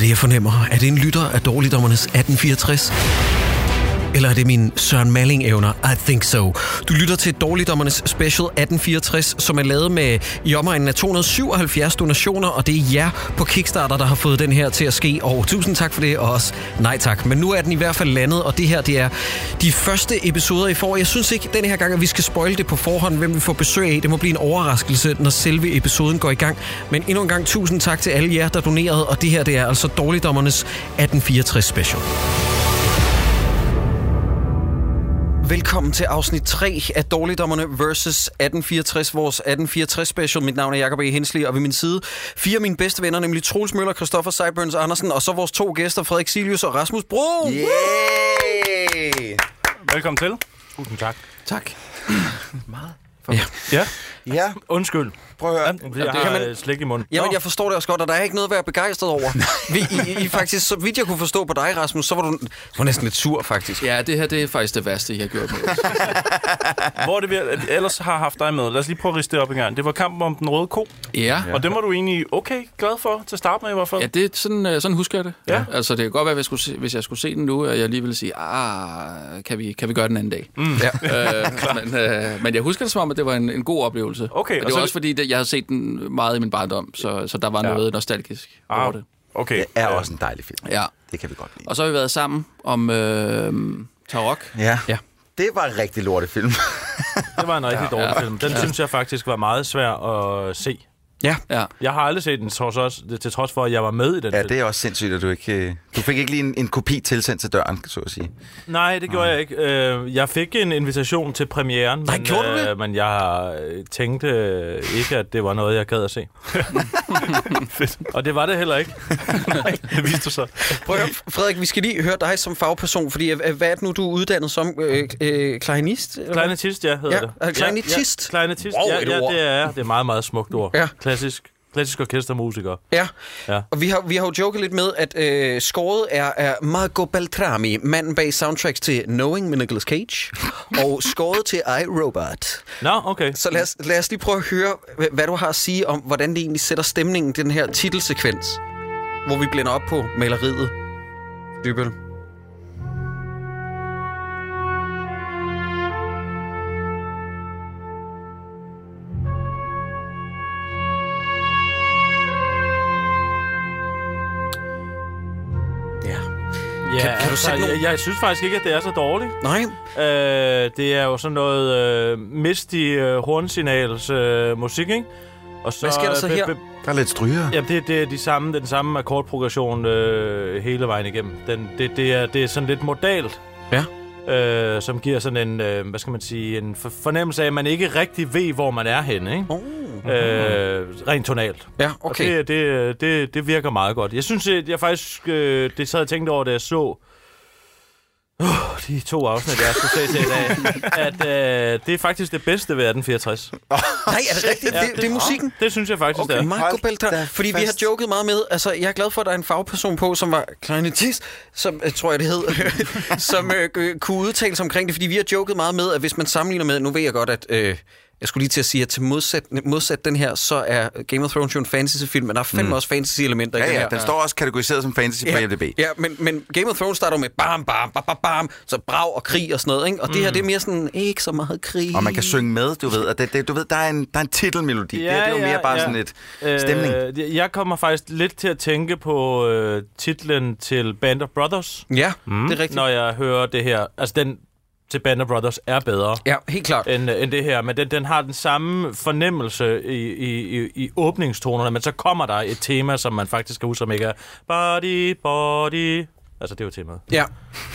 det, jeg fornemmer? Er det en lytter af Dårligdommernes 1864? Eller er det min Søren Malling-evner? I think so. Du lytter til Dårligdommernes Special 1864, som er lavet med i omegnen af 277 donationer, og det er jer på Kickstarter, der har fået den her til at ske. Og tusind tak for det, og også nej tak. Men nu er den i hvert fald landet, og det her det er de første episoder, I får. Jeg synes ikke den her gang, at vi skal spoil det på forhånd, hvem vi får besøg af. Det må blive en overraskelse, når selve episoden går i gang. Men endnu en gang tusind tak til alle jer, der donerede, og det her det er altså Dårligdommernes 1864 Special. Velkommen til afsnit 3 af Dårligdommerne versus 1864, vores 1864 special. Mit navn er Jacob E. Hensley, og ved min side fire af mine bedste venner, nemlig Troels Møller, Christoffer Seiburns Andersen, og så vores to gæster, Frederik Silius og Rasmus Bro. Yeah. Yeah! Velkommen til. Tusind tak. Tak. Ja, Ja, Undskyld. prøv at høre. Jamen, jeg kan har man- man... slik i munden. Jamen, Nå. jeg forstår det også godt, og der er ikke noget at være begejstret over. Vi, I, I, faktisk, så vidt jeg kunne forstå på dig, Rasmus, så var du, du var næsten lidt sur, faktisk. Ja, det her det er faktisk det værste, jeg har gjort med. Hvor er det, vi at vi ellers har haft dig med? Lad os lige prøve at riste det op en gang. Det var kampen om den røde ko, Ja, ja. og det var du egentlig okay glad for til at starte med i hvert fald. ja det er sådan, øh, sådan husker jeg det. Ja. Altså, det kan godt være, at jeg skulle se, hvis jeg skulle se den nu, at jeg lige ville sige, ah, kan vi, kan vi gøre den anden dag? Mm. Ja. Øh, men, øh, men jeg husker det som om, at det var en, en god oplevelse. Okay, og og det så var er også fordi, det, jeg havde set den meget i min barndom, så, så der var Ja. noget nostalgisk Ah, over det. Okay. Det er også en dejlig film. Ja. Det kan vi godt lide. Og så har vi været sammen om øh, Tarok. Ja. Ja. Det var en rigtig lortet film. det var en rigtig dårlig Ja. film. Den ja. synes jeg faktisk var meget svær at se. Ja. Ja. Jeg har aldrig set den, trods også, til trods for, at jeg var med i den ja, film. det er også sindssygt, at du ikke... øh, Du fik ikke lige en, en kopi tilsendt til døren, så at sige. Nej, det gjorde jeg ikke. Øh, Jeg fik en invitation til premieren, Nej, men, gjorde du det? øh, men jeg øh, tænkte øh, ikke, at det var noget, jeg gad at se. Fedt. Og det var det heller ikke. Nej, det viste sig. Prøv at høre, Frederik, vi skal lige høre dig som fagperson, fordi øh, hvad er det nu, du er uddannet som? Øh, øh, kleinist? eller hvad? Kleinetist, ja, hedder Ja, det. øh, kleinetist. Ja, ja, kleinetist, Wow, wow, et ja, ja ord. det er jeg. Det er et meget, meget smukt ord. Ja. Klassisk, klassisk orkestermusiker. Ja. ja. Ja. Og vi har, vi har jo joket lidt med, at øh, skåret er, er Marco Beltrami, manden bag soundtracks til Knowing med Nicolas Cage, og skåret til I, Robot. Nå, okay. Så lad os, lad os lige prøve at høre, hva- hvad du har at sige om, hvordan det egentlig sætter stemningen til den her titelsekvens, hvor vi blænder op på maleriet. Dybøl. Ja. Ja, kan du sætte nogle- jeg, jeg synes faktisk ikke, at det er så dårligt. Nej, Øh, det er jo sådan noget øh, misty øh, hornsignals øh, musik, ikke? Og så, Hvad sker der så øh, be- her? be- Der er lidt stryger. Jamen, det, det er de samme, den samme akkordprogression øh, hele vejen igennem. Den, det, det, er, det er sådan lidt modalt. Ja. Øh, som giver sådan en, øh, hvad skal man sige, en for- fornemmelse af, at man ikke rigtig ved, hvor man er henne, ikke? Oh. Øh, rent tonalt. ja, Og okay. Det, det, det, det virker meget godt. Jeg synes, at jeg faktisk... Øh, det sad jeg tænkte over, da jeg så... Uh, de to afsnit, jeg skulle se til i dag, at øh, det er faktisk det bedste ved 1864. Nej, er det rigtigt? Det, det er musikken. Det synes jeg faktisk, okay. det Ja. er. Marco Hold da Beltran, fordi vi har fast. joket meget med, altså jeg er glad for, at der er en fagperson på, som var kleinetist, som øh, tror jeg det hed, som øh, øh, kunne udtale sig omkring det, fordi vi har joket meget med, at hvis man sammenligner med, nu ved jeg godt, at øh, jeg skulle lige til at sige, at til modsat, modsat den her, så er Game of Thrones jo en fantasyfilm, men der er fandme mm. også fantasy-elementer i den Ja, her. ja, den står også kategoriseret som fantasy på IMDb. Ja, men, men Game of Thrones starter jo med bam, bam, bam, bam, bam, så brag og krig og sådan noget, ikke? Og det her, det er mere sådan, ikke så meget krig. Mm. Og man kan synge med, du ved. Og det, det, du ved, der er en, der er en titelmelodi. Ja, det, her, det er jo mere bare sådan et stemning. Øh, jeg kommer faktisk lidt til at tænke på øh, titlen til Band of Brothers, Ja, mm. det er rigtigt. når jeg hører det her. Altså, den til Band of Brothers er bedre. Ja, helt klart. Øh. end, end det her, men den, den har den samme fornemmelse i, i, i, i åbningstonerne, men så kommer der et tema, som man faktisk skal huske, som ikke er body, body. Altså, det er jo temaet. Ja.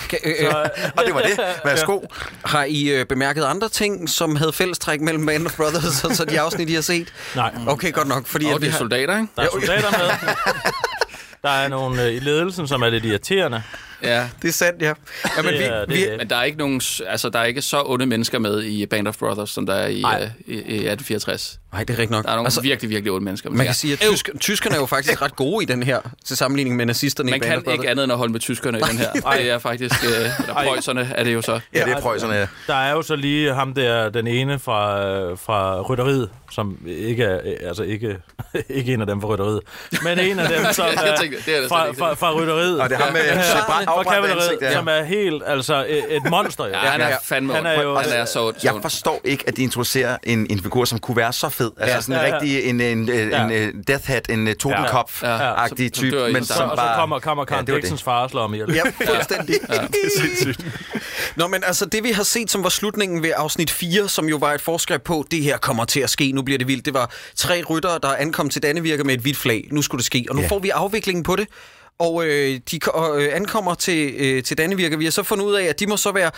Kan, øh, øh, Og det var det. Værsgo. Har I øh, bemærket andre ting, som havde fællestræk mellem Band of Brothers og så de afsnit, I har set? Nej, Okay, godt nok, fordi... Og at det vi er har- soldater, ikke? der er soldater med. Der er nogle øh, i ledelsen, som er lidt irriterende. Ja. det er sandt, ja. ja men Det er- vi, det vi, er- Men der er ikke nogen, s- altså der er ikke så onde mennesker med i Band of Brothers, som der er i, Nej. øh, i, i 1864. Nej, det er rigtigt nok. Der er nogle altså, virkelig, virkelig onde mennesker. Man kan sige, at tysk, tyskerne er jo faktisk ret gode i den her, til sammenligning med nazisterne i man Band of kan ikke Brothers. andet end at holde med tyskerne i den her. Det er faktisk... Øh, eller prøjserne er det jo så. Ja, det er prøjserne. ja. Der er jo så lige ham der, den ene fra, øh, fra rytteriet, som ikke er, øh, altså ikke, ikke en af dem fra rytteriet, men en af dem, som Jeg tænkte, det er altså der slet fra, ikke. fra, fra rytteriet, Og det er ham med øh, brænd- fra afbrændte ansigt. kavaleriet, Ja. som er helt, altså et, et monster. Ja, Ja. han ja. er fandme Han er ond. jo- han er så ond. Jeg forstår ikke, at de introducerer en, en figur, som kunne være så fed. Altså Ja. sådan en Ja, ja. rigtig en, en, en, Ja. en øh, Death Hat, en øh, Ja. Totenkopf-agtig Ja. Som- som type. dør i en men sang. Så, som og så bare... kommer, kommer Karen det ja, var det. Dixons far og slår ham ihjel. Ja, fuldstændig. Ja. Det er sindssygt. Nå, men altså, det vi har set, som var slutningen ved afsnit 4, som jo var et forskrift på, det her kommer til at ske, nu bliver det vildt. Det var tre ryttere, der ankom til Dannevirke med et hvidt flag. Nu skulle det ske, og nu Ja. får vi afviklingen på det. Og øh, de ko- og, øh, ankommer til, øh, til Dannevirke. Vi har så fundet ud af, at de må så være...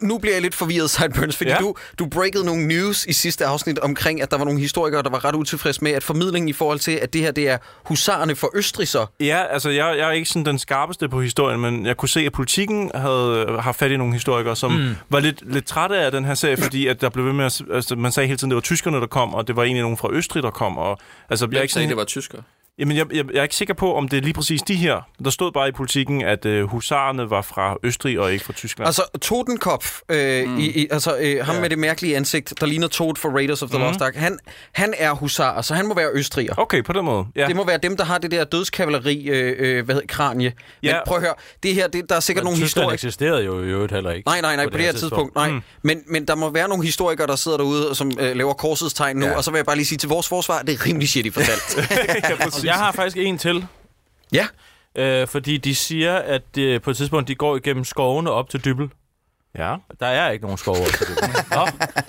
Nu bliver jeg lidt forvirret, Sideburns, fordi ja. Ja. du, du breakede nogle news i sidste afsnit omkring, at der var nogle historikere, der var ret utilfredse med, at formidlingen i forhold til, at det her det er husarerne for Østrig, så Ja, altså jeg, jeg er ikke sådan den skarpeste på historien, men jeg kunne se, at politikken havde har fat i nogle historikere, som mm. var lidt, lidt trætte af den her serie, fordi at der blev ved med at, s- altså, man sagde hele tiden, det var tyskerne, der kom, og det var egentlig nogen fra Østrig, der kom. Og, altså, jeg, er Jeg ikke sagde, sådan, det var tysker. jamen, jeg, jeg, jeg, er ikke sikker på, om det er lige præcis de her. Der stod bare i politikken, at øh, husarerne var fra Østrig og ikke fra Tyskland. Altså Totenkopf, øh, mm. i, i, altså øh, ham ja. med det mærkelige ansigt, der ligner Tote for Raiders of the mm. Lost Ark, han, han er husar, så han må være østriger. Okay. okay, på den måde. Ja. Det må være dem, der har det der dødskavaleri, øh, øh, hvad hedder kranje. Men Ja. prøv at høre, det her, det, der er sikkert nogle Men Tyskland historier... eksisterede jo i øvrigt heller ikke. Nej, nej, nej, på, det her tidspunkt, nej. Mm. Men, men der må være nogle historikere, der sidder derude, som øh, laver korsets tegn nu, ja. og så vil jeg bare lige sige til vores forsvar, det er rimelig shit, I fortalt. Og Jeg har faktisk en til, ja, øh, fordi de siger, at øh, på et tidspunkt, de går igennem skovene op til Dybbel. Ja. Der er ikke nogen skove op til Dybbel. Nå,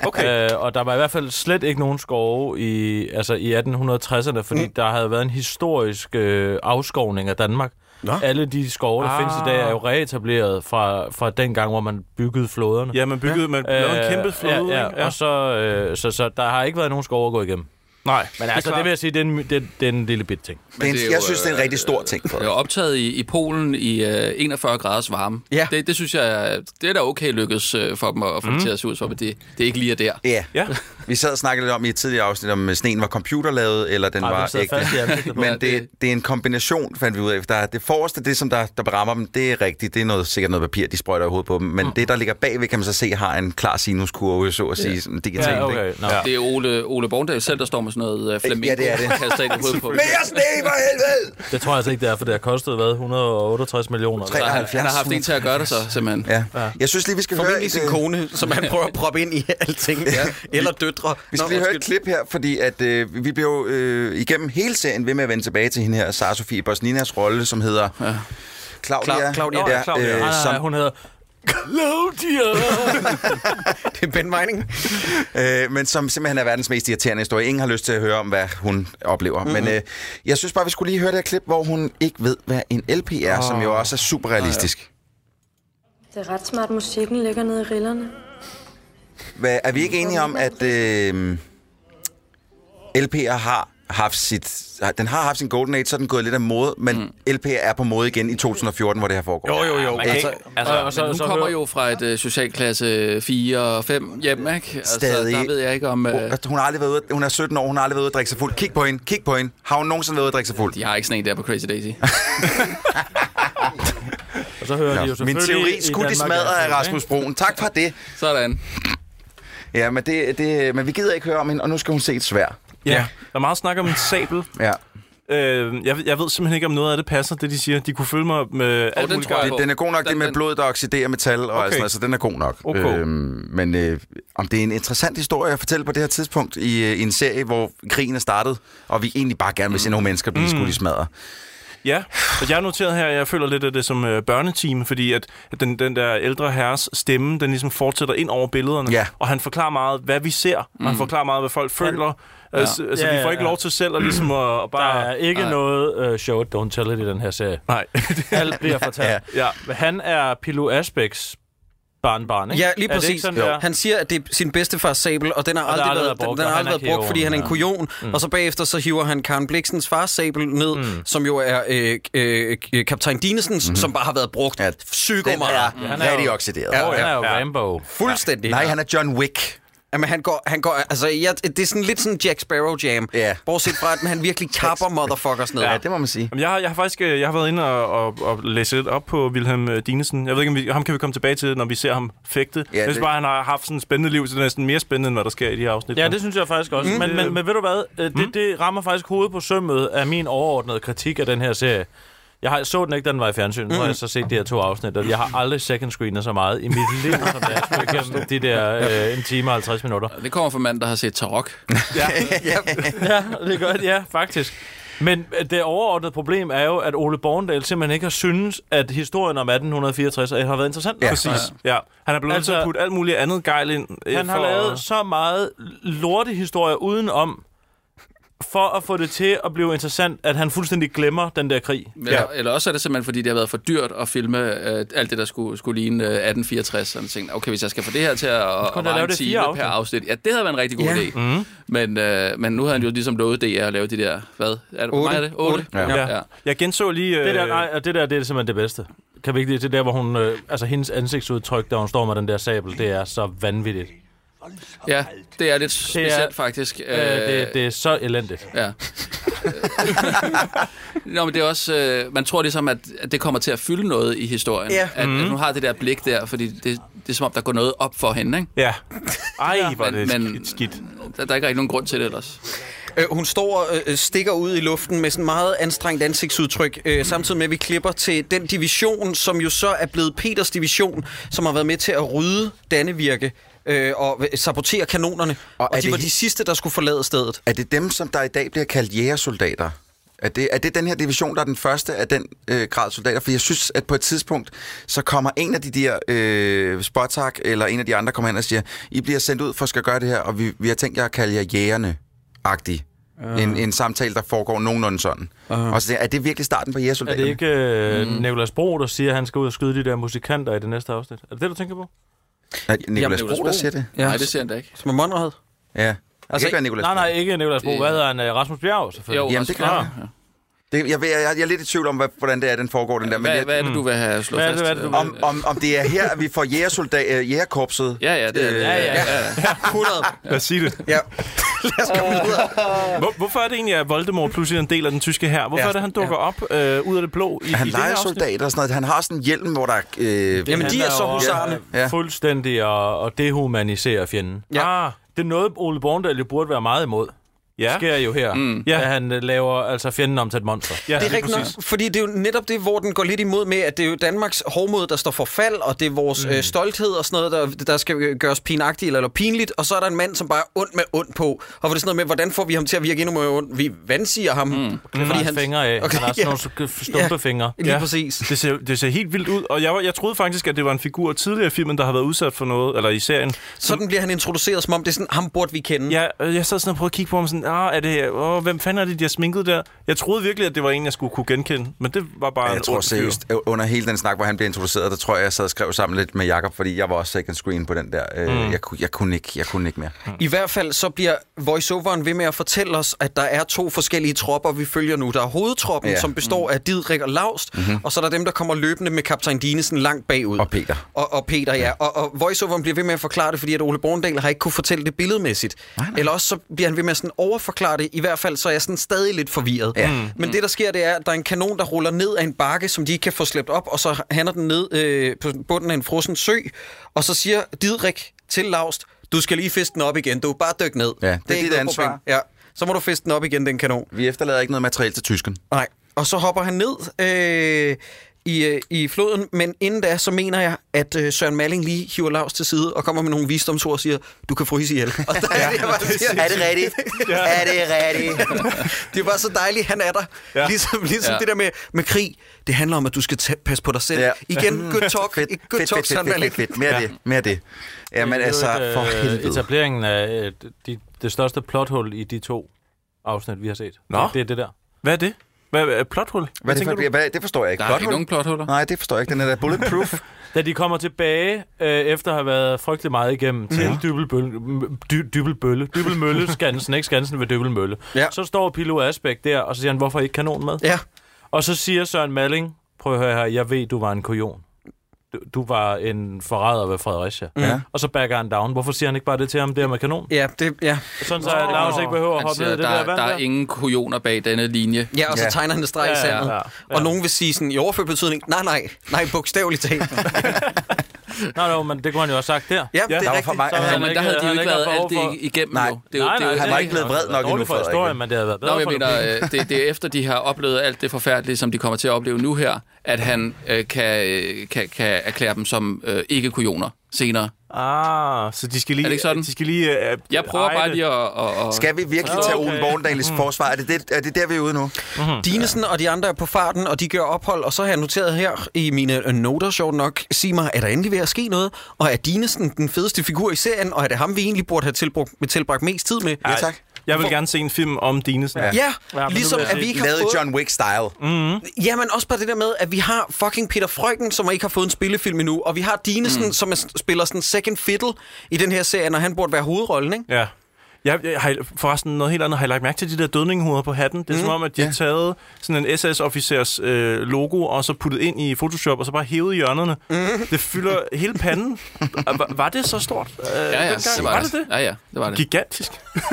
okay. Øh, og der var i hvert fald slet ikke nogen skove i, altså i 1860'erne, fordi mm. der havde været en historisk øh, afskovning af Danmark. Nå. Alle de skove, der ah. findes i dag, er jo reetableret fra, fra den gang, hvor man byggede flåderne. Ja, man byggede, man lavede en kæmpe flåde, Øh, ja, ja, ikke? Og så, øh, så, så der har ikke været nogen skove at gå igennem. Nej. Men altså, det, vil jeg sige, det er en, det, det er en lille bit ting. Det er det er en, jo, jeg synes, det er en øh, rigtig stor ting for Jeg var optaget i, i Polen i øh, 41 graders varme. Ja. Det, det synes jeg, det er da okay lykkedes øh, for dem at, at få det til at se ud som, at det, det er ikke lige er der. Mhm. Ja. Ja. Vi sad og snakkede lidt om i et tidligere afsnit, om øh, sneen var computerlavet, eller den Ej, den var sidder fast i ægte. ansigtet på Men mig. det, det er en kombination, fandt vi ud af. For Der, er- det forreste, det som der, der rammer dem, det er rigtigt. Det er noget, sikkert noget papir, de sprøjter i hovedet på dem. Men mm. det, der ligger bagved, kan man så se, har en klar sinuskurve, så at sige, yeah. sådan digitalt. Ja, ikke? okay. Nå. Ja. Det er Ole, Ole Borndal selv, der står med sådan noget øh, flamenco. Ja, det er det. og kaster ind i hovedet på. dem. Mere sne, for helvede! Det tror jeg altså ikke, det er, for det har kostet, hvad, 168 millioner? Altså, Så han, han har haft en til at gøre det så, simpelthen. Ja. Ja. Jeg synes lige, vi skal høre formentlig et, sin øh, kone, som han prøver at proppe ind i alting. Ja. Eller døtre. Vi skal Nå, lige høre et klip her, fordi at, øh, vi bliver jo øh, igennem hele serien ved med at vende tilbage til hende her, Sara Sofie Bosninas rolle, som hedder... Ja. Claudia, Cla- Claudia. Nå, Ja, ja, Claudia. øh, Ah, nej, nej, som nej, hun hedder... Claudia! Det er Ben Meining. Øh, men som simpelthen er verdens mest irriterende historie. Ingen har lyst til at høre om, hvad hun oplever. Mm-hmm. Men øh, jeg synes bare, vi skulle lige høre det her klip, hvor hun ikke ved, hvad en LP er, oh. som jo også er super realistisk. Det er ret smart, musikken ligger nede i rillerne. Hvad, er vi ikke enige om, at øh, LP'er har haft sit... Den har haft sin golden age, så er den gået lidt af mode, men mm. LP'er er på mode igen i Mm. 2014, hvor det her foregår. Jo, jo, jo. Altså, altså, og Så, så, hun så, så kommer hører- jo fra et øh, socialklasse 4 og 5 hjem, ikke? Altså, Stadig. Der ved jeg ikke om... Øh, altså, Hun, har aldrig været ude, hun er 17 år, hun har aldrig været ude at drikke sig fuld. Kig på hende, kig på hende. Har hun nogensinde været ude at drikke sig fuld? de har ikke sådan en der på Crazy Daisy. og så hører de jo Min selvfølgelig... teori i skulle de Danmark, smadre af altså, Rasmus Broen. Tak for det. Sådan. Ja, men, det, det, men vi gider ikke høre om hende, og nu skal hun se et svær. ja. Der er meget snak om en sabel. Ja. Øh, jeg, jeg ved simpelthen ikke, om noget af det passer, det de siger. De kunne følge mig med alt den muligt. tror jeg galt. på. Den er god nok, den, det Den- med den- blod, der oxiderer metal og okay. Okay. sådan noget, så den er god nok. Okay. Øhm, men øh, om det er en interessant historie at fortælle på det her tidspunkt i, øh, i en serie, hvor krigen er startet, og vi egentlig bare gerne vil se nogle mennesker blive mm. skudt i smadre. Ja, og jeg har noteret her, at jeg føler lidt af det som øh, børneteam, fordi at, at den, den der ældre herres stemme, den ligesom fortsætter ind over billederne, Ja. og han forklarer meget, hvad vi ser, mm. og han forklarer meget, hvad folk føler. Ja. Altså, altså Ja, vi får ja, ikke ja. lov til selv at ligesom at, at Der bare... er ikke noget uh, show it, don't tell it i den her serie. Nej. Alt bliver fortalt. ja. Men Han er Pilo Asbæks barnbarn, ikke? Ja, lige Er det præcis. ikke sådan, der? Han siger, at det er sin bedstefars sabel, og den har der aldrig, har aldrig været, været brugt, den, den og har han aldrig er været brugt, fordi han er en kujon. Mm. Og så bagefter så hiver han Karen Bliksens fars sabel ned, mm. som jo er øh, øh, øh, kaptajn Mm-hmm. Dinesens, mm. som bare har været brugt Ja, psyko Den er meget. han mm. er jo- rigtig oxideret. Åh, han er jo Rambo. Fuldstændig. Nej, han er John Wick. Jamen, han går, han går, altså, jeg, det er sådan lidt sådan Jack Sparrow Jam. Ja. Bortset fra, at han virkelig kapper motherfuckers ned. Ja, det må man sige. Jamen, jeg, har, jeg har faktisk øh, jeg har været inde og, og, og læse lidt op på Wilhelm øh, Dinesen. Jeg ved ikke, om vi, ham kan vi komme tilbage til, når vi ser ham fægte. Ja, jeg synes det- bare, han har haft sådan et spændende liv, så det er næsten mere spændende, end hvad der sker i de her afsnit. Ja, det synes jeg faktisk også. Mm. Men, men, men ved du hvad? Øh, Det, mm. det rammer faktisk hovedet på sømmet af min overordnede kritik af den her serie. Jeg har, så den ikke, da den var i fjernsynet. Mm. Nu har jeg så set de her to afsnit, og jeg har aldrig second screenet så meget i mit liv, som jeg har skulle igennem de der øh, en time og 50 minutter. Det kommer fra manden, der har set Tarok. Ja, det gør det, ja, faktisk. Men øh, det overordnede problem er jo, at Ole Borndal simpelthen ikke har syntes, at historien om 1864 øh, har været interessant. Ja. Præcis. Ja. ja. Han er blevet altså, nødt til Altså- at putte alt muligt andet gejl ind. øh, Han har for- lavet så meget lortehistorier udenom, for at få det til at blive interessant, at han fuldstændig glemmer den der krig. Eller, ja. eller også er det simpelthen, fordi det har været for dyrt at filme øh, alt det, der skulle, skulle ligne øh, 1864. Sådan ting. Okay, hvis jeg skal få det her til at, at da være lave en det time fire per afsnit. Ja, det havde været en rigtig god ja. idé. Mm. Men, øh, men nu har han jo ligesom lovet DR at lave de der, hvad? Er det, hvor Otte. mange er det? 8? Ja. Ja. ja. Jeg genså lige... Det der, øh, nej, og det der, det er simpelthen det bedste. Kan vi ikke det, det der, hvor hun, øh, altså hendes ansigtsudtryk, da hun står med den der sabel, det er så vanvittigt. Ja, det er lidt specielt faktisk. Øh, det, det er så elendigt. Ja. Nå, men det er også... Øh, man tror ligesom, at, at det kommer til at fylde noget i historien. Ja. At, mm. at hun har det der blik der, fordi det, det er som om, der går noget op for hende, ikke? Ja. Ej, hvor er men- det men- skidt, skidt. Der, der er ikke rigtig nogen grund til det ellers. Øh, hun står og øh, stikker ud i luften med sådan meget anstrengt ansigtsudtryk, øh, samtidig med, at vi klipper til den division, som jo så er blevet Peters division, som har været med til at rydde Dannevirke øh, og sabotere kanonerne. Og, Og og er de det var he- de sidste, der skulle forlade stedet. Er det dem, som der i dag bliver kaldt jægersoldater? Er det, er det den her division, der er den første af den øh, grad soldater? For jeg synes, at på et tidspunkt, så kommer en af de der øh, spotak, eller en af de andre kommer hen og siger, I bliver sendt ud for at skal gøre det her, og vi, vi har tænkt jer at kalde jer jægerne-agtig. Uh. En, en samtale, der foregår nogenlunde sådan. Uh. Og så, siger jeg, er det virkelig starten på Er jægersoldaterne? det ikke øh, mm. Nicolas Bro, der siger, at han skal ud og skyde de der musikanter i det næste afsnit? Er det det, du tænker på? Er det Nicolas Nicolas Bro, Bro. der siger det? Ja. Nej, det ser han da ikke. Som er Monrad. Ja. Altså, det kan ikke være Nicolas Nej, Bro. nej, ikke Nicolas Bro. Det- Hvad hedder han? Øh, Rasmus Bjerg, selvfølgelig. Jo, Jamen, Rasmus det kan Bjerg, jeg. Det, jeg, ved, jeg, jeg er lidt i tvivl om, hvad, hvordan det er, den foregår, den der. Men Hvad, jeg, hvad er det, du vil have slået Hvad er det, fast? hvad er det, du vil- om, om, om det er her, at vi får jægersoldat, øh, jægerkorpset Ja, ja, det er det. Ja, ja, ja. Ja, 100. Lad os sige det. Ja. Lad os komme videre. Hvor, hvorfor er det egentlig, at Voldemort pludselig er en del af den tyske her? Hvorfor Ja. ja. er det, han dukker ja. op øh, ud af det blå i, Han i det her leger afsnit? soldater og sådan noget. Han har sådan en hjelm, hvor der... er, Øh, Jamen, de er så husarerne. Ja. Fuldstændig og, og dehumanisere fjenden. Ja. Ah, Det er noget, Ole Borndal jo burde være meget imod. ja. Ja. sker jo her, mm. Ja. ja. at han øh, laver altså fjenden om til et monster. ja. Det er rigtigt nok, fordi det er jo netop det, hvor den går lidt imod med, at det er jo Danmarks hovmod, der står for fald, og det er vores mm. øh, stolthed og sådan noget, der, der skal gøres pinagtigt eller, eller pinligt, og så er der en mand, som bare er ond med ond på. Og hvor det er sådan noget med, hvordan får vi ham til at virke endnu mere ond? Vi vandsiger ham. Mm. Fordi han fingre af. Okay, han har sådan nogle sk- stumpe Ja. fingre. Lige ja. præcis. Det ser, det ser helt vildt ud, og jeg, var- jeg troede faktisk, at det var en figur tidligere i filmen, der har været udsat for noget, eller i serien. Sådan bliver han introduceret, som om det er sådan, ham burde vi kende. Jeg, øh, jeg sad sådan og prøvede at kigge på ham sådan, ah, er det, åh, hvem fanden er det, de har sminket der? Jeg troede virkelig, at det var en, jeg skulle kunne genkende, men det var bare en jeg tror ond fyr. seriøst, øh, under hele den snak, hvor han blev introduceret, der tror jeg, jeg sad og skrev sammen lidt med Jakob, fordi jeg var også second screen på den der. Øh, mm. jeg, kunne- jeg, kunne ikke, jeg kunne ikke mere. I hvert fald så bliver voiceoveren ved med at fortælle os, at der er to forskellige tropper, vi følger nu. Der er hovedtroppen, ja. Ja. som består af Didrik og Laust, mm-hmm. og så er der dem, der kommer løbende med kaptajn Dinesen langt bagud. Og Peter. Og, og Peter, ja. Og, og voiceoveren bliver ved med at forklare det, fordi at Ole Borndal har ikke kunne fortælle det billedmæssigt. Nej, nej. Eller også så bliver han ved med at sådan overforklare det. I hvert fald så er jeg sådan stadig lidt forvirret. Ja. Mm. Men det, der sker, det er, at der er en kanon, der ruller ned af en bakke, som de ikke kan få slæbt op, og så handler den ned øh, på bunden af en frossen sø. Og så siger Didrik til Laust, du skal lige fiske den op igen, du. Bare dyk ned. Ja, det er ikke dit noget ansvar. problem. Ja. Så må du fiske den op igen, den kanon. Vi efterlader ikke noget materiale til tysken. Nej. Og så hopper han ned øh, i, øh, i floden, men inden da, så mener jeg, at øh, Søren Malling lige hiver Lars til side og kommer med nogle visdomsord og siger, du kan fryse ihjel. Og der er det, jeg bare siger, Er det rigtigt? Er det rigtigt? det er bare så dejligt, han er der. Ja. Ligesom, ligesom ja. Ja. det der med, med krig, det handler om, at du skal tæ- passe på dig selv. Ja. Ja. Igen, good talk, Mm. Fedt, good fedt, talk, fedt, Søren fedt, fedt, Malling. fedt, fedt. Mere det, mere det. Jamen Det er altså, jo et, for øh, helvede. Etableringen af øh, de, det største plothul i de to afsnit, vi har set. Nå. Det, det er det der. Hvad er det? Hvad, hvad er plothul? Hvad, Hvad er det, tænker for, du? hvad, det forstår jeg ikke. Der er ikke Plot- nogen plothuller. Nej, det forstår jeg ikke. Den er da bulletproof. Da de kommer tilbage, øh, efter at have været frygtelig meget igennem til Dybelbølle, dy, Dybelbølle, Dybelmølle, Skansen, ikke Skansen ved Dybelmølle, Ja. så står Pilo Asbæk der, og så siger han, hvorfor er I ikke kanon med? Ja. Og så siger Søren Malling, prøv at høre her, jeg ved, du var en kujon. du- du var en forræder ved Fredericia. Ja. Og så backer han down. Hvorfor siger han ikke bare det til ham der med kanon? Ja, det, ja. Sådan så at Lars ikke behøver at Han hoppe ned siger, i det Altså, der, der vand der er ingen kujoner bag denne linje. ja, og så Ja. tegner han en streg i Ja, ja, sandet. ja, ja. Og nogen vil sige sådan, i overført betydning, nej, nej, nej, bogstaveligt talt. Nej, nej, men det kunne han jo have sagt der. Ja, det der er var for rigtigt. mig- Så- Ja, han men der ikke- havde de jo han ikke ikke været haft alt behov det igennem Nej. jo. Det er jo, det er jo han var ikke blevet det har vred nok været endnu, dårligt for Frederik. historien, men det havde været bedre Nå, jeg for mener, Lupin. øh, det, det er efter, de har oplevet alt det forfærdelige, som de kommer til at opleve nu her, at han øh, kan, øh, kan, kan erklære dem som øh, ikke-kujoner senere. Ah, så de skal lige... øh- Er det ikke sådan? De skal lige øh, Jeg prøver eje bare det. lige at... at, at Skal vi virkelig tage Ole Borgendals forsvar? Er det, det, er det der, vi er ude nu? Dinesen og de andre er på farten, og de gør ophold, og så har jeg noteret her i mine øh, noter, sjovt nok, sig mig, er der endelig ved at ske noget? Og er Dinesen den fedeste figur i serien, og er det ham, vi egentlig burde have tilbrugt, tilbragt mest tid med? Ja, tak. Jeg vil gerne se en film om Dinesen. Ja. Ja, Ja, men nu ligesom vil jeg at sige, vi ikke har Lavet fået... John Wick-style. Ja, men også bare det der med, at vi har fucking Peter Frøken, som ikke har fået en spillefilm endnu, og vi har Dinesen, mm. som er, spiller sådan second fiddle i den her serie, når han burde være hovedrollen, ikke? ja. Jeg, jeg, har I- forresten noget helt andet. Har I lagt mærke til de der dødninghoveder på hatten? Det er mm. som om, at de har taget sådan en SS-officers øh, logo, og så puttet ind i Photoshop, og så bare hævet hjørnerne. Mm. Det fylder hele panden. var, var det så stort? Øh, ja, ja, dengang? det var, var det det? Ja, ja, det var det. Gigantisk.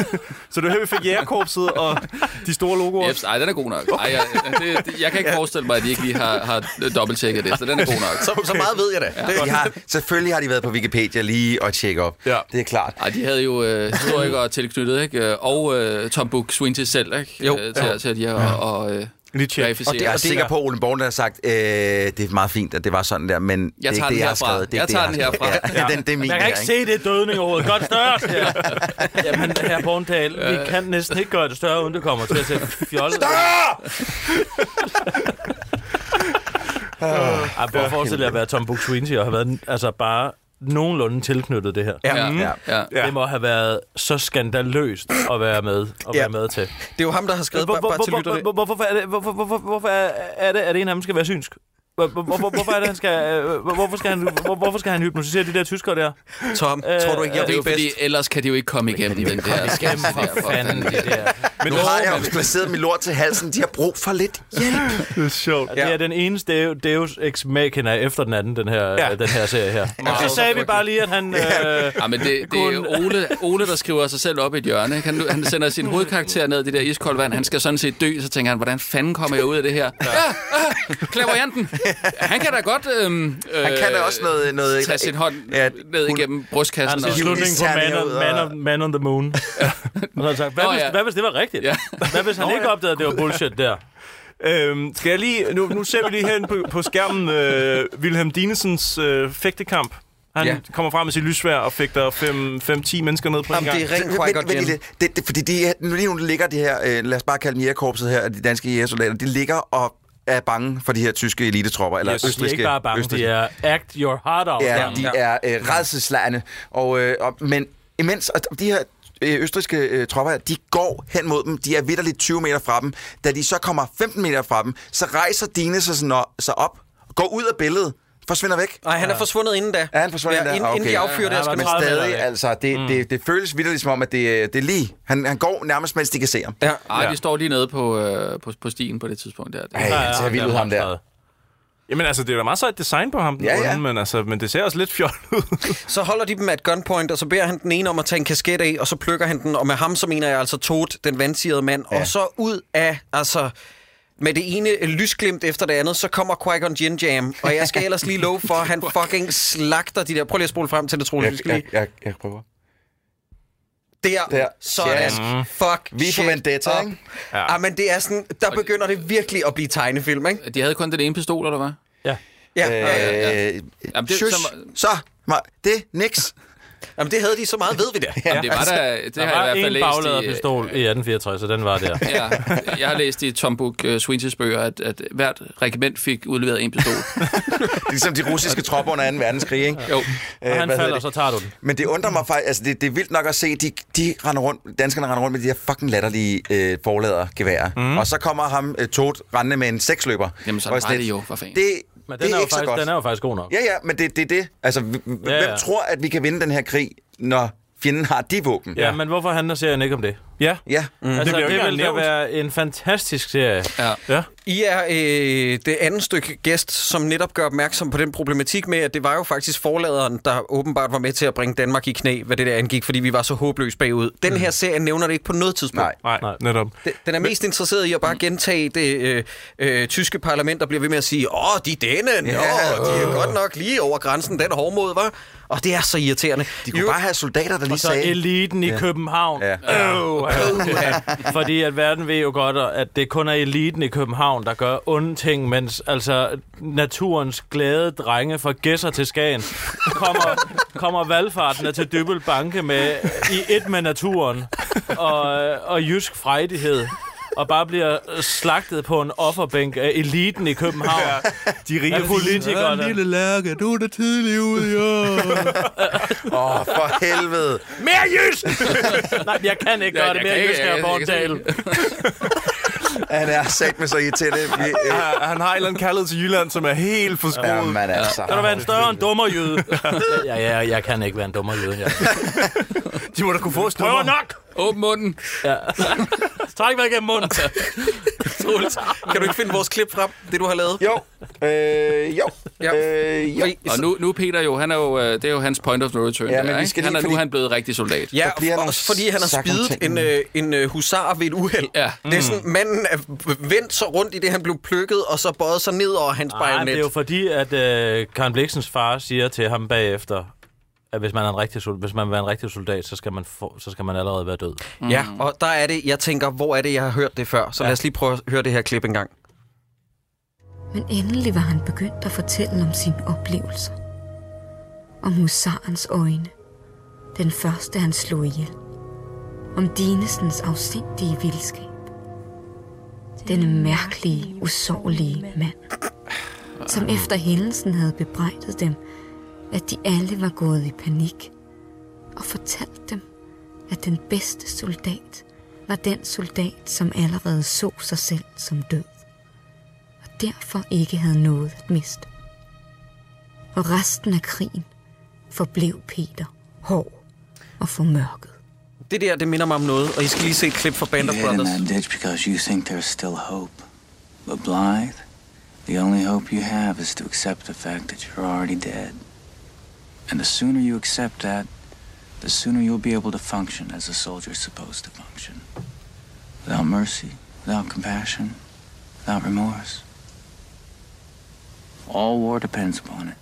så det var her, vi fik jægerkorpset og de store logoer. Jeps, ej, den er god nok. Ej, jeg, det, det, jeg kan ikke forestille mig, at de ikke lige har, har dobbelttjekket det, så den er god nok. Så, okay. så meget ved jeg da. Ja. De har, selvfølgelig har de været på Wikipedia lige og tjekke op. Ja. Det er klart. Ej, de havde jo øh, historikere tilknyttet, ikke? Og øh, Tom Book Swinty selv, ikke? Jo. Øh, til, til de og, og øh, Lige tjek. verificere. Og det, jeg er det sikker på, at Ole Borgen har sagt, øh, det er meget fint, at det var sådan der, men det tager er ikke den det, jeg har herfra. skrevet. Det er Jeg ikke tager det, den har skrevet. herfra. Ja, den, det er min Jeg kan ikke se det dødning overhovedet. Godt større, siger jeg. Jamen, herre Borndal, vi kan næsten ikke gøre det større, uden det kommer til at se fjollet. Større! Ej, prøv at forestille jer at være Tom Buk-Swienty og have været altså, bare nogenlunde tilknyttet det her. Ja. Ja, ja. ja. Ja. Det må have været så skandaløst at være med, at Ja. være med til. Det er jo ham, der har skrevet Hvor- bare, hvor- bare til hvor- lytterne. hvor- Hvorfor er det, hvorfor- hvorfor- hvorfor er det, at en af dem skal være synsk? Hvor- hvor- hvor- Hvorfor er det, han skal, øh, hvor- hvorfor skal han, hvor- hvorfor skal han hypnotisere de der tyskere der? Tom, tror du ikke, jeg Det er ved jo bedst? fordi, ellers kan de jo ikke komme igennem den der skam. For fanden, det der. Men nu har jeg jo placeret min lort til halsen. De har brug for lidt hjælp. Det er sjovt. Ja. Det er den eneste Deus, Deus Ex Machina efter den anden, den her, ja. den her serie her. Og så sagde vi bare lige, at han... Øh, Ja, Ah, men det, det er Ole, Ole, der skriver sig selv op i et hjørne. ikke? Han, han sender sin hovedkarakter ned i det der iskoldt vand. Han skal sådan set dø, så tænker han, hvordan fanden kommer jeg ud af det her? Ja, ja ah, klaverianten. Han kan da godt... Øhm, Han kan da også noget... noget tage sin hånd Ja, ned hun- igennem brystkassen. han er og- slutningen på man, Terninger ud on, og- man, on, man on the Moon. Ja. Så sagt, hvad, Nå, hvis, ja. hvad hvis det var rigtigt? Ja. Ja. Hvad hvis han ikke opdagede, at det var bullshit der? Øhm, skal jeg lige... Nu, nu ser vi lige hen på, på skærmen øh, Wilhelm Dinesens øh, fægtekamp. Han Ja. ja. kommer frem med sit lysvær og fægter 5-10 mennesker ned på en Jamen, gang. det er rent Vent, Qui-Gon vent lige Jinn. lidt. det, det, fordi de, er- nu lige nu ligger det her, øh, lad os bare kalde dem jægerkorpset her, de danske jægersoldater, de ligger og er bange for de her tyske elitetropper, eller Yes, yes, de er De er østriske. ikke bare bange, de østriske. er act your heart out. Ja, Ja. de er øh, redselslærende. Og, øh, og, men imens, og de her øh, østriske øh, tropper her, de går hen mod dem. De er vidderligt 20 meter fra dem. Da de så kommer 15 meter fra dem, så rejser Dine sig, sådan, og, sig op, går ud af billedet, forsvinder væk. Nej, han er forsvundet inden da. Er han forsvundet ja, inden da? inden, inden Okay. de Mm. affyrer det, Ja, jeg skal men med. træt- Men stadig, meter væk. altså, det, det, det føles vidderligt som om, at det, det er lige... Han, han går nærmest, mens de kan se ham. Ja. Ej, Ja. de står lige nede på, øh, på, på stien på det tidspunkt der. Det, Ej, han ser vild ud, ham der. Jamen altså, det er da meget sejt design på ham, den Ja, ja, ja. ja. men, altså, men det ser også lidt fjollet ud. Så holder de dem at gunpoint, og så beder han den ene om at tage en kasket af, og så plukker han den, og med ham så mener jeg altså Toad, den vandsirede mand, ja. og så ud af, altså... Med det ene lysglimt efter det andet, så kommer Qui-Gon Jinn Jam, og jeg skal ellers lige love for, at han fucking slagter de der... Prøv lige at spole frem til det, Troels. Vi skal lige... jeg, jeg prøver. Der, der. Der. sådan, Mm. Yes. fuck Vi er shit for Vendetta, up. ikke? Ja. Ah, men det er sådan, der begynder det virkelig at blive tegnefilm, ikke? De havde kun den ene pistol, eller hvad? Ja. Ja, Øh, ja, ja. Jamen, det- shush, så- så, ma- det, niks. Jamen, det havde de, så meget ved vi da. Jamen, det var da... Det Der har var jeg i hvert en fald læst i, øh, bagladerpistol i 1864, og den var der. Ja, jeg har læst i Tom Book uh, Swintys bøger, at, at hvert regiment fik udleveret en pistol. Det er ligesom de russiske tropper under 2. verdenskrig, ikke? Jo, Øh, Og hvad han hedder falder, det? så tager du den. Men det undrer mig faktisk, altså det, det er vildt nok at se, de, de render rundt, danskerne render rundt med de her fucking latterlige øh, forladergeværer. Mhm. Mm. Og så kommer ham øh, Toad rendende med en seksløber. Jamen, sådan Hvor jeg var slet- det jo, for fanden. Det, Men den, det er, er, jo ikke så faktisk, godt. den er jo faktisk god nok. Ja, ja, men det er det, er det. Altså, ja, Ja, hvem ja. tror, at vi kan vinde den her krig, når fjenden har de våben? Ja, men hvorfor handler serien ikke om det? ja. Ja. Mm. Altså, bliver jo det, ikke ville da nævnt. være en fantastisk serie. ja. ja. I er øh, det andet stykke gæst, som netop gør opmærksom på den problematik med, at det var jo faktisk forladeren, der åbenbart var med til at bringe Danmark i knæ, hvad det der angik, fordi vi var så håbløst bagud. Den her serie nævner det ikke på noget tidspunkt. Mhm. Nej. Mm. Nej, Nej. Nej. netop. Den- Den er mest interesseret i at bare gentage det øh, øh, tyske parlament, der bliver ved med at sige, åh, de denne, ja, åh, de er godt nok lige over grænsen, den hårdmod, var. Og det er så irriterende. De kunne Jo, bare have soldater, der lige Og så sagde... eliten i København. Ja. Øv, ja. Fordi at verden ved jo godt, at det kun er eliten i København, der gør onde ting, mens altså naturens glade drenge fra Gæsser til Skagen kommer, kommer valgfarten til Dybbel Banke med i et med naturen og, og jysk frejdighed og bare bliver slagtet på en offerbænk af eliten i København. De rige Af politikerne. lærke, du er da tidlig ude, ja. Åh, oh, for helvede. Mere jysk! Nej, jeg kan ikke Ja, gøre det jeg mere kan ikke, jysk jeg her kan på ikke. Han er sat med så irriterende. Vi, øh, Han har en eller anden kærlighed til Jylland, som er helt forskruet. Jamen altså. Kan du være en større end dummerjyde? ja, ja, jeg kan ikke være en dummerjyde. Jeg De må da kunne få stummer. prøver nok! Åbn munden. Ja. Træk mig igennem munden. Troels, kan du ikke finde vores klip frem, det du har lavet? Jo. Øh, jo. Ja. Øh, jo. Og nu, nu er Peter jo, han er jo, øh, det er jo hans point of no return. Ja, der, men vi ikke? skal lige, han er, nu fordi- er han blevet rigtig soldat. Ja, bliver han og også fordi han har sagt nogle spidet ting. en, øh, en øh, husar ved et uheld. Ja. Mm. Det er sådan, manden er vendt sig rundt i det, han blev plukket, og så bøjet sig ned over hans Nej, det bajonet. er jo fordi, at øh, Karen Bliksens far siger til ham bagefter, at hvis man er en rigtig soldat, hvis man vil være en rigtig soldat, så skal man, få, så skal man allerede være død. Ja, og der er det, jeg tænker, hvor er det, jeg har hørt det før? Så ja. lad os lige prøve at høre det her klip en gang. Men endelig var han begyndt at fortælle om sine oplevelser. Om husarens øjne. Den første, han slog ihjel. Om Dinesens afsindige vildskab. Denne mærkelige, usårlige mand. Som efter hændelsen havde bebrejdet dem, at de alle var gået i panik. Og fortalt dem, at den bedste soldat var den soldat, som allerede så sig selv som død og derfor ikke havde noget at miste. Og resten af krigen forblev Peter hård og formørket. Det der, det minder mig om noget, og I skal lige se et klip fra Band of You hid in Brothers. that ditch because you think there's still hope. But Blythe, the only hope you have is to accept the fact that you're already dead. And the sooner you accept that, the sooner you'll be able to function as a soldier's supposed to function. Without mercy, without compassion, without remorse. All war depends upon it.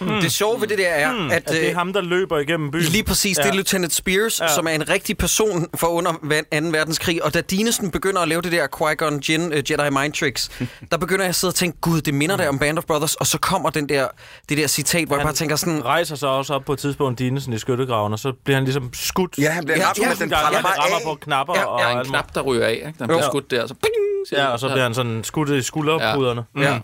Det sjove ved det der er, Hmm. at... At Mm. det er øh, ham, der løber igennem byen. Lige præcis, ja. det er Ja. Lieutenant Spears, ja. som er en rigtig person for under van- 2. verdenskrig. Og da Dinesen begynder at lave det der Qui-Gon Jinn uh, Jedi Mind Tricks, der begynder jeg at sidde og tænke, gud, det minder da om Band of Brothers. Og så kommer den der, det der citat, hvor jeg bare tænker sådan, rejser sig også op på et tidspunkt Dinesen i skyttegraven, og så bliver han ligesom skudt. Ja, han bliver Ja, ramt, ja, men den Ja, praller han rammer bare på af. knapper Ja, og Der er en alt muligt. knap, der ryger af. Ikke? Den bliver skudt der, så ping! siger Ja, den. og så bliver han sådan skudt i skulderpuderne. Ja. ja.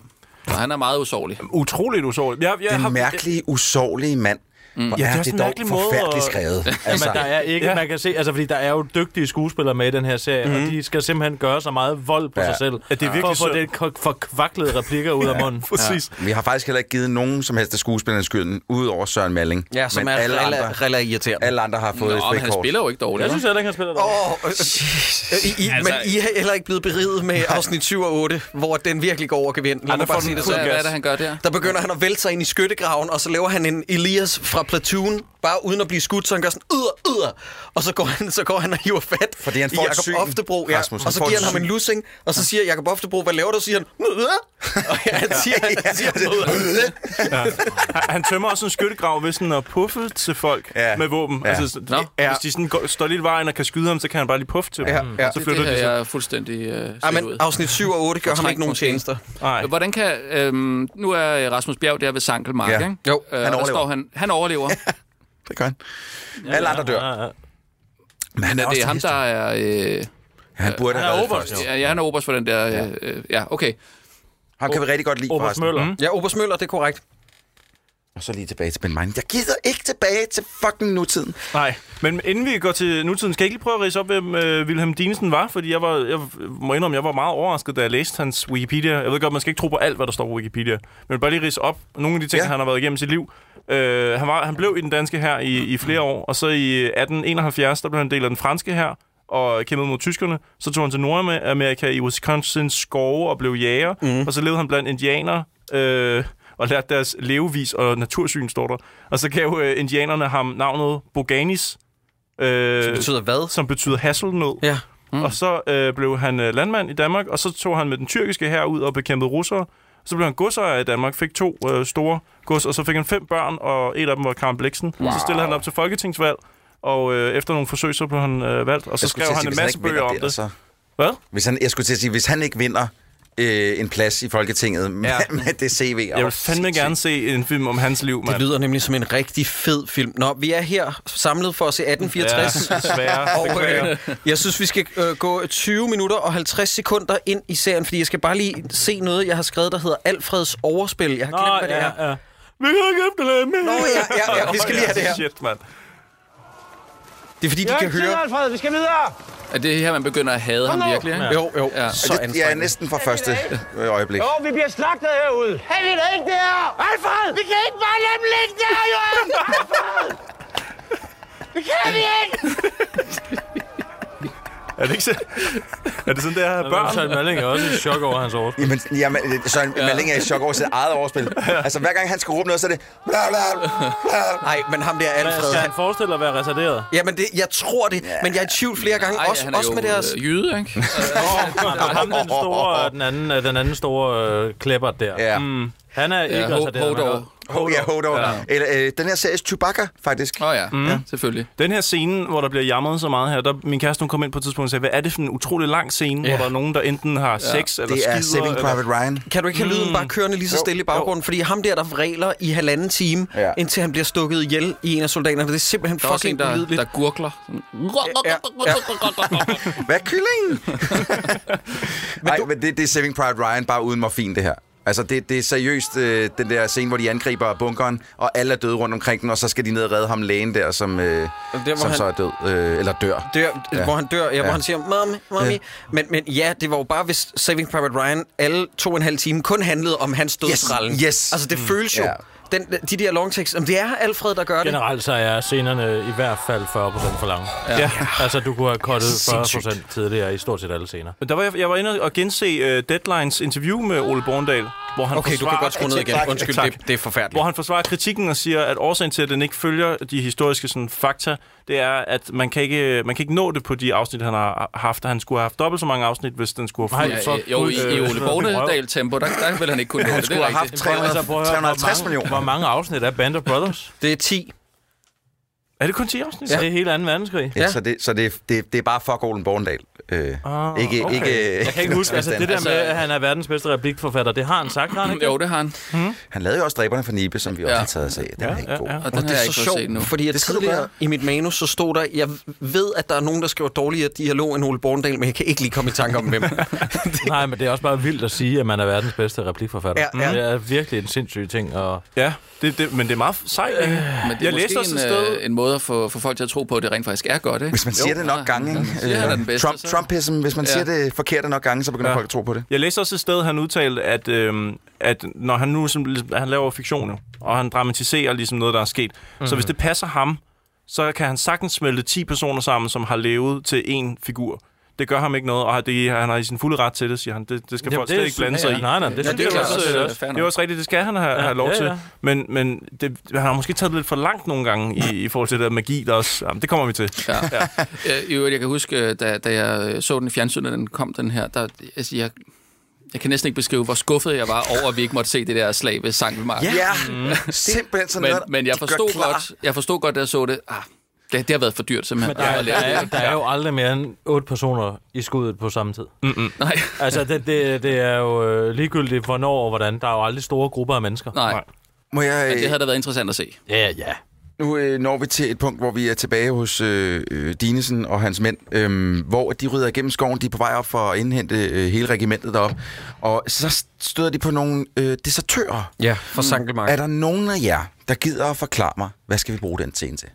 Mm. Og han er meget usårlig. Utroligt usårligt. Jeg, jeg har- Den mærkelige, usårlige mand. Mm. Ja, det er er, også det en dog mærkelig måde forfærdeligt at- skrevet. Altså, Altså, men der er ikke, ja. man kan se, altså fordi der er jo dygtige skuespillere med i den her serie, mm. og de skal simpelthen gøre så meget vold på ja. Ja. sig selv, Mhm. Ja, det er for virkelig at få synd. den ko- forkvaklede replikker ud af munden. Præcis. vi har faktisk heller ikke givet nogen som helst af skuespillerne skylden, udover Søren Malling. ja, som men er alle, rela, andre, rela irriterende. alle andre har fået Nå, et men han frikort. spiller jo ikke dårligt. Jeg vel? synes heller ikke, han spiller dårligt. Åh, øh, øh, I, I, altså, men I er heller ikke blevet beriget med afsnit 7 og 8, hvor den virkelig går over gevind. Lad mig bare sige det Så sådan. hvad er det, han gør der? Der begynder han at vælte sig ind i skyttegraven, og så laver han en Elias fra Platoon, bare uden at blive skudt, så han gør sådan, yder, yder, og så går han, så går han og hiver fat Fordi han i får et Jacob syn, Oftebro, ja, Rasmus. Han og så får giver et han ham en syn. lussing, og så siger Jacob Oftebro, hvad laver du? Så siger han, "Møder." og ja, han siger, han siger noget. Han- Han tømmer også en skyttegrav ved sådan at puffe til folk Ja. ja. med våben. Ja. Ja. Altså, Nå. ja. Hvis de sådan går, står lidt i vejen og kan skyde ham, så kan han bare lige puffe til Ja, dem. ja. Så Det flytter her ligesom- de sig. jeg er fuldstændig øh, Ja, slet ud. men afsnit 7 og 8 gør ham Fortrængt ikke nogen måske. tjenester. Nej. Hvordan kan... Øhm, nu er øh, Rasmus Bjerg der ved Sankelmark, Ja. ikke? Øh, Jo, og der overlever. Står han, han overlever. Det gør han. Alle andre dør. Ja, ja. Men han er, Men det er ham, der er... Øh, Han burde Han er have været oberst, først. ja, ja, han er oberst for den der... Øh, øh, ja, okay. Ham kan vi rigtig godt lide, Oberst forresten. Møller. Ja, Oberst Møller, det er korrekt. Og så lige tilbage til Ben Mine. Jeg gider ikke tilbage til fucking nutiden. Nej. Men inden vi går til nutiden, skal jeg ikke lige prøve at rise op, hvem øh, Wilhelm Dinesen var? Fordi jeg, var, jeg må indrømme, jeg var meget overrasket, da jeg læste hans Wikipedia. Jeg ved godt, man skal ikke tro på alt, hvad der står på Wikipedia. Men bare lige rise op nogle af de ting, Ja. ja. han har været igennem sit liv. Øh, han, var, han blev i den danske her i, i flere år, og så i 1871, der blev han en del af den franske her. og kæmpede mod tyskerne. Så tog han til Nordamerika i Wisconsin skove og blev jæger. Mhm. Mm. Og så levede han blandt indianere. Øh, og lærte deres levevis og natursyn, står der. Og så gav øh, indianerne ham navnet Boganis, øh, Det som, betyder... betyder hvad? som betyder hasselnød. Ja. Mm. Og så øh, blev han øh, landmand i Danmark, og så tog han med den tyrkiske her ud og bekæmpede russere. Så blev han godsejer i Danmark, fik to øh, store gods, og så fik han fem børn, og et af dem var Karen Bliksen. Wow. Så stillede han op til folketingsvalg, og øh, efter nogle forsøg, så blev han øh, valgt, og så Jeg skulle skrev til at han sige, en masse hvis ikke vinder bøger om der, det. Så. Hvad? Hvis han, jeg skulle til at sige, hvis han ikke vinder øh, en plads i Folketinget med, ja. med det CV... Jeg vil fandme gerne se en film om hans liv, Det mand. lyder nemlig som en rigtig fed film. Nå, vi er her samlet for at se 1864. Ja, desværre. Og, øh, jeg synes, vi skal øh, gå 20 minutter og 50 sekunder ind i serien, fordi jeg skal bare lige se noget, jeg har skrevet, der hedder Alfreds Overspil. Jeg har glemt, hvad det er. ja. Vi kan ikke efterlade mere. Nå, ja, ja, ja, vi skal lige have det her. Shit, mand. Det er altså- fordi, de kan høre... Alfred, vi skal videre! Er det her, man begynder at hade ham virkelig, ikke? Jo, jo, Ja. så Det, ja, anstrengende. næsten fra første øh, øjeblik. Jo, vi bliver slagtet herude! Hey, vi er ikke der! Alfred! Vi kan ikke bare lade dem ligge der, Johan! Alfred! Vi kan vi ikke! Er det, ikke så... er det sådan, det er at have børn? Søren Malling er også i chok over hans overspil. Jamen, jamen øh, Søren ja. Malling er i chok over sit eget overspil. Altså, hver gang han skal råbe noget, så er det... Bla, bla, bla. Nej, men ham der Alfred... Skal Han... han forestille at være retarderet? Jamen, det, jeg tror det, men jeg er i tvivl flere gange. Ej, også han er også jo med deres... øh, jyde, ikke? Og ham den store, den anden, øh, den anden store øh, klæpper der. Ja. Mm. Han er ikke Ja, ja, ho- retarderet. men Hodor. godt. Ho, ja, hold on. Ja. Eller, øh, den her series Chewbacca, faktisk. Åh oh, ja. Mm. ja, selvfølgelig. Den her scene, hvor der bliver jamret så meget her, der, min kæreste hun kom ind på et tidspunkt og sagde, hvad er det for en utrolig lang scene, ja. hvor der er nogen, der enten har ja. sex eller Det er skider. Saving eller... Private Ryan. Kan du ikke have lyden bare kørende Mm. lige så stille i baggrunden? Fordi ham der, der vræler i halvanden time, ja. Ja. indtil han bliver stukket ihjel i en af soldaterne, det er simpelthen Der er også en, fucking der, ulideligt. der gurgler. Sådan. Hvad er kylling? Nej, men det, det er Saving Private Ryan, bare uden morfin, det her. Altså, det, det er seriøst øh, den der scene, hvor de angriber bunkeren, og alle er døde rundt omkring den, og så skal de ned og redde ham lægen der, som, øh, hvor der, han- som han... så er død. Øh, eller dør. dør, ja. Ja. hvor han dør, ja, ja. hvor han siger, mommy, mommy. Ja. Men, men ja, det var jo bare, hvis Saving Private Ryan alle to og en halv time kun handlede om hans dødsrallen. yes. Altså, det mm. føles jo. Ja. Den, de der longtekst, om det er Alfred, der gør det. Generelt så er scenerne i hvert fald 40% for lange. Ja. Altså, du kunne have kottet 40% tidligere i stort set alle scener. Men der var jeg, jeg var inde og gense uh, Deadlines interview med Ole Borndal, hvor han Okay, du forsvarer, kan godt skrue ned igen. Tak, Undskyld, tak. det, det er forfærdeligt. Hvor han forsvarer kritikken og siger, at årsagen til, at den ikke følger de historiske sådan, fakta, det er, at man kan, ikke, man kan ikke nå det på de afsnit, han har haft. Han skulle have haft dobbelt så mange afsnit, hvis den skulle have Nej, fulgt- så Ja, jo, i, i øh, Ole Bornedal-tempo, der, der vil han ikke kunne nå det. det skulle er have haft rigtigt. tre- 300 Altså, prøv at høre, 350 hvor mange, millioner. Hvor mange afsnit er Band of Brothers? Det er 10. Er det kun 10 afsnit? Det er hele 2. verdenskrig. Ja. Så, det, så det, det, det er bare fuck Olen Borgendal. Øh, Ah, ikke, okay. ikke, Jeg kan ikke huske, altså det der Altså- med, at han er verdens bedste replikforfatter, det har han sagt, har han ikke? Mm, Jo, det har han. Han lavede jo også Dræberne for Nibe, som vi ja. også har taget os af. Den ja, er ikke god. Ja, ja. Og den har det jeg er ikke så fået set nu. sjovt, fordi jeg Det skal du tidligere gøre. i mit manus, så stod der, jeg ved, at der er nogen, der skriver dårligere dialog end Ole Borndal, men jeg kan ikke lige komme i tanke om, hvem. Nej, men det er også bare vildt at sige, at man er verdens bedste replikforfatter. Ja, ja. Det er virkelig en sindssyg ting. Og Ja, det, det, men det er meget sejt. Øh, Men det er jeg måske læste også et en, sted... øh, en måde at få, få folk til at tro på, at det rent faktisk er godt, ikke? Hvis man siger det nok gange, ikke? Øh, Ja, han er den bedste, Trump, så. Trumpism, hvis man Ja. ja. siger det forkert nok gange, så begynder Ja. ja. folk at tro på det. Jeg læste også et sted, han udtalte, at, øhm, at når han nu som, ligesom- han laver fiktion, jo, og han dramatiserer ligesom noget, der er sket, mm. så hvis det passer ham, så kan han sagtens smelte 10 personer sammen, som har levet til én figur. Det gør ham ikke noget, og det, han er i sin fulde ret til det, siger han. Det, det skal Jamen, folk det slet ikke blande sig i. Nej, nej, det, ja, synes det, jeg det er også, også, øh, også, fair nok. Det er også rigtigt, det skal han have, ja, have lov ja, ja, ja. ja. til. Men, men det, han har måske taget det lidt for langt nogle gange i, i forhold til det der magi, der også... Jamen, det kommer vi til. Ja. ja. Øh, I øvrigt, jeg kan huske, da, da jeg øh, så den i fjernsynet, da den kom, den her, der, altså, jeg, jeg kan næsten ikke beskrive, hvor skuffet jeg var over, at vi ikke måtte se det der slag ved Sankelmark. Ja, mm. simpelthen sådan men, noget. men jeg de gør forstod klar. godt, jeg forstod godt, da jeg så det. Ah, det, det har været for dyrt, simpelthen. der, at er, der, lave det. er, der er jo aldrig mere end otte personer i skuddet på samme tid. Nej, Altså, det, det, det er jo øh, ligegyldigt, hvornår og hvordan. Der er jo aldrig store grupper af mennesker. nej. Må Men jeg, øh, det havde da været interessant at se. Ja, ja. Nu øh, når vi til et punkt, hvor vi er tilbage hos øh, øh, Dinesen og hans mænd, øh, hvor de rydder igennem skoven. De er på vej op for at indhente øh, hele regimentet derop, og så støder de på nogle øh, desertører. ja, fra Sankelmark. Er der nogen af jer, der gider at forklare mig, hvad skal vi bruge den scene til?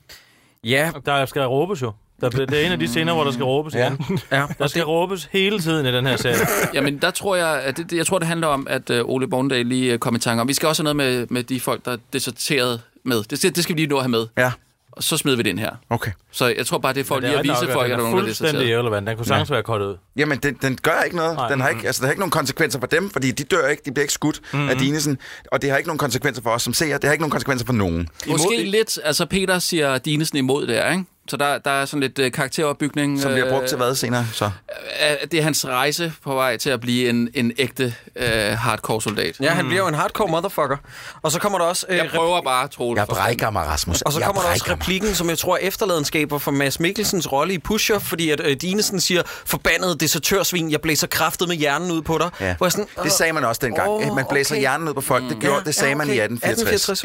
Ja, Der skal råbes jo. Der, bliver- det er en af de scener, hvor der skal råbes ja. igen. ja. Der skal råbes hele tiden i den her serie. Jamen, der tror jeg, at det, det- jeg tror, det handler om, at øh, Ole Borndal lige øh, kom i tanke om. Vi skal også have noget med, med de folk, der deserterede med. Det, skal- det skal vi lige nå at have med. Ja. og så smed vi den her. Okay. Så jeg tror bare, det er for Men det lige er at nok, vise folk, at den der er nogen, der er fuldstændig interesseret. irrelevant. Den kunne sagtens være kottet ud. Jamen, den, den gør ikke noget. Nej. Den har ikke, altså, der har ikke nogen konsekvenser for dem, fordi de dør ikke, de bliver ikke skudt mm-hmm. af Dinesen. Og det har ikke nogen konsekvenser for os som seere. Det har ikke nogen konsekvenser for nogen. Måske lidt, altså Peter siger Dinesen imod der, ikke? Så der, der er sådan lidt øh, karakteropbygning. Som bliver øh, brugt til hvad senere, så? af- Det er hans rejse på vej til at blive en, en ægte øh, hardcore-soldat. Ja, han bliver jo en hardcore motherfucker. Og så kommer der også... øh, Jeg prøver bare, Troels. for fanden. mig, Rasmus. Og så kommer der også replikken, som jeg tror er efterladenskaber for Mads Mikkelsens rolle i Pusher, fordi at øh, Dinesen siger, forbandet desertørsvin, jeg blæser kraftet med hjernen ud på dig. Ja. Hvor jeg sådan, Det sagde man også dengang. Åh, Oh, man blæser okay. Mm. okay. hjernen ud på folk. Det, gjorde, det sagde man i 1864.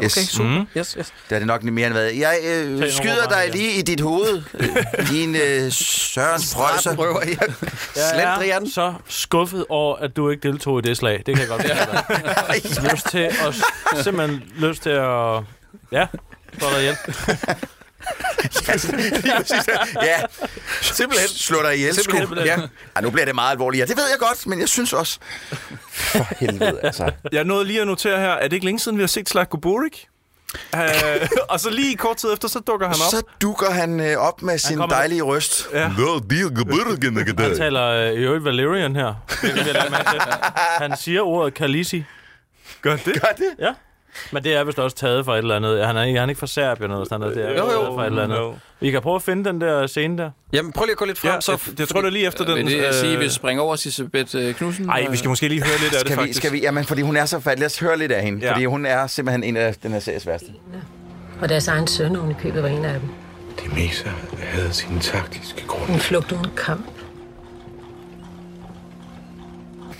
1864, okay, Yes. super. Mhm. Mm. Yes, yes. Det er det nok lidt mere end hvad. Jeg øh, skyder dig lige i dit hoved. Øh, Din øh, Sørens prøjser. Prøver jeg. Slendrian. så skuffet over, at du ikke deltog i det slag. Det kan jeg godt forstå. ja. Lyst til at... Simpelthen lyst til at... Ja, slå dig ihjel. ja, simpelthen. Slå dig ihjel, sku. Simpelthen. Ja. Ej, nu bliver det meget alvorligt. Ja, det ved jeg godt, men jeg synes også... For helvede, altså. Jeg nåede lige at notere her, er det ikke længe siden, vi har set Slatko Burik? Uh, og så lige kort tid efter, så dukker han op. Så dukker han øh, op med sin kommer- dejlige røst. Ja. Han taler øh, i øvrigt Valerian her. hvilket jeg lagde mærke til. Han siger ordet Kalisi. Gør det? Gør det? Ja. Men det er vist også taget fra et eller andet. Han er, ikke- han er ikke fra Serbien eller sådan noget. Det er Jo, jo. taget fra et eller andet. Jo. Vi kan prøve at finde den der scene der. Jamen, prøv lige at gå lidt frem, Ja, så... jeg, jeg tror, det er lige efter den... Vil det øh... sige, øh, at vi springer over Sissebeth øh, Knudsen? Ej, vi skal måske lige høre lidt af det, Skal vi, faktisk. skal vi, jamen, fordi hun er så fat. Lad os høre lidt af hende. Ja. Ja. Fordi hun er simpelthen en af den her series værste. Og deres egen søn, hun i købet, var en af dem. Demesa havde sine taktiske grunde. Hun flugtede en kamp.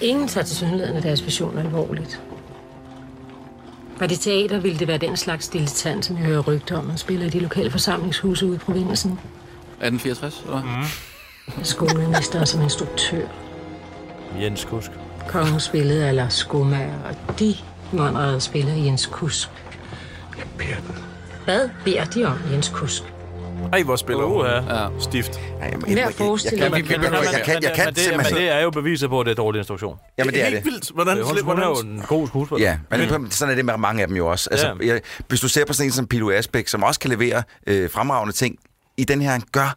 Ingen tager til synligheden af deres passion alvorligt. Var det teater, ville det være den slags dilettant, som jeg hører rygter om, man spiller i de lokale forsamlingshuse ude i provinsen. 1864, eller hvad? Skolemester som instruktør. Jens Kusk. Kongen spillede af Lars Skomager, og de måneder spiller Jens Kusk. Hvad beder de om, Jens Kusk? Ej, hvor spiller hun? Ja. Stift. Ej, jamen, Hver jeg, jeg, jeg, forestilling. jeg, Men- jeg, jeg, jeg, jeg kan, jeg men, kan det, men simpelthen... det er jo beviset på, at det er dårlig instruktion. Jamen, det er helt det. vildt. Hvordan, Hun, hun er jo en god skuespiller. Ja, men mm. sådan er det med mange af dem jo også. Altså, Ja. ja. jeg, hvis du ser på sådan en som Pilo Asbæk, som også kan levere øh, fremragende ting, i den her, han gør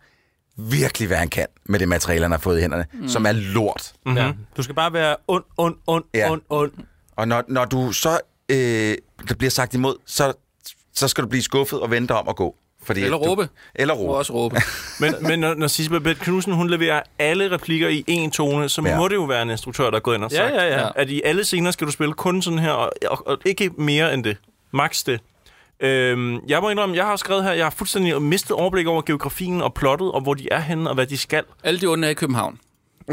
virkelig, hvad han kan med det materiale, han har fået i hænderne, mm. som er lort. Mm. Ja. Du skal bare være ond, ond, ond, Ja. ond, ond. Og når, når du så øh, der bliver sagt imod, så, så skal du blive skuffet og vente om at gå. Fordi Eller du- råbe. Eller Du må råbe. også råbe. Men, men når, når Sissebeth Knudsen, hun leverer alle replikker i én tone, så ja. Ja. må det jo være en instruktør, der er gået ind og Ja, sagt, ja, ja. at i alle scener skal du spille kun sådan her, og, og, og ikke mere end det. Max det. Øhm, jeg må indrømme, jeg har skrevet her, jeg har fuldstændig mistet overblik over geografien og plottet, og hvor de er henne, og hvad de skal. Alle de onde er i København.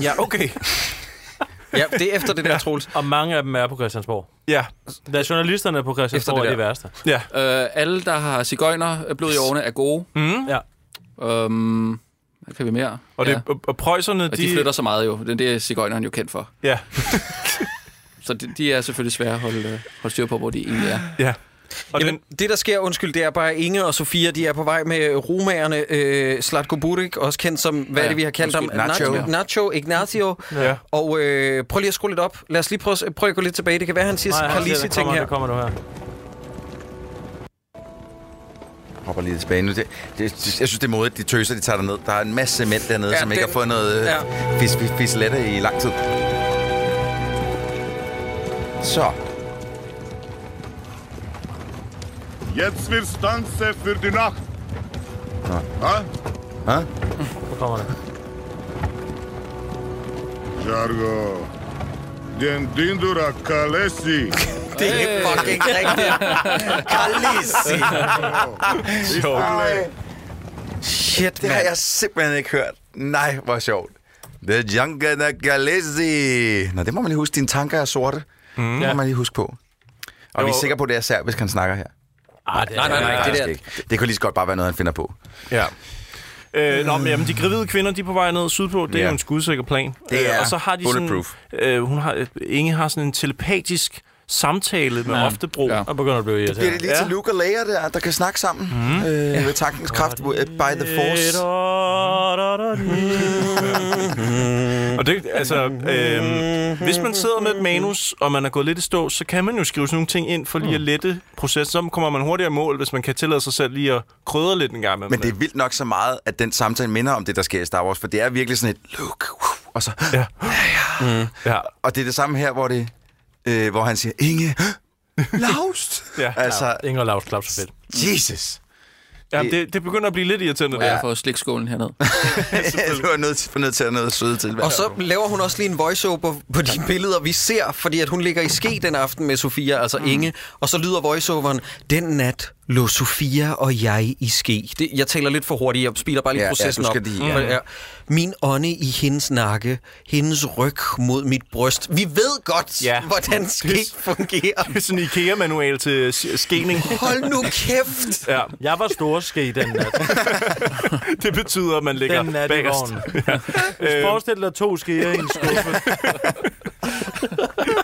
Ja, okay. Ja, det er efter det der, Troels. Og mange af dem er på Christiansborg. ja, Da journalisterne på Christiansborg Efter er det de værste. ja. Øh, alle, der har cigøjner, øh, blod i årene, er gode. Ja. Øhm, hvad kan vi mere? Og, det, ja. og, og prøjserne, og de, flytter så meget jo. Det er det, cigøjneren jo kendt for. Ja, Så de, de er selvfølgelig svære at holde, øh, holde styr på, hvor de egentlig er. ja. Og Jamen, Jamen, det der sker, undskyld, det er bare at Inge og Sofia, de er på vej med romagerne øh, Slatko Burik, også kendt som, hvad ja, Ja, er det, vi har kaldt ham? undskyld, Nacho. Nacho Ignacio. Ja. Og øh, prøv lige at skrue lidt op. Lad os lige prøve, prøve at gå lidt tilbage. Det kan være, han siger Nej, han siger, der Carlisi-ting kommer, her. der kommer du her. hopper lige tilbage nu. Det, det, jeg synes, det er modigt, de tøser, de tager derned. Der er en masse cement dernede, Ja, ja, som ikke den- har fået noget ja. ja. fis, fis, fislette i lang tid. Så. Jetzt wird Stanze für die Nacht. Ah. Hæ? Nu kommer det. Jargo. Den dindura kalesi. Det er fucking rigtigt. Carlisi. Ej, Shit, Det har mand. jeg simpelthen ikke hørt. Nej, hvor sjovt. The Jungana Galesi. Nå, det må man lige huske. Dine tanker er sorte. Mm. Det må man lige huske på. Og vi er sikre på, at det er serbisk, han snakker her. Ah, det er, nej, nej, det det, der- ikke. det kunne lige så godt bare være noget, han finder på. Ja. Øh, nå, men jamen, de gravide kvinder, de er på vej ned sydpå. Det er Ja. jo en skudsikker plan. Det Øh, er og så har øh, de bulletproof. Sådan, øh, hun har, Inge har sådan en telepatisk samtale med Ja. ja. Oftebro. Ja. Ja. Og begynder at blive irriteret. Bliver det lige ja. til Luke og Leia der, der kan snakke sammen mm. øh, ved tankens kraft øh, by the force? Og det, altså, øh, hvis man sidder med et manus, og man er gået lidt i stå, så kan man jo skrive sådan nogle ting ind for lige at lette processen. Så kommer man hurtigere i mål, hvis man kan tillade sig selv lige at krydre lidt en gang med Men det er vildt nok så meget, at den samtale minder om det, der sker i Star Wars, for det er virkelig sådan et Luke, uh, og så... Ja. Ja. Og det er det samme her, hvor, det, øh, hvor han siger, Inge, Laust! Ja. altså, Inger Claus Claus er fedt. Jesus! Ja, det, det begynder at blive lidt irriterende, Ja. det Jeg her. får slikskålen hernede. du er nødt til, for nødt til at have noget søde til. Og så laver hun også lige en voiceover på de billeder, vi ser, fordi at hun ligger i ske den aften med Sofia, altså Mm. Inge, og så lyder voiceoveren, den nat lå Sofia og jeg i ske. Det, jeg taler lidt for hurtigt, jeg speeder bare lige Ja, ja, processen du skal op. lige- ja. Men, Min ånde i hendes nakke, hendes ryg mod mit bryst. Vi ved godt, Ja. ja. hvordan ske fungerer. Det er sådan en IKEA-manual til s- skening. Hold nu kæft! Ja, Jeg var storske i den nat. det betyder, at man ligger Den nat i bagerst. vognen. Hvis forestil dig to skeer i en skuffe.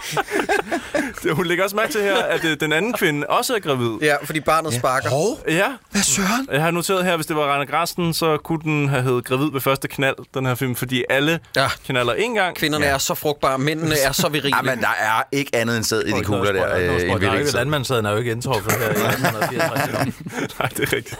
Det- Hun lægger også mærke til her, at øh, den anden kvinde også er gravid. Ja, fordi barnet sparker. Hov, Ja, hvad søren? jeg har noteret her, hvis det var Rainer Grasten, så kunne den have heddet Gravid ved første knald, den her film, fordi alle Ja. knaller én gang. Kvinderne ja. er så frugtbare, mændene er så virile. Ja, Ah, men der er ikke andet end sæd i de kugler der. Nå, Øh, spoiler. end vi Nej, ikke sæd. Landmandsaden er jo ikke indtruffet her i 1864. Nej, det er rigtigt.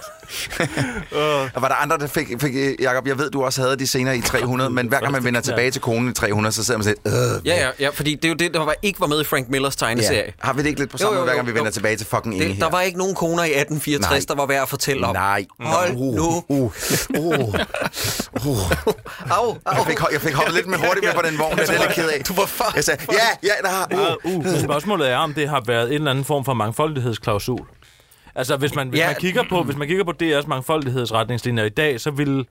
Og var der andre, der fik... fik øh, Jakob, jeg ved, du også havde de senere i 300, men hver gang man vender tilbage til konen i 300, så sidder man sådan lidt... Øh, Ja, ja, ja, fordi det er jo det, der var, ikke var med i Frank Millers tegneserie. ja. Har vi det ikke lidt på Jo, samme jo, måde, hver jo, gang vi jo. vender tilbage til fucking Inge Det, der her? var ikke nogen koner i 1864, Nej. der var værd at fortælle om. Nej. Hold nu. Uh, uh, uh. Au, au. Jeg fik, ho- jeg fik hoppet lidt med hurtigt med på den vogn, det er jeg lidt ked af. Du var for... Jeg sagde, ja, ja, der har... Uh. Uh, men spørgsmålet er, om det har været en eller anden form for mangfoldighedsklausul. Altså, hvis man, hvis Ja. man, kigger, på, hvis man kigger på DR's mangfoldighedsretningslinjer i dag, så vil,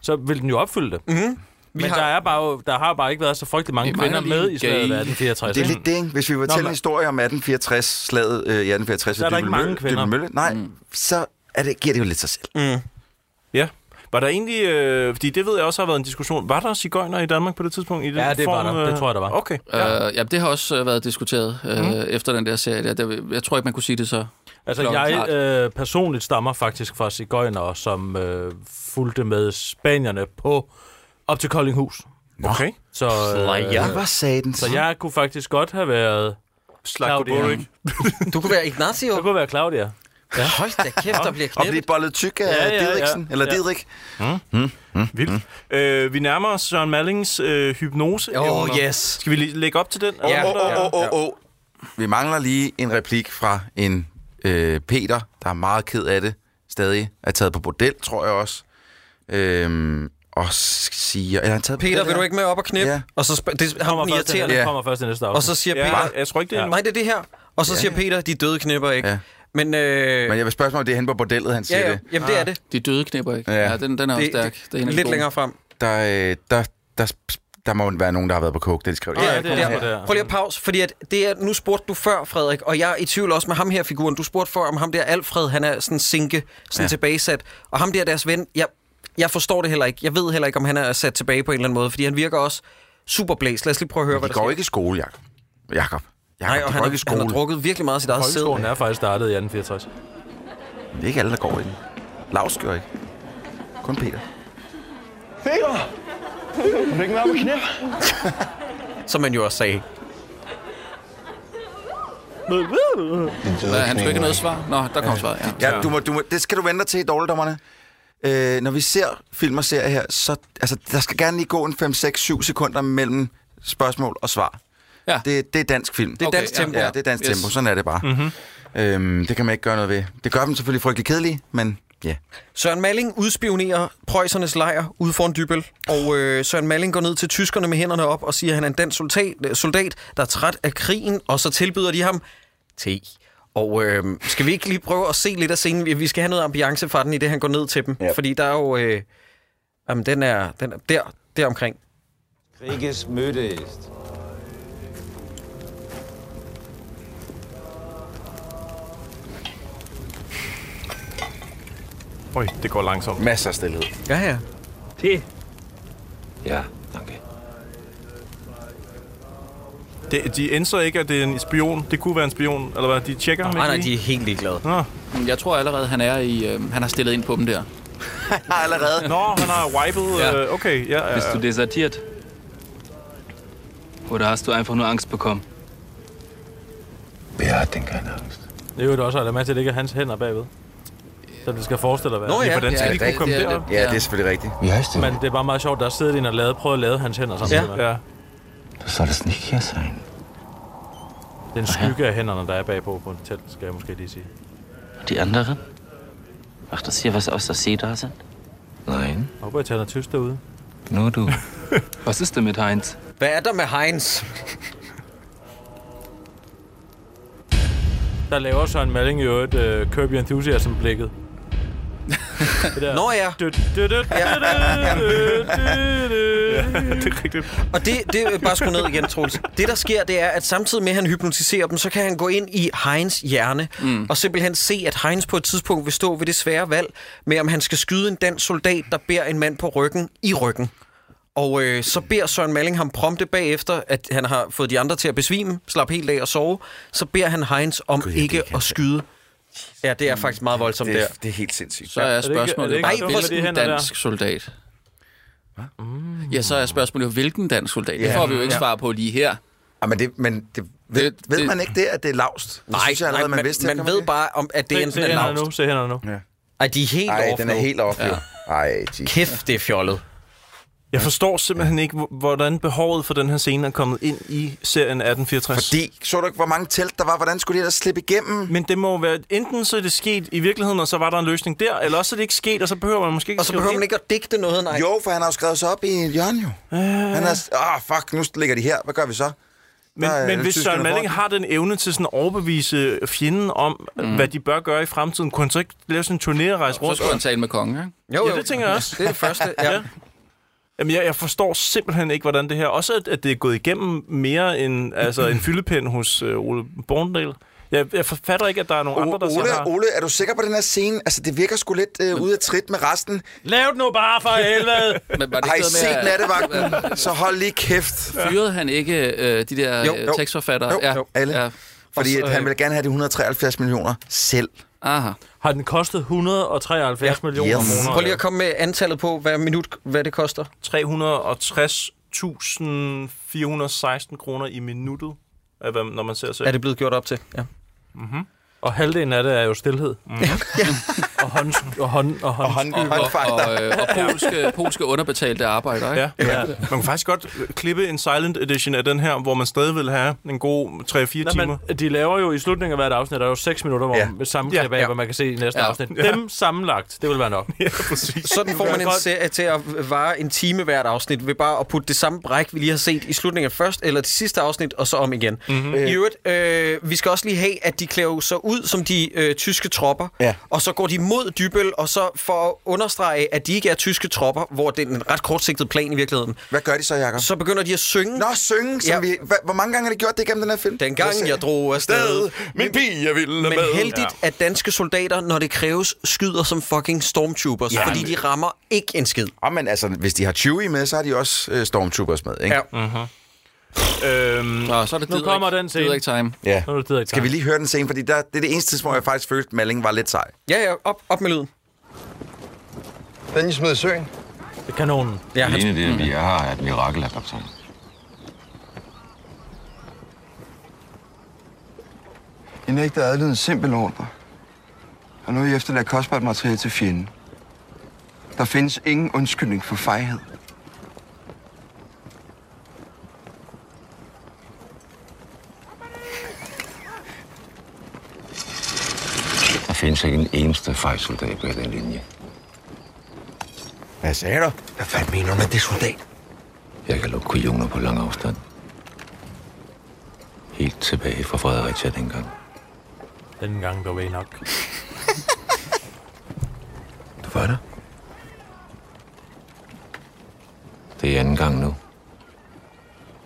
så vil den jo opfylde det. Mm. Men har- der, er bare, der har bare ikke været så frygtelig mange Vi mangler kvinder lige med en i slaget af gay. 1864. Det er lidt det, ikke? Hvis vi fortæller en men- historie om 1864, slaget øh, i 1864 Så er der ikke mange kvinder. Mm. Mølle, nej, så er det, giver det jo lidt sig selv. Ja. Var der egentlig, øh, fordi det ved jeg også har været en diskussion, var der cigøjner i Danmark på det tidspunkt? I den Ja, det var form, der. Det øh? tror jeg, der var. Okay. Ja. Øh, ja, det har også øh, været diskuteret øh, efter den der serie. Der. Der, jeg tror ikke, man kunne sige det så. Altså, jeg Klokkeklart. øh, personligt stammer faktisk fra cigøjner, som øh, fulgte med spanierne på op til Koldinghus. Okay. Så, øh, Ja. Hvad sagde den? så jeg kunne faktisk godt have været... Slagko Claudia. Burik. Du kunne være Ignacio. Jeg kunne være Claudia. Hold da kæft, der bliver Og blive knippet. bollet tyk af Ja, ja, ja. Didriksen, eller Ja. Didrik. Vildt. Øh, vi nærmer os Søren Mallings øh, hypnose. Oh, evner. yes. Skal vi lige lægge op til den? Ja. Åh, åh, åh, åh, åh. Vi mangler lige en replik fra en øh, Peter, der er meget ked af det stadig. Er taget på bordel, tror jeg også. Øhm, og siger... Eller han er taget på Peter, bordel, vil du her? ikke med op og knippe? Ja. Og så sp- det har Kommer den først, irriterende. ja. Ja. kommer først i næste afsnit. Og så siger Ja, Peter... jeg tror ikke, det er endnu. Nej, det er det her. Og så siger Peter, de døde knipper ikke. Ja. Men, øh, Men jeg vil spørge mig, om det er henne på bordellet, han siger ja, ja, det. jamen det er det. De døde knipper ikke. Ja. Ja, den, den er også Det, stærk. det, Det er en af de lidt gode. længere frem. Der, øh, der, der, der må være nogen, der har været på coke, det de skrev. Ja, Ja, det er ja. sådan der. Prøv lige at pause, fordi at det er, nu spurgte du før, Frederik, og jeg er i tvivl også med ham her figuren. Du spurgte før om ham der Alfred, han er sådan sinke, sådan Ja. ja. tilbagesat. Og ham der deres ven, jeg, jeg forstår det heller ikke. Jeg ved heller ikke, om han er sat tilbage på en eller anden måde, fordi han virker også super blæst. Lad os lige prøve at høre, hvad De der går sker. ikke i skole, Jakob. Jakob. Jakob, Nej, de og går han, ikke i har, han skole. har drukket virkelig meget af sit eget sæde. Folkeskolen er faktisk startet i 1864. Det er ikke alle, der går i den. Lars gør ikke. Kun Peter. som man jo også sagde. Hvad, er han skulle ikke have noget svar? Nå, der kom svaret, ja. Ja, du må, du må, det skal du vente dig til, dårligdommerne. Øh, når vi ser film og serier her, så altså, der skal gerne lige gå en 5, 6, 7 sekunder mellem spørgsmål og svar. Ja. Det, det er dansk film. Det er Okay, dansk tempo. Ja, det er dansk yes. Yes. tempo. Sådan er det bare. Mm-hmm. Øhm, det kan man ikke gøre noget ved. Det gør dem selvfølgelig frygtelig kedelige, men ja. Søren Malling udspionerer Preussernes lejr ude foran Dybel, og øh, Søren Malling går ned til tyskerne med hænderne op og siger, at han er en dansk soldat, øh, soldat der er træt af krigen, og så tilbyder de ham te. Og øh, skal vi ikke lige prøve at se lidt af scenen? Vi- Vi skal have noget ambiance fra den, i det han går ned til dem. Ja. Fordi der er jo... Øh, jamen, den er, den er der, der omkring. Kriegesmüde ist. Øj, det går langsomt. Masser af stillhed. Ja, ja. Det. Ja, danke. Det, de indser ikke, at det er en spion. Det kunne være en spion, eller hvad? De tjekker ham Nej, nej, ikke de lige? er helt ligeglade. Nå. Jeg tror allerede, han er i... Øh, han har stillet ind på dem der. Allerede. Nå, han har wiped. Ja. ja. Okay, ja, ja. Bist du desertiert? Oder hast du einfach nur Angst bekommen? Wer hat denn keine Angst? Det er jo også, at der med til, at det ikke er hans hænder bagved. Så det skal forestille at være. Nå ja, Hvordan det skal er de kunne rigtigt, komme det er derop? det. Ja, det er selvfølgelig rigtigt. Wie heißt du? Men det er bare meget sjovt, der sidder de og lavet, prøvet at lade hans hænder samtidig. Ja. Ja. Ja. Du solltest nicht hier sein. Den skygge af hænderne, der er bagpå på en telt, skal jeg måske lige sige. De andre? Macht das hier was aus, dass Sie da sind? Nein, Jeg håber, jeg taler tysk derude. nur du. Was ist denn mit Heinz? Hvad er der med Heinz? Der laver Søren Malling jo et uh, Kirby Enthusiasm-blikket. Det der. Nå ja. Du, du, du, du, du, du, du. Det er rigtigt. Og det, det er bare sgu ned igen, Troels. Det, der sker, det er, at samtidig med, at han hypnotiserer dem, så kan han gå ind i Heinz hjerne mm. og simpelthen se, at Heinz på et tidspunkt vil stå ved det svære valg med, om han skal skyde en dansk soldat, der bærer en mand på ryggen i ryggen. Og øh, så beder Søren Malling ham prompte bagefter, at han har fået de andre til at besvime, slappe helt af og sove. Så beder han Heinz om God, ikke at skyde. Ja, det er faktisk meget voldsomt Det der. er, det er helt sindssygt. Så er det ikke- er det spørgsmålet, ikke bare, dumt med de hvilken hænder der? dansk soldat? Mm. Ja, så er spørgsmålet jo, hvilken dansk soldat? Det Ja. får vi jo ikke svar på lige her. Ja, Ah, men det, men det, ved, Det- det, ved det- man ikke det, at det er lavst? Det Nej, synes jeg allerede, nej, man, vidste. man, kan man ved ikke? bare, om, at det Se enten er hænderne lavt. nu, se hænderne nu. Ej, de er helt Ej, off den er nu. helt off, ja. Ej, Jesus. Kæft, det er fjollet. Jeg forstår simpelthen ikke, hvor- hvordan behovet for den her scene er kommet ind i serien 1864. Fordi, så du ikke, hvor mange telt der var? Hvordan skulle de ellers slippe igennem? Men det må jo være, enten så er det sket i virkeligheden, og så var der en løsning der, eller også er det ikke sket, og så behøver man måske ikke Og så skrive behøver ind. man ikke at digte noget, nej. Jo, for han har jo skrevet sig op i et hjørne, jo. Han har... s- Ah, fuck, nu ligger de her. Hvad gør vi så? Men, Der er men en hvis tysker, Søren der Malling får- har den evne til sådan at overbevise fjenden om, mm. hvad de bør gøre i fremtiden, kunne han så ikke lave sådan en turné og rejse Så rundt? skulle han tale med kongen, ikke? Ja, det tænker jeg også. Det er det første, ja. Jamen, jeg, jeg forstår simpelthen ikke, hvordan det her... Også at, at det er gået igennem mere end altså, en fyldepind hos øh, Ole Borndal. Jeg, jeg fatter ikke, at der er nogen andre, der "Ah." O- sådan Ole, har... Ole, er du sikker på den her scene? Altså, det virker sgu lidt øh, ude af trit med resten. Lav den nu bare for helvede! Men var det Har I ikke noget set med, at- nattevagten? Så hold lige kæft. Fyrede han ikke øh, de der Jo, øh, jo. tekstforfattere? Jo, jo, alle. Ja. Fordi at han vil gerne have de 173 millioner selv. Aha. Har den kostet 173 ja. millioner Yes. kroner? Prøv lige at komme med antallet på, hvad, minut, hvad det koster. 360.416 kroner i minuttet, af hvad- når man ser Er serien. det blevet gjort op til? Ja. Og halvdelen af det er jo stillhed. Mm. Ja. og hånd... Og hånd... Og hånd. Og hånd. Hånd, Og, håndfakter. og, øh, og polske, polske underbetalte arbejdere, ikke? Ja. ja. Man kunne faktisk godt øh, klippe en silent edition af den her, hvor man stadig vil have en god 3-4 Nå, timer. men de laver jo i slutningen af hvert afsnit, der er jo 6 minutter, hvor Ja. ja. samme Ja, klip af, ja. hvad man kan se i næste Ja. ja. afsnit. Dem sammenlagt, det vil være nok. Ja, præcis. Sådan får man en Godt. serie til at vare en time hvert afsnit, ved bare at putte det samme bræk, vi lige har set i slutningen af først, eller det sidste afsnit, og så om igen. Mhm. Mm-hmm. I øvrigt, øh, vi skal også lige have, at de klæder jo så ud som de øh, tyske tropper, Ja. og så går de mod Dybøl, og så for at understrege, at de ikke er tyske tropper, hvor det er en ret kortsigtet plan i virkeligheden, Hvad gør de så, Jacob? så begynder de at synge. Nå, synge, som Ja. ja. vi... Hva, hvor mange gange har de gjort det gennem den her film? Hvad Dengang sagde jeg drog afsted, Sted, min pige, jeg ville Men med. heldigt, ja. at danske soldater, når det kræves, skyder som fucking stormtroopers, ja, fordi de rammer ikke en skid. Oh, men altså, hvis de har 20 med, så har de også øh, Stormtroopers med, ikke? Ja. Øhm, Nå, så er det Nu Didrik- kommer den scene. Didrik time. ja. Nu er det Skal vi lige høre den scene? Fordi der, det er det eneste tidspunkt, jeg faktisk følte, at Malling var lidt sej. Ja, ja, op, op med lyden. er Wenn ich mir schön. Kanonen. Ja, han, Alene det, vi er her, er et mirakel, Herr Kaptajn. I nægter at adlyde en simpel ordre. Og nu er I efterladt kostbart materiale til fjenden. Der findes ingen undskyldning for fejhed. Der findes ikke en eneste fejlsoldat bag den linje. Hvad sagde du? Hvad fanden mener du med det, soldat? Jeg kan lukke kujoner på lang afstand. Helt tilbage fra Fredericia dengang. Den gang, der var I nok. Du var der? Det er anden gang nu.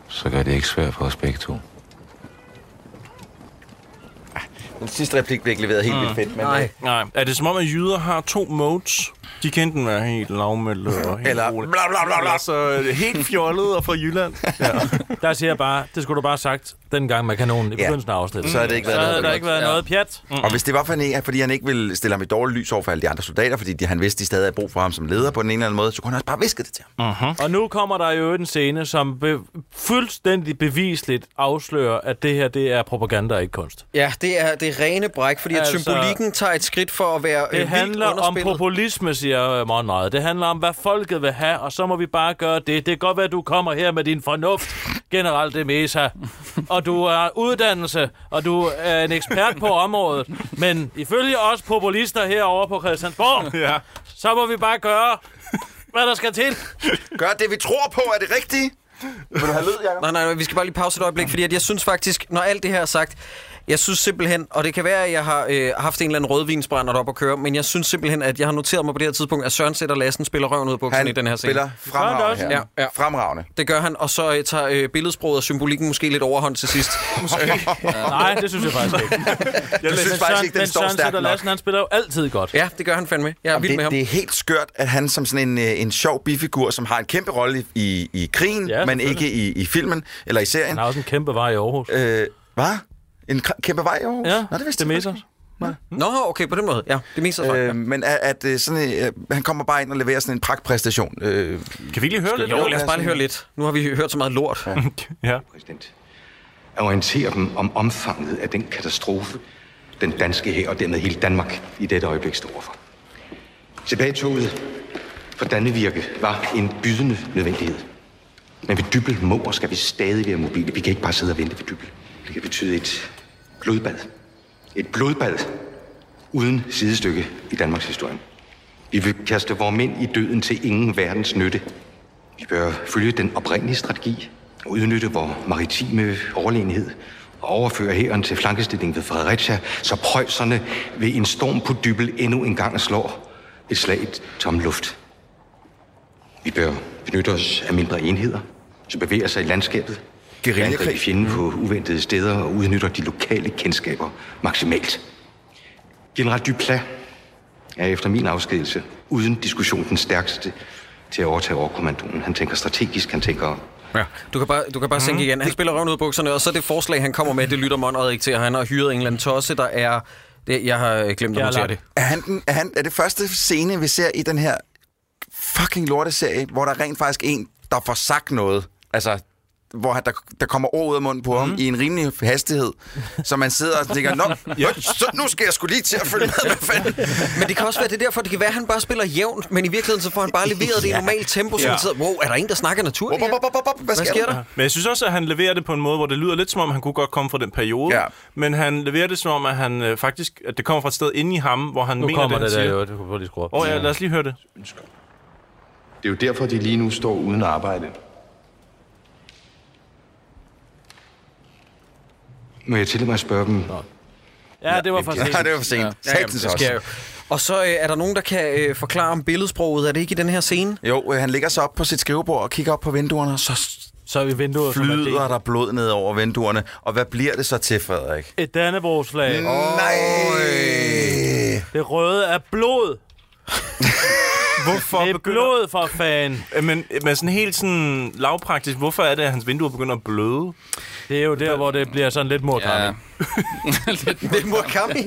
Så gør det ikke svært for os begge to. Den sidste replik blev ikke leveret helt vildt fedt, men... Mm. nej. nej. Er det som om, at jyder har to modes? De kendte den være helt lavmælde og helt Eller Mm. rolig. bla, bla, bla, bla. Eller så øh, helt fjollet og fra Jylland. Ja. Der siger jeg bare, det skulle du bare have sagt dengang med kanonen i Ja. Mm. begyndelsen af afsnittet. Så havde det ikke været så noget havde der godt. ikke været noget pjat. Mm. Og hvis det var, for, han- fordi han ikke ville stille ham i dårligt lys over for alle de andre soldater, fordi de, han vidste, de stadig havde brug for ham som leder på den ene eller anden måde, så kunne han også bare viske det til ham. Mm. Og nu kommer der jo en scene, som be- fuldstændig bevisligt afslører, at det her det er propaganda og ikke kunst. Ja, det er det er rene bræk, fordi altså, Altså, at symbolikken tager et skridt for at være øh, Det vildt handler om underspillet. populisme, siger øh, Morten meget. Det handler om, hvad folket vil have, og så må vi bare gøre det. Det kan godt være, at du kommer her med din fornuft, generelt det mesa, og du har uddannelse, og du er en ekspert på området. Men ifølge os populister herovre på Christiansborg, ja. så må vi bare gøre, hvad der skal til. Gør det, vi tror på, er det rigtigt? Vil du have lyd, Jacob? Nej, nej, nej, vi skal bare lige pause et øjeblik, fordi at jeg synes faktisk, når alt det her er sagt, jeg synes simpelthen, og det kan være, at jeg har øh, haft en eller anden rødvinsbrænder op at køre, men jeg synes simpelthen, at jeg har noteret mig på det her tidspunkt, at Søren Sætter Lassen spiller røven ud af bukserne Han i den her scene. spiller fremragende her. Ja, ja. Fremragende. Det gør han, og så øh, tager øh, billedsproget og symbolikken måske lidt overhånd til sidst. Nej, det synes jeg faktisk ikke. Jeg synes faktisk ikke, den står stærkt Sætter nok. Lassen, han spiller jo altid godt. ja, det gør han fandme. Jeg er vild det, med ham. det er helt skørt, at han som sådan en, øh, en sjov bifigur, som har en kæmpe rolle i, i, i krigen, Ja, ja, men selvfølgelig. ikke i, i filmen eller i serien. Han har også en kæmpe vej i Aarhus. Øh, hvad? En kr- kæmpe vej i Aarhus? Ja, Nå, det vidste det jeg meser. faktisk Nå, okay, på den måde. Ja, det mister ikke. øh, Øh, men at, at øh, sådan, øh, han kommer bare ind og leverer sådan en pragtpræstation. Øh, Kan vi ikke lige høre det? Jo, lad os bare lige høre lidt. Nu har vi hørt så meget lort. Ja. Ja. præsident, at orientere dem om omfanget af den katastrofe, den danske her og dermed hele Danmark i dette øjeblik står overfor. Tilbagetoget for Dannevirke var en bydende nødvendighed. Men ved Dybbel må og skal vi stadig være mobile. Vi kan ikke bare sidde og vente ved Dybbel. Det kan betyde et blodbad. Et blodbad uden sidestykke i Danmarks historie. Vi vil kaste vores mænd i døden til ingen verdens nytte. Vi bør følge den oprindelige strategi og udnytte vores maritime overlegenhed og overføre hæren til flankestilling ved Fredericia, så prøjserne ved en storm på dybel endnu en gang slår et slag i tom luft. Vi bør benytte os af mindre enheder, som bevæger sig i landskabet, Guerillakrig. angriber fjenden på uventede steder og udnytter de lokale kendskaber maksimalt. General Duplat er efter min afskedelse uden diskussion den stærkeste til at overtage overkommandoen. Han tænker strategisk, han tænker... Du kan bare, du kan bare mm. sænke igen. Han spiller røven ud af bukserne, og så det forslag, han kommer med, det lytter Monrad ikke til, og han har hyret en eller anden tosse, der er... Det, jeg har øh, glemt at notere Gerlach. det. er, han den, er, han, er det første scene, vi ser i den her fucking lorteserie, hvor der er rent faktisk en, der får sagt noget? Altså, hvor han, der, der kommer ord ud af munden på ham mm. i en rimelig hastighed, så man sidder og tænker, Nå, ja. så, nu skal jeg skulle lige til at følge med, hvad fanden? Men det kan også være, det er derfor, det kan være, at han bare spiller jævnt, men i virkeligheden så får han bare leveret det i normalt tempo, så man sidder, wow, er der en, der snakker natur? Op, op, op, op, op, Hvad Hvad sker der? Men jeg synes også, at han leverer det på en måde, hvor det lyder lidt som om, han kunne godt komme fra den periode. Ja. Men han leverer det som om, at, han, øh, faktisk, at det kommer fra et sted inde i ham, hvor han Nu mener kommer det, han det der siger. jo, du kan prøve lige at skrue op. Åh oh, ja, lad os lige høre det. Det er jo derfor, de lige nu står uden arbejde. Må jeg tillade mig at spørge dem, Ja, det var for sent. Ja, det var for sent. Ja, ja, Det sker jo. Og så øh, er der nogen, der kan øh, forklare om billedsproget. Er det ikke i den her scene? Jo, øh, han ligger så op på sit skrivebord og kigger op på vinduerne, og så Så er vi vinduet, som er flyder delt. der blod ned over vinduerne. Og hvad bliver det så til, Frederik? Et Dannebrogsflag. Oh. Nej! Det røde er blod. Hvorfor Det er blod for fan. Øh, Men, men sådan helt sådan lavpraktisk, hvorfor er det, at hans vinduer begynder at bløde? Det er jo der, hvor det bliver sådan lidt mordramme. Ja. Ja. Det er Murakami.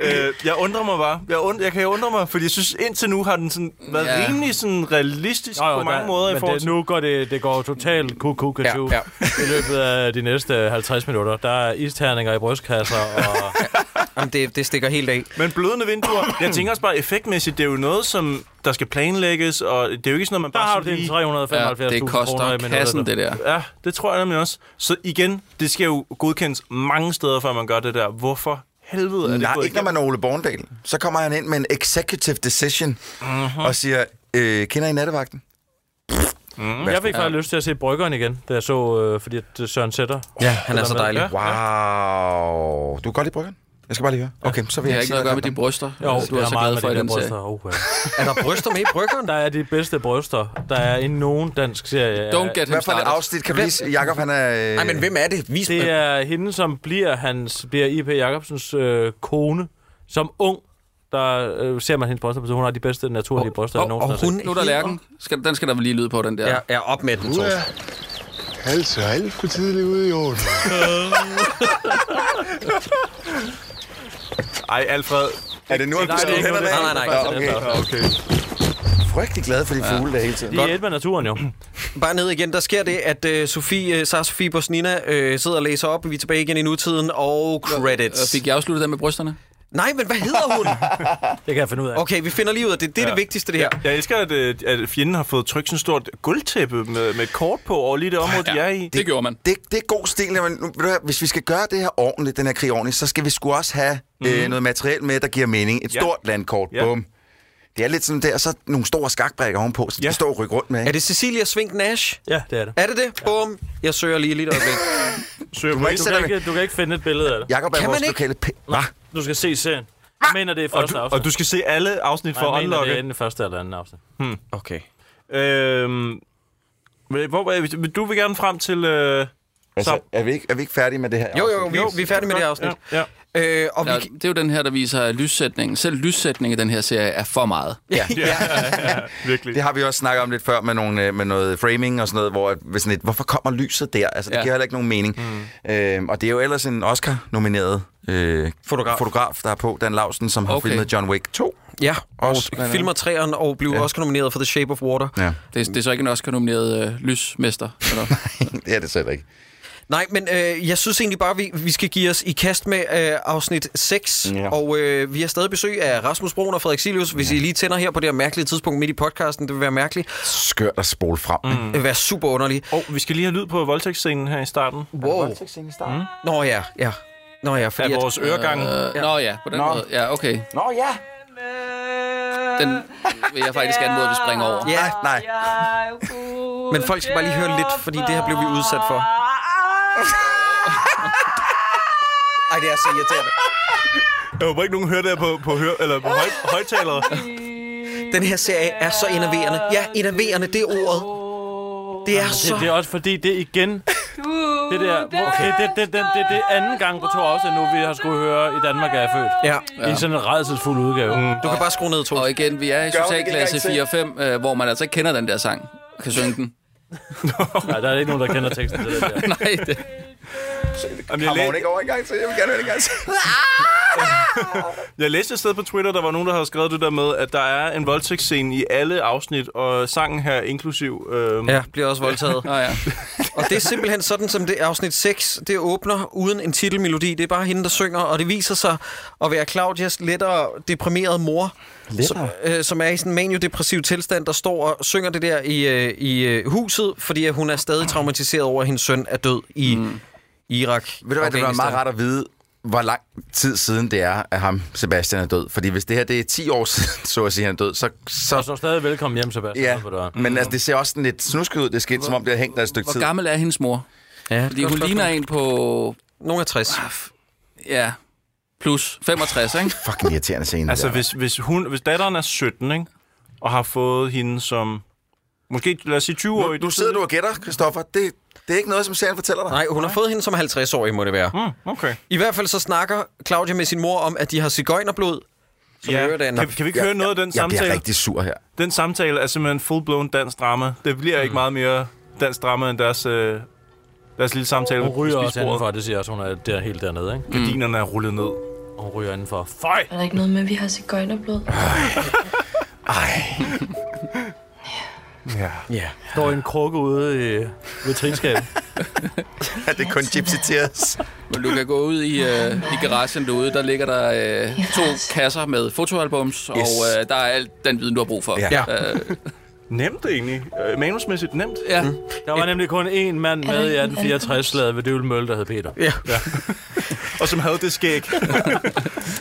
Øh, jeg undrer mig bare. Jeg, und, jeg kan undre mig, fordi jeg synes, indtil nu har den sådan, været Ja. ja. rimelig sådan realistisk Nå, jo, på mange der, måder i men forhold det, til... nu går det, det går totalt kuk ja, Ja, ja. ja. i løbet af de næste 50 minutter. Der er isterninger i brystkasser, og Jamen, det, det stikker helt af. Men blødende vinduer, jeg tænker også bare effektmæssigt, det er jo noget, som der skal planlægges, og det er jo ikke sådan noget, man der bare... har du sådan lige- dine 375.000 ja, kroner i det koster minuttet. kassen, det der. Ja, det tror jeg nemlig også. Så igen, det skal jo godkendes mange steder, før man gør det der. Hvorfor helvede er det Nej, gået ikke når igennem? man er Ole Borndal. Så kommer han ind med en executive decision uh-huh. og siger, øh, kender I nattevagten? Jeg fik faktisk lyst til at se Bryggeren igen, da jeg så, øh, fordi at øh, Søren Sætter. Ja, han er så med. dejlig. Ja. Wow. Du kan godt lide bryggeren? Jeg skal bare lige høre. Okay, så vil Det jeg har ikke ikke sige noget at gøre med om de bryster. Jo, du det er er så meget med glad for i de der den serie. bryster. Oh, ja. Er der bryster med i bryggeren? Der er de bedste bryster, der er i nogen dansk serie. Don't get him Hvad for et started. afsnit? Kan vi lige... Jakob, han er... øh, Nej, men hvem er det? Vis Det Øh. mig. er hende, øh, som bliver, hans, bliver I.P. Jacobsens øh, kone, som ung, der der øh, ser man hendes bryster på, så hun har de bedste naturlige bryster, jeg nogensinde har set. Nu er der lærken. Skal, den skal der vel lige lyde på, den der. Ja, ja op med den, Torsten. Altså, alt for tidligt ude i orden. Ej, Alfred. Er det nu, at du Nej, skal det er ikke nu, hænderne det er- af? nej, nej, nej, det er Nå, efter. okay. okay. Frygtelig glad for de Ja. fugle, der hele tiden. Godt. af naturen jo. Bare ned igen. Der sker det, at øh, Sofie, øh, Sara Sofie Bosnina øh, sidder og læser op. Vi er tilbage igen i nutiden. Og credits. Fik jeg afsluttet den med brysterne? Nej, men hvad hedder hun? Det kan jeg finde ud af. Okay, vi finder lige ud af det. Det er ja. det vigtigste, det her. Jeg, jeg elsker, at, øh, at fjenden har fået trykt sådan et stort guldtæppe med, med et kort på over lige det område, ja, de er i. Det gjorde man. Det, det er god stil, men nu, ved du hvad, hvis vi skal gøre det her ordentligt, den her krig ordentligt, så skal vi sgu også have mm. øh, noget materiel med, der giver mening. Ja. Et ja. stort landkort, Ja. ja. bum. Det er lidt sådan der, og så nogle store skakbrækker ovenpå, så ja. de står og rykker rundt med. Ikke? Er det Cecilia Svink Nash? Ja, det er det. Er det det? Ja. Bum. Jeg søger lige lidt øjeblik. Søger Du du, må kan ikke ikke, du, sætte kan ikke, du kan ikke finde et billede af det. Jakob er Kan man vores ikke? lokale... P- Altså, Nå, Du skal se serien. Jeg mener, det er Ah! Og første du, afsnit. og du skal se alle afsnit Nej, for jeg at mener, unlocke. det er enten første eller anden afsnit. Hmm. Okay. Øhm, men hvor, øh, vil- du vil gerne frem til... Øh, Altså, er, vi ikke, er vi ikke færdige med det her? Jo, jo, afsnit? vi, vi er færdige med det her afsnit. Ja. Øh, og Og vi... ja, det er jo den her, der viser lyssætningen. Selv lyssætningen i den her serie er for meget. Ja. Virkelig. Det har vi også snakket om lidt før med, nogle, øh, med noget framing og sådan noget, hvor at- hvis sådan et, hvorfor kommer lyset der? Altså, det Ja. giver heller ikke nogen mening. Mm. Øhm, og det er jo ellers en Oscar-nomineret øh, fotograf. fotograf, der er på, Dan Lausen, som har Okay. okay. filmet John Wick 2. Ja, og Også, blandt andet. filmer træerne og blev ja. også nomineret for The Shape of Water. Ja, Det, er- det er så ikke en Oscar-nomineret øh, lysmester. Eller? det er det selv ikke. Nej, men øh, jeg synes egentlig bare, vi, vi skal give os i kast med øh, afsnit 6. Ja. Og øh, vi har stadig besøg af Rasmus Broen og Frederik Silius. Hvis ja. I lige tænder her på det her mærkelige tidspunkt midt i podcasten, det vil være mærkeligt. Mm. Skørt at spole frem. Mm. Det vil være super underligt. Og vi skal lige have lyd på voldtægtsscenen her i starten. Wow. Nå ja, ja. Nå ja, fordi Af at- vores øregang. Øh, ja. Nå ja, på den Nå. Nå. måde. Ja, okay. Nå ja. Den vil jeg faktisk anmode, at vi springer over. Ja, Mm. Ah, nej. men folk skal bare lige høre lidt, fordi det her blev vi udsat for. Ej, det er så irriterende. Jeg håber ikke, nogen hører det her på, på, hør, eller på høj, højtalere. Den her serie er så enerverende. Ja, enerverende, det er ordet. Det er så... Det, det er også fordi, det igen... Det der, okay. det, det, det, det, det, det er anden gang på to afsnit nu, vi har skulle høre i Danmark er jeg født. Ja. I sådan en redselsfuld udgave. Mm. Du kan bare skrue ned, Troels. Og igen, vi er i Gør det en gang socialklasse til. 4 og 5, øh, hvor man altså ikke kender den der sang. Kan synge den. Nej, der er ikke nogen, der kender teksten til det der. Nej, det, Jamen, jeg, Kommer hun læ- ikke over en gang til? Jeg vil gerne høre det en gang til. jeg læste et sted på Twitter, der var nogen, der havde skrevet det der med, at der er en voldtægtsscene i alle afsnit, og sangen her inklusiv. Øhm, Ja, bliver også voldtaget. Nå, ja. Og det er simpelthen sådan, som det afsnit 6, det åbner uden en titelmelodi. Det er bare hende, der synger, og det viser sig at være Claudias lettere deprimerede mor, som, øh, som er i sådan en maniodepressiv tilstand, der står og synger det der i, øh, i øh, huset, fordi at hun er stadig traumatiseret over, at hendes søn er død i mm. Irak. Ved du hvad, det var meget rart at vide, hvor lang tid siden det er, at ham, Sebastian, er død. Fordi hvis det her det er 10 år siden, så at sige, han er død, så... Og så så stadig velkommen hjem, Sebastian. ja, ude på døren. men altså, det ser også sådan lidt snusket ud, det skidt, som om det har hængt der et stykke Hvor tid. gammel er hendes mor? Ja, Fordi hun ligner en på... Nogle af 60. Ah, Ja, plus 65, ikke? Fucking irriterende scene. Altså, Altså, hvis... hvis, hvis, hun, hvis datteren er 17, ikke, og har fået hende som... Måske, lad os sige 20 år. nu, nu sidder du og gætter, Christoffer. Det, det er ikke noget, som serien fortæller dig. Nej, hun har fået hende som 50-årig, må det være. Mm, okay. I hvert fald så snakker Claudia med sin mor om, at de har cigøjnerblod. Som Ja. ja. Kan, kan vi ikke høre noget af den Jeg samtale? bliver rigtig sur her. Den samtale er simpelthen full-blown dansk drama. Det bliver Mm. ikke meget mere dansk drama end deres, øh, deres lille samtale Hun ryger ved også spisebordet. indenfor, Mm. det siger også, hun er der helt dernede, ikke? Gardinerne er rullet ned. Hun ryger indenfor. Føj! Er der ikke noget med, at vi har cigøjnerblod? Ja. Ja. Står i en krukke ude i, ved trinskabet. Ja, det er kun Gypsy Tears. Men du kan gå ud i, øh, i garagen derude, der ligger der øh, to kasser med fotoalbums, yes. og øh, der er alt den viden, du har brug for. Ja. Ja. Øh, Nemt egentlig. Øh, manusmæssigt nemt. ja. Mm. Der var nemlig kun én mand med i 1864-slaget ved Døvelmølle, der hed Peter. Ja. Og som havde det skæg.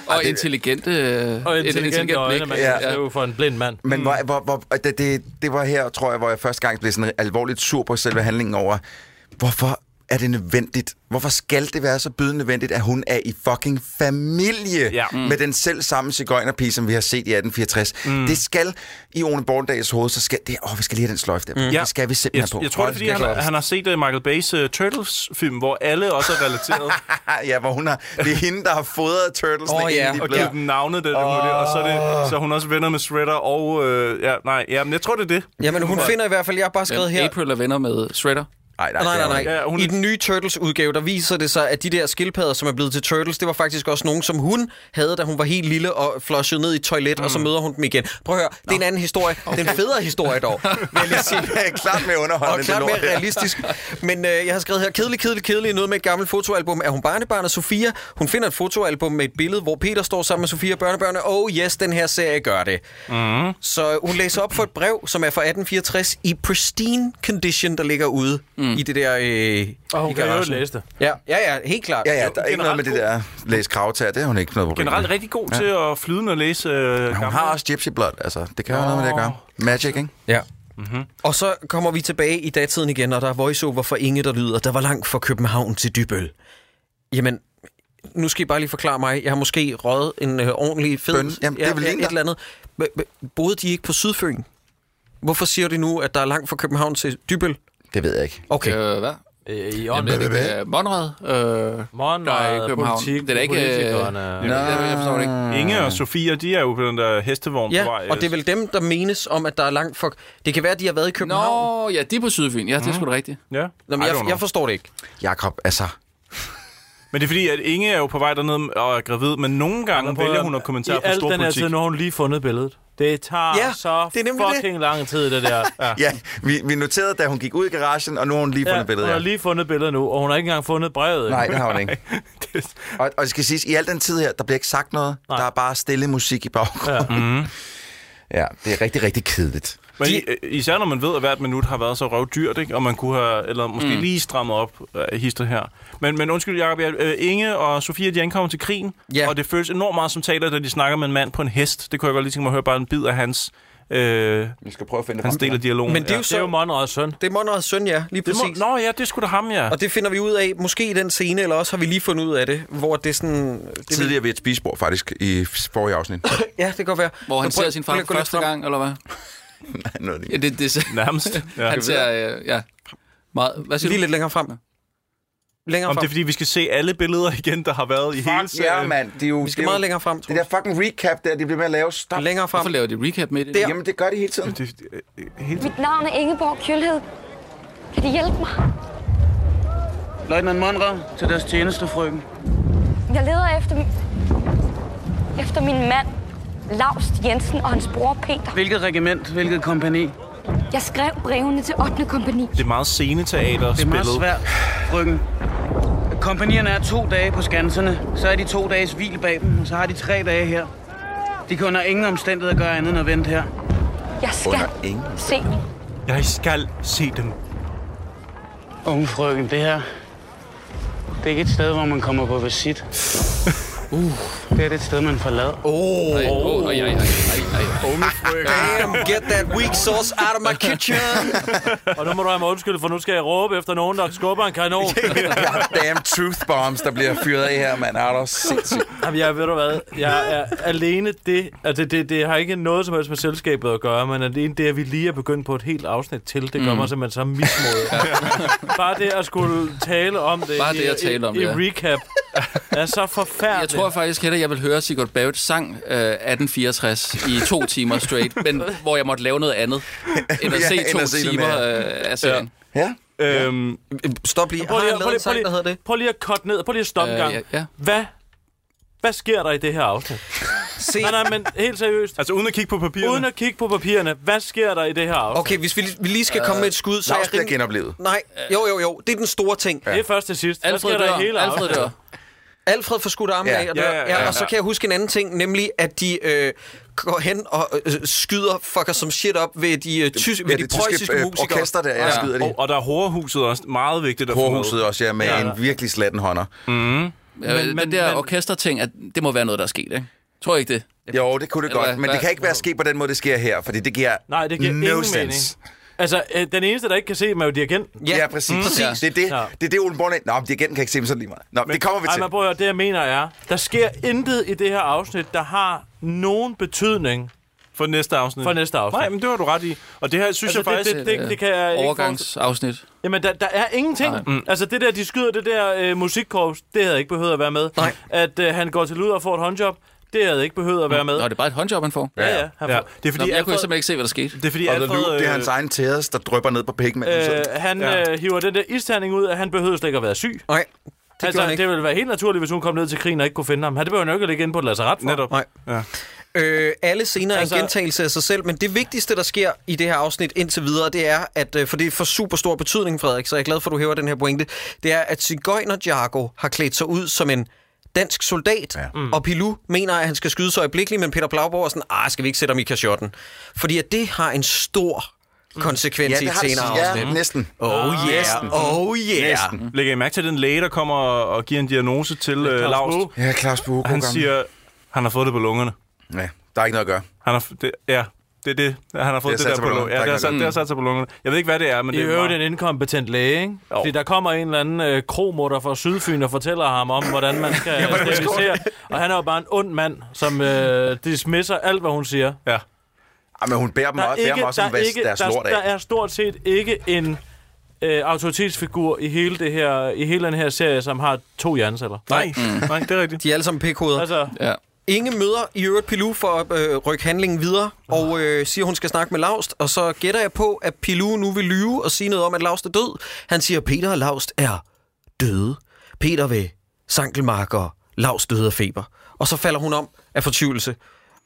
Og intelligente, øh, Og et intelligente øjne, man blik. kan Ja. ja. Mm. jo for en blind mand. Men Mm. hvor, hvor, hvor, det, det, det var her, tror jeg, hvor jeg første gang blev sådan alvorligt sur på selve handlingen over, hvorfor er det nødvendigt? Hvorfor skal det være så bydende nødvendigt, at hun er i fucking familie Ja. ja. Mm. mm. med den selv samme cigøjnerpige, som vi har set i 1864? Mm. Mm. Det skal i One Borndags hoved, så skal det... Åh, oh, vi skal lige have den sløjf der. Mm. Det skal vi simpelthen jeg, have på. Jeg tror, det er, Hold fordi kæft, han, han har set uh, Michael Bay's uh, Turtles-film, hvor alle også er relateret. ja, hvor hun har, det er hende, der har fodret Turtles. Åh, ja. Og givet dem navne, det, oh. og så er, det, så er hun også venner med Shredder, og øh, ja, nej, ja, men jeg tror, det er det. Jamen, hun finder i hvert fald, jeg har bare skrevet her... April er venner med Shredder. Nej, Nej, nej, nej. Ja, hun... I den nye Turtles-udgave, der viser det sig, at de der skildpadder, som er blevet til Turtles, det var faktisk også nogen, som hun havde, da hun var helt lille og flossede ned i et toilet, mm. og så møder hun dem igen. Prøv at høre, det er en anden historie. Okay. Den federe historie dog, vil jeg lige sige. klart mere underholdende, Og klart det lort mere her. realistisk. Men øh, jeg har skrevet her, kedelig, kedelig, kedelig, noget med et gammelt fotoalbum. Er hun barnebarn af Sofia? Hun finder et fotoalbum med et billede, hvor Peter står sammen med Sofia og børnebørnene. Oh yes, den her serie gør det. Mm-hmm. Mm. Så øh, hun læser op for et brev, som er fra 1864 i pristine condition, der ligger ude mm. i det der... Øh, Og i hun kan jo garagen. læse det. Ja, ja, ja, helt klart. Ja, ja, der er ikke noget med det der læs kravtager. Det har hun ikke noget problem med. Generelt rigtig god Ja. til at flyde og læse øh, Hun har også Gypsy Blood, altså. Det kan jo noget med det at gøre. Magic, ikke? Ja. Mm-hmm. Og så kommer vi tilbage i datiden igen, og der er voiceover for Inge, der lyder, der var langt fra København til Dybøl. Jamen, nu skal I bare lige forklare mig. Jeg har måske røget en øh, ordentlig fed... Bøn. Jamen, det er vel ja, en, et der- eller andet. B- b- boede de ikke på Sydfyn? Hvorfor siger de nu, at der er langt fra København til Dybøl? Det ved jeg ikke. Okay. Øh, hvad? I Jamen, det er det, øh, Monrad. Øh, Monrad, der er i København. politikken, det er da ikke... politikerne. øh, jeg, jeg, jeg forstår det ikke. Inge og Sofia, de er jo på den der hestevogn Ja, på vej. og det er vel dem, der menes om, at der er langt fra... Det kan være, at de har været i København. Nå, ja, de er på Sydfyn. Ja, det er Mm. sgu da rigtigt. Ja. Nå, men I jeg, don't know. jeg forstår det ikke. Jakob, altså... Men det er fordi, at Inge er jo på vej derned og er gravid, men nogle gange prøv at- vælger hun at kommentere I på al den altså her storpolitik. tid, nu har hun lige fundet billedet. Det tager Ja, så det er nemlig det. fucking lang tid, det der. Ja. Ja, vi, vi noterede, da hun gik ud i garagen, og nu har hun lige fundet Ja, billedet hun har her. lige fundet billedet nu, og hun har ikke engang fundet brevet. Nej, det har hun ikke. Det- Og, og det skal siges, i al den tid her, der bliver ikke sagt noget. Nej. Der er bare stille musik i baggrunden. Ja. Mm. ja, det er rigtig, rigtig kedeligt. Men de... især når man ved, at hvert minut har været så røvdyrt, ikke? og man kunne have, eller måske mm. lige strammet op øh, hister her. Men, men undskyld, Jacob, jeg, øh, Inge og Sofia, de ankommer til krigen, Ja. og det føles enormt meget som taler, da de snakker med en mand på en hest. Det kunne jeg godt lige tænke mig at høre bare en bid af hans... Øh, Vi skal prøve at finde hans del af dialogen. Men det er jo så- Det er jo Monrads søn. Det er Monrads søn, ja. Lige Det præcis. må, nå ja, det skulle da ham, ja. Og det finder vi ud af, måske i den scene, eller også har vi lige fundet ud af det, hvor det er sådan... Det, Tidligere ved et spisbord, faktisk, i forrige afsnit. ja, det kan godt være. Hvor han Men prøv- ser sin prøv far lige at gå lidt for første frem. gang, eller hvad? Noget af Ja, det. det, det, det Nærmest. Ja. Han ser... Øh, ja. Meget, hvad siger Lige du? lidt længere frem. Længere Om frem. det er, fordi vi skal se alle billeder igen, der har været i hele Fuck ja, serien. mand. Det er jo, Vi skal det er meget jo, længere frem, Det der fucking recap der, de bliver med at lave. Stop. Længere frem. Hvorfor laver de recap med det? Der. Jamen, det gør de hele tiden. Det, det, øh, helt... Mit navn er Ingeborg Kjølhed. Kan de hjælpe mig? Leutnant Monrad, til deres tjeneste, frøken. Jeg leder efter, min- efter min mand, Lars Jensen og hans bror Peter. Hvilket regiment, hvilket kompani? Jeg skrev brevene til 8. kompani. det er meget sceneteater Det er meget svært, frøken. Kompanierne er to dage på skanserne, så er de to dages hvil bag dem, og så har de tre dage her. De kan under ingen omstændighed gøre andet end at vente her. Jeg skal Under ingen. se. Jeg skal se dem. Unge frøken, det her, det er ikke et sted, hvor man kommer på visit. Uh. Det er det sted, man forlader. Oh. Ej, åh, nej, nej, nej, nej, nej. Damn, get that weak sauce out of my kitchen. Og nu må du have mig undskyld, for nu skal jeg råbe efter nogen, der skubber en kanon. Damn truth bombs, der bliver fyret af her, mand. Er du sindssygt? Jamen, jeg ved du hvad, jeg er alene det, altså det, det har ikke noget som helst med selskabet at gøre, men alene det, at vi lige er begyndt på et helt afsnit til, det Mm. gør mig simpelthen så mismodet. Bare det at skulle tale om det, Bare i, det at tale om i, det, i ja. recap, er så Jeg forfærdeligt. tror faktisk heller, jeg vil høre Sigurd Barrett sang øh, 1864 i to timer straight, men hvor jeg måtte lave noget andet, end at Ja, se end to at se den timer her. øh, af serien. Ja. Øhm, Stop lige. Har Prøv lige, han lavet prøv, lige, en prøv, sang, der hedder lige, det? prøv lige at cut ned, prøv lige at stoppe en Øh, gang. ja, ja. Hvad, hvad sker der i det her afsnit? Se, Nej, nej, men helt seriøst. altså uden at kigge på papirerne. Uden at kigge på papirerne, hvad sker der i det her afsnit? okay, hvis vi, lige- vi lige skal komme med et skud, så er Lars jeg bliver rimelig... genoplevet. Nej, jo, jo, jo. Det er den store ting. Det er først til sidst. Hvad Alfred sker der i dør, hele Alfred afsnit? dør. Alfred får skudt armen Ja. af, og, dør. Ja, Ja, ja, ja, ja, ja. og så kan jeg huske en anden ting, nemlig at de øh, går hen og øh, skyder fucker som shit op ved de, øh, tys- ved Ja, de det preussiske tyske øh, musikere. orkester der, jeg Ja. skyder og, de. og der er horhuset også. Meget vigtigt at få med. Korhuset også, ja, med Ja. en virkelig slatten hånder. Men, men, men- den Øh, der men- orkesterting, at det må være noget, der er sket, ikke? Tror I ikke det? Jo, det kunne det Eller godt, hvad? men det Hvad? kan ikke være sket på den måde, det sker her, fordi det giver Nej, det giver no ingen sense. Altså, øh, den eneste, der ikke kan se dem, er jo dirigent. Ja, ja præcis. Mm, præcis. Det er det, det, er det Ole Bornland. Nå, men dirigenten kan ikke se dem sådan lige meget. Nå, men, det kommer vi Ej, til. men prøv at høre, det jeg mener er, der sker intet i det her afsnit, der har nogen betydning for næste afsnit. For næste afsnit. Nej, men det har du ret i. Og det her synes jeg faktisk... Det, det, det, det kan jeg ikke forestille- Overgangsafsnit. Jamen, der, der er ingenting. Nej. Mm. Altså, det der, de skyder det der øh, musikkorps, det havde ikke behøvet at være med. Nej. At øh, han går til luder og får et håndjob, det havde ikke behøvet at være med. Nå, det er bare et håndjob, han får. Ja, ja. Han ja. får. Det er fordi, Nå, men jeg kunne simpelthen ikke se, hvad der skete. Det er fordi, og Alfred, Luke, det er hans egen tæres, der drøber ned på pigmanden. Øh, han ja. øh, hiver den der isterning ud, at han behøvede slet ikke at være syg. Nej, det altså, gjorde han ikke. det ville være helt naturligt, hvis hun kom ned til krigen og ikke kunne finde ham. Han det behøver jo ikke at ligge inde på et lazaret for. Netop. Nej. Ja. Øh, alle scener altså, Altså- er en gentagelse af sig selv, men det vigtigste, der sker i det her afsnit indtil videre, det er, at, øh, for det er for super stor betydning, Frederik, så jeg er glad for, at du hæver den her pointe, det er, at Sigøjner Jargo har klædt sig ud som en dansk soldat, ja. mm. og Pilu mener, at han skal skyde sig øjeblikkeligt, men Peter Blauborg er sådan, ah, skal vi ikke sætte ham i kashotten? Fordi at det har en stor konsekvens Mm. Ja, i det et har det- senere ja, afsnit. næsten. Oh yeah, Næsten. oh yeah. Næsten. Lægger I mærke til den læge, der kommer og giver en diagnose til uh, Claus Laust? Bue. Ja, Claus Bue, god Han gammel. siger, han har fået det på lungerne. Ja, der er ikke noget at gøre. Han har, f- det, ja, det er det. Han har fået Det det, er sat det der sig på på lungerne. lungerne. Ja, Der er det har ikke sat, noget det har sat sig på lungerne. Jeg ved ikke, hvad det er, men I det er øvrigt meget... en inkompetent læge, ikke? Fordi der kommer en eller anden øh, kromutter fra Sydfyn og fortæller ham om, hvordan man skal ja, sterilisere. Og han er jo bare en ond mand, som øh, dismisser alt, hvad hun siger. Ja. Ej, men hun bærer dem, Der er også, bærer ikke- dem også der om er vask ikke- deres der, lort af. Der er stort set ikke en øh, autoritetsfigur i hele, det her, i hele den her serie, som har to hjerneceller. Nej, mm. nej, det er rigtigt. De er alle sammen pikhoveder. Altså, Ja. Inge møder i øvrigt Pilou for at øh, rykke handlingen videre, og øh, siger, hun skal snakke med Laust, og så gætter jeg på, at Pilou nu vil lyve og sige noget om, at Laust er død. Han siger, at Peter og Laust er døde. Peter ved Sankelmark og Laust døde af feber. Og så falder hun om af fortvivlelse.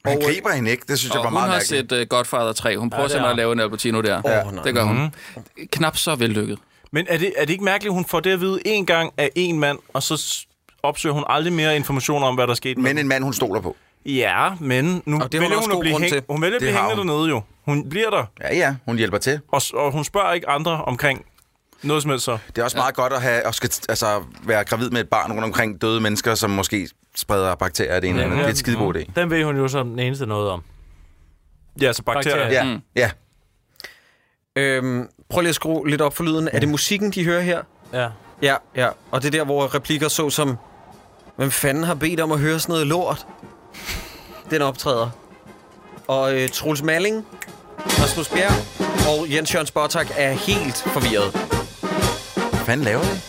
Han Og, øh, griber hende ikke, det synes jeg Og var hun meget har mærkeligt. set uh, Godfather 3. Hun prøver Ja, ja, det simpelthen har at lave en Albertino der. Åh, nej. Det gør hun. Knap så vellykket. Men er det, er det ikke mærkeligt, at hun får det at vide én gang af én mand, og så s- opsøger hun aldrig mere information om, hvad der skete? Men en mand, hun stoler på. Ja, men nu Og det har hun vælger også hun, god at blive, grund til. hæng... hun vælger at Det blive har hængende hun. dernede jo. Hun bliver der, Ja, ja, hun hjælper til. og, s- og hun spørger ikke andre omkring noget som helst så. Det er også meget godt at, have, at skal, altså, være gravid med et barn rundt omkring døde mennesker, som måske spreder bakterier af det ene eller andet. Det er et skidegod idé. Den ved hun jo som den eneste noget om. Ja, så bakterier. Bakterier. bakterier. Ja, Mm. ja. øhm, prøv lige at skrue lidt op for lyden. Er det musikken, de hører her? Ja. Ja, ja. Og det er der, hvor replikker så som, hvem fanden har bedt om at høre sådan noget lort? Den optræder. Og øh, Troels Malling, Rasmus Bjerg og Jens Jørgen Spottak er helt forvirret. Hvad fanden laver det?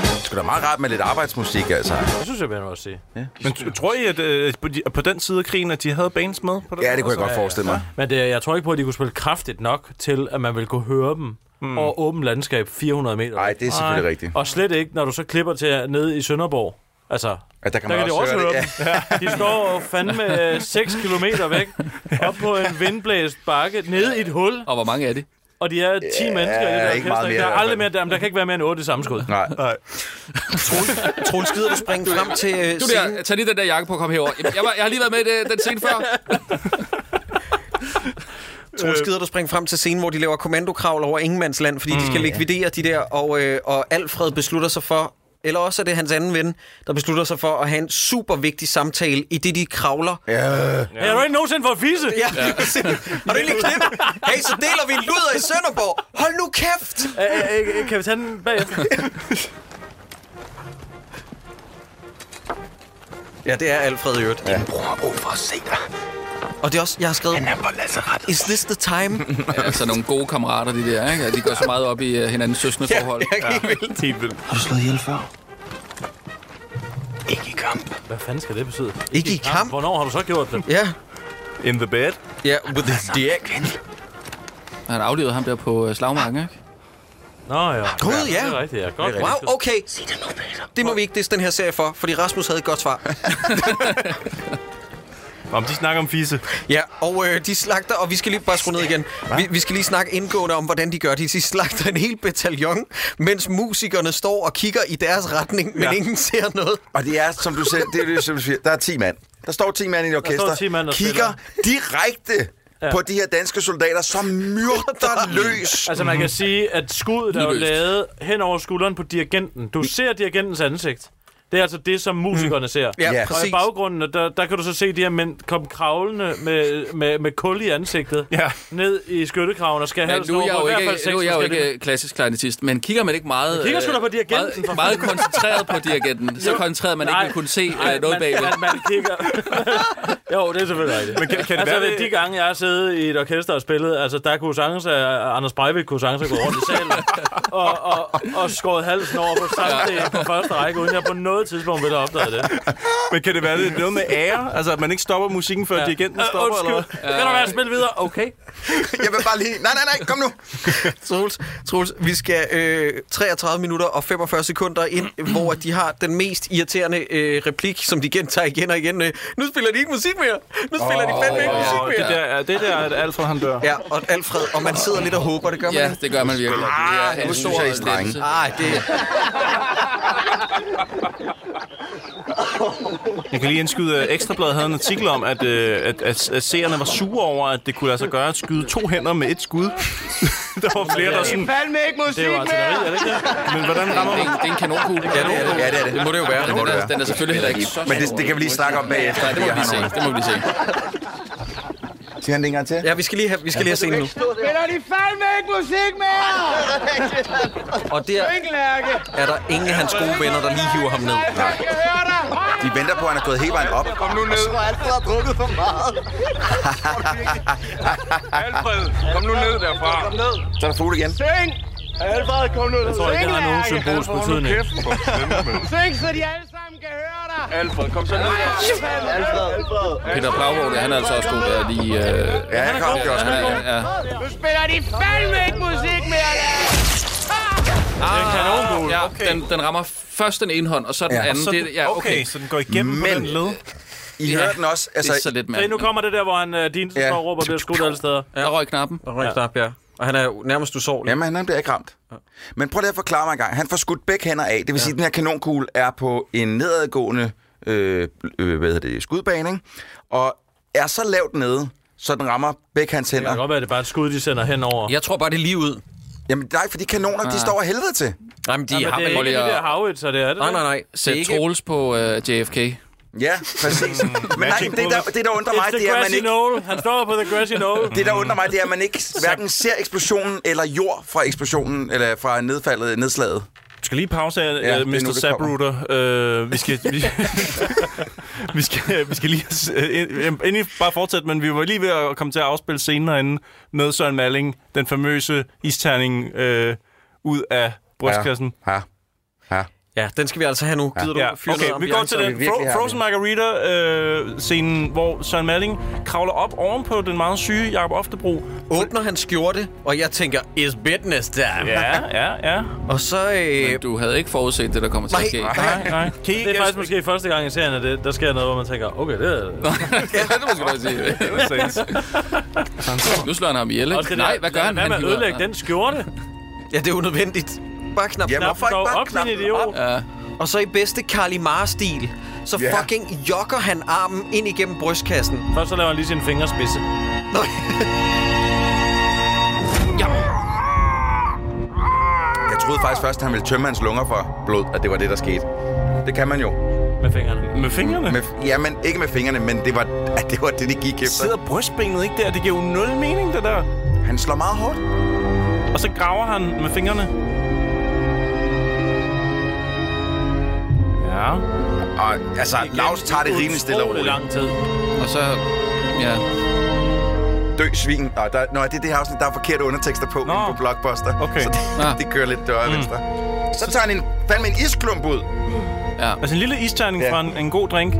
Det skulle da meget rart med lidt arbejdsmusik, altså. Det synes jeg, vil jeg også sige. Men t- tror I, at øh, på, de, på den side af krigen, at de havde bands med? På den Ja, det kunne måde? jeg godt forestille mig. Men det, jeg tror ikke på, at de kunne spille kraftigt nok til, at man ville kunne høre dem mm. over åben landskab 400 meter. Nej, det er selvfølgelig Nej. rigtigt. Og slet ikke, når du så klipper til ned i Sønderborg. Altså, Ja, der kan der man kan de også høre det. dem. Ja. De står jo fandme øh, 6 km væk, op på en vindblæst bakke, nede i et hul, Og hvor mange er det? og de er 10 mennesker i det der ikke orkester. meget mere i der er hvert aldrig mere, fald. der, der kan ikke være mere end 8 i samme skud. Ja. Nej. Troels, gider du springe frem til øh, Du scenen? der, tag lige den der jakke på og kom herover. Jamen, Jeg, var, jeg har lige været med i det, den scene før. Troels, gider du springe frem til scenen, hvor de laver kommandokravl over Ingemandsland, fordi mm, de skal likvidere de der, og, øh, og Alfred beslutter sig for, eller også er det hans anden ven, der beslutter sig for at have en super vigtig samtale, i det de kravler Ja. Har du ikke nogensinde fået fisse? Ja, ja. Har du egentlig klip? Hey, så deler vi en luder i Sønderborg. Hold nu kæft! Æ, æ, kan vi tage den bagefter? Ja, det er Alfred i øvrigt. Ja. Bror har brug for at se dig. Og det er også, jeg har skrevet, Han er på lazarettet. is this the time? altså nogle gode kammerater, de der, ikke? At De går så meget op i uh, hinandens søskende forhold. Helt vildt. Har du slået ihjel før? Ikke i kamp. Hvad fanden skal det betyde? Ikke i kamp. Hvornår har du så gjort det? Ja, In the bed. ja, with this Altså, dick. Han aflevede ham der på øh, slagmarken, ikke? Nå ja. Gud, ja. Det er rigtigt, ja. Godt. Wow, okay. Det må vi ikke disse den her serie for, fordi Rasmus havde et godt svar. Om de snakker om fisse. Ja, og øh, de slagter, og vi skal lige bare skrue ned igen. Vi, vi skal lige snakke indgående om, hvordan de gør det. De slagter en hel bataljon, mens musikerne står og kigger i deres retning, men ja. ingen ser noget. Og det er, som du selv, det er det, som du siger, der er 10 mand. Der står 10 mand i et orkester, 10 mand, der kigger direkte ja. på de her danske soldater, som myrder løs. Altså, man kan sige, at skuddet er jo Lige løst. lavet hen over skulderen på dirigenten. Du ser dirigentens ansigt. Det er altså det, som musikerne mm. ser. Ja, og i præcis. baggrunden, der, der kan du så se de her mænd komme kravlende med, med, med kul i ansigtet ja. ned i skyttekraven og skal have Men nu er jeg jo ikke, nu er jeg jo ikke klassisk klarinettist, men kigger man ikke meget... Man kigger sgu da øh, på dirigenten, for Meget, fanden. meget koncentreret på dirigenten. Så koncentreret, man ikke vil kunne se øh, noget bagved. Man, man kigger... jo, det er selvfølgelig rigtigt. Men kan- kan det altså, være, det- de gange, jeg har siddet i et orkester og spillet, altså, der kunne sange, Anders Breivik kunne sange gå rundt i salen og, og, og skåret halsen over på samtlige på første række, uden jeg på noget tidspunkt ville have opdaget det. Men kan det være, det er noget med ære? Altså, at man ikke stopper musikken, før ja. dirigenten Øh, stopper? undskyld. Eller Ja. Vil du være spille videre? Okay. Jeg vil bare lige... Nej, nej, nej, kom nu! Troels, Troels, vi skal øh, 33 minutter og 45 sekunder ind, hvor de har den mest irriterende øh, replik, som de gentager igen og igen. Øh, nu spiller de ikke musik mere! Nu spiller oh, de fandme ikke musik Åh, mere! det, der, er- det der, er, at Alfred han dør. Ja, og Alfred, og man sidder lidt og håber, det gør man. Ja, det gør man virkelig. Ah, Det er nu en synes stor jeg, I er strenge. lettelse. Ah, det, Jeg kan lige indskyde, at Ekstrabladet havde en artikel om, at, øh, at, at, at seerne var sure over, at det kunne lade sig gøre at skyde to hænder med et skud. der var flere, der var sådan... fandme ikke musik Det er jo artilleri, er det ikke det? Men hvordan rammer Det er man? en- det er en kanonkugle. Ja, det er det. Ja, det, er det. Det må det jo være. Det må Den det er- være. den er selvfølgelig heller ikke så Men det, det kan vi lige snakke om bagefter. Nej, det må vi fordi jeg lige har se. nogle- Det må vi lige se. Siger han det en gang til? ja, vi skal lige have, vi skal lige have scenen nu. Spiller de fandme ikke musik mere? Og der Lærke. er der ingen af hans gode venner, der lige hiver ham ned. Jeg hører dig. De venter på, at han er gået hele vejen op. Kom nu ned. Alfred har drukket for meget. Alfred, kom nu ned derfra. Kom ned. Så er der fugl igen. Syng! Alfred, kom nu ned. Jeg tror ikke, det har nogen symbolsk betydning. Syng, så de alle sammen kan høre dig. Alfred, kom så ned. Alfred, Alfred. Peter Bravold, han er altså også god der lige... Øh, Ja, han kom jo også ned. ja, ja. Nu spiller de fandme ikke musik mere, Ah, ja, den, den rammer først den ene hånd, og så den Ja. anden. Så det, den- ja, Okay, okay. så den går igennem Men... på den led. I hørte den også. Det Altså, er så lidt Se, mærkeligt. nu kommer det der, hvor han, øh, din Ja. ja. og råber, bliver skudt alle steder. Der røg knappen. Og rigtig op, ja. Og han er jo nærmest usårlig. jamen, han- han bliver ikke ramt. Men prøv lige at forklare mig en gang. Han får skudt begge hænder af. Det vil sige, at den her kanonkugle er på en nedadgående øh, øh, hvad hedder det, skudbane, ikke? og er så lavt nede, så den rammer begge hans Det kan hænder. godt være, at det er bare et skud, de sender henover. Jeg tror bare, det er lige ud. Jamen nej, for de kanoner, de Ah. står af helvede til. Nej, men de Ja, men har det er vel... ikke prøv de lige at- der howitzer, det er det. Nej, der? nej, nej. Det er Sæt ikke- Troels på øh, JFK. Ja, præcis. Hmm. Men nej, det der, det, der undrer mig, It's det the er, at man grassy ikke... knoll. Han står på the grassy knoll. Det, der undrer mig, det er, at man ikke hverken ser eksplosionen eller jord fra eksplosionen, eller fra nedfaldet, nedslaget. Du skal lige pause her, øh, det ja, er nu, Mr. det kommer. Sabruder. Øh, vi skal... Vi, vi, skal, vi skal lige... øh, ind- Endelig bare fortsætte, men vi var lige ved at komme til at afspille scenen herinde med Søren Malling, den famøse isterning øh, ud af brystkassen. Ja. Ja. Ja, den skal vi altså have nu. Gider du Ja, fyre okay, noget vi går ambiance? til den vi virkelig Fro- har Frozen Margarita-scenen, hvor Søren Malling kravler op ovenpå den meget syge Jacob Oftebro. Åbner hans skjorte, og jeg tænker, it's business time. Ja, ja, ja. Og så... Øh, Du havde ikke forudset det, der kommer til at ske. nej, Nej, nej. nej. Kan I, Det er faktisk måske første gang i serien, at det, der sker noget, hvor man tænker, okay, det er... Ja, det må jeg sige. Nu slår han ham ihjel. Også ikke? det Nej, der- hvad gør han? Hvad med Han at hiver- ødelægge den skjorte? Ja, det er unødvendigt. Bare knap Jamen, den op. hvorfor ikke Dog bare op, din knappe den idiot. Ja. Og så i bedste Karli Mar-stil, så Ja. fucking jokker han armen ind igennem brystkassen. Først så laver han lige sin fingerspidse. Nå. Jeg troede faktisk først, at han ville tømme hans lunger for blod, og det var det, der skete. Det kan man jo. med fingrene. Med fingrene? Med, f- ja, men ikke med fingrene, men det var, at det, var det, det gik efter. Sidder brystbenet ikke der? Det giver jo nul mening, det der. Han slår meget hårdt. Og så graver han med fingrene. Ja. Og altså, Lars tager det rimelig stille og Utrolig roligt. lang tid. Og så... Ja. Dø svin. Nå, der, nå, det er det her afsnit, der er forkerte undertekster på, inde på Blockbuster. Okay. Så det, det kører lidt døre mm. venstre. Så tager han en, fandme en isklump ud. Altså en lille isterning Ja. fra en, en god drink.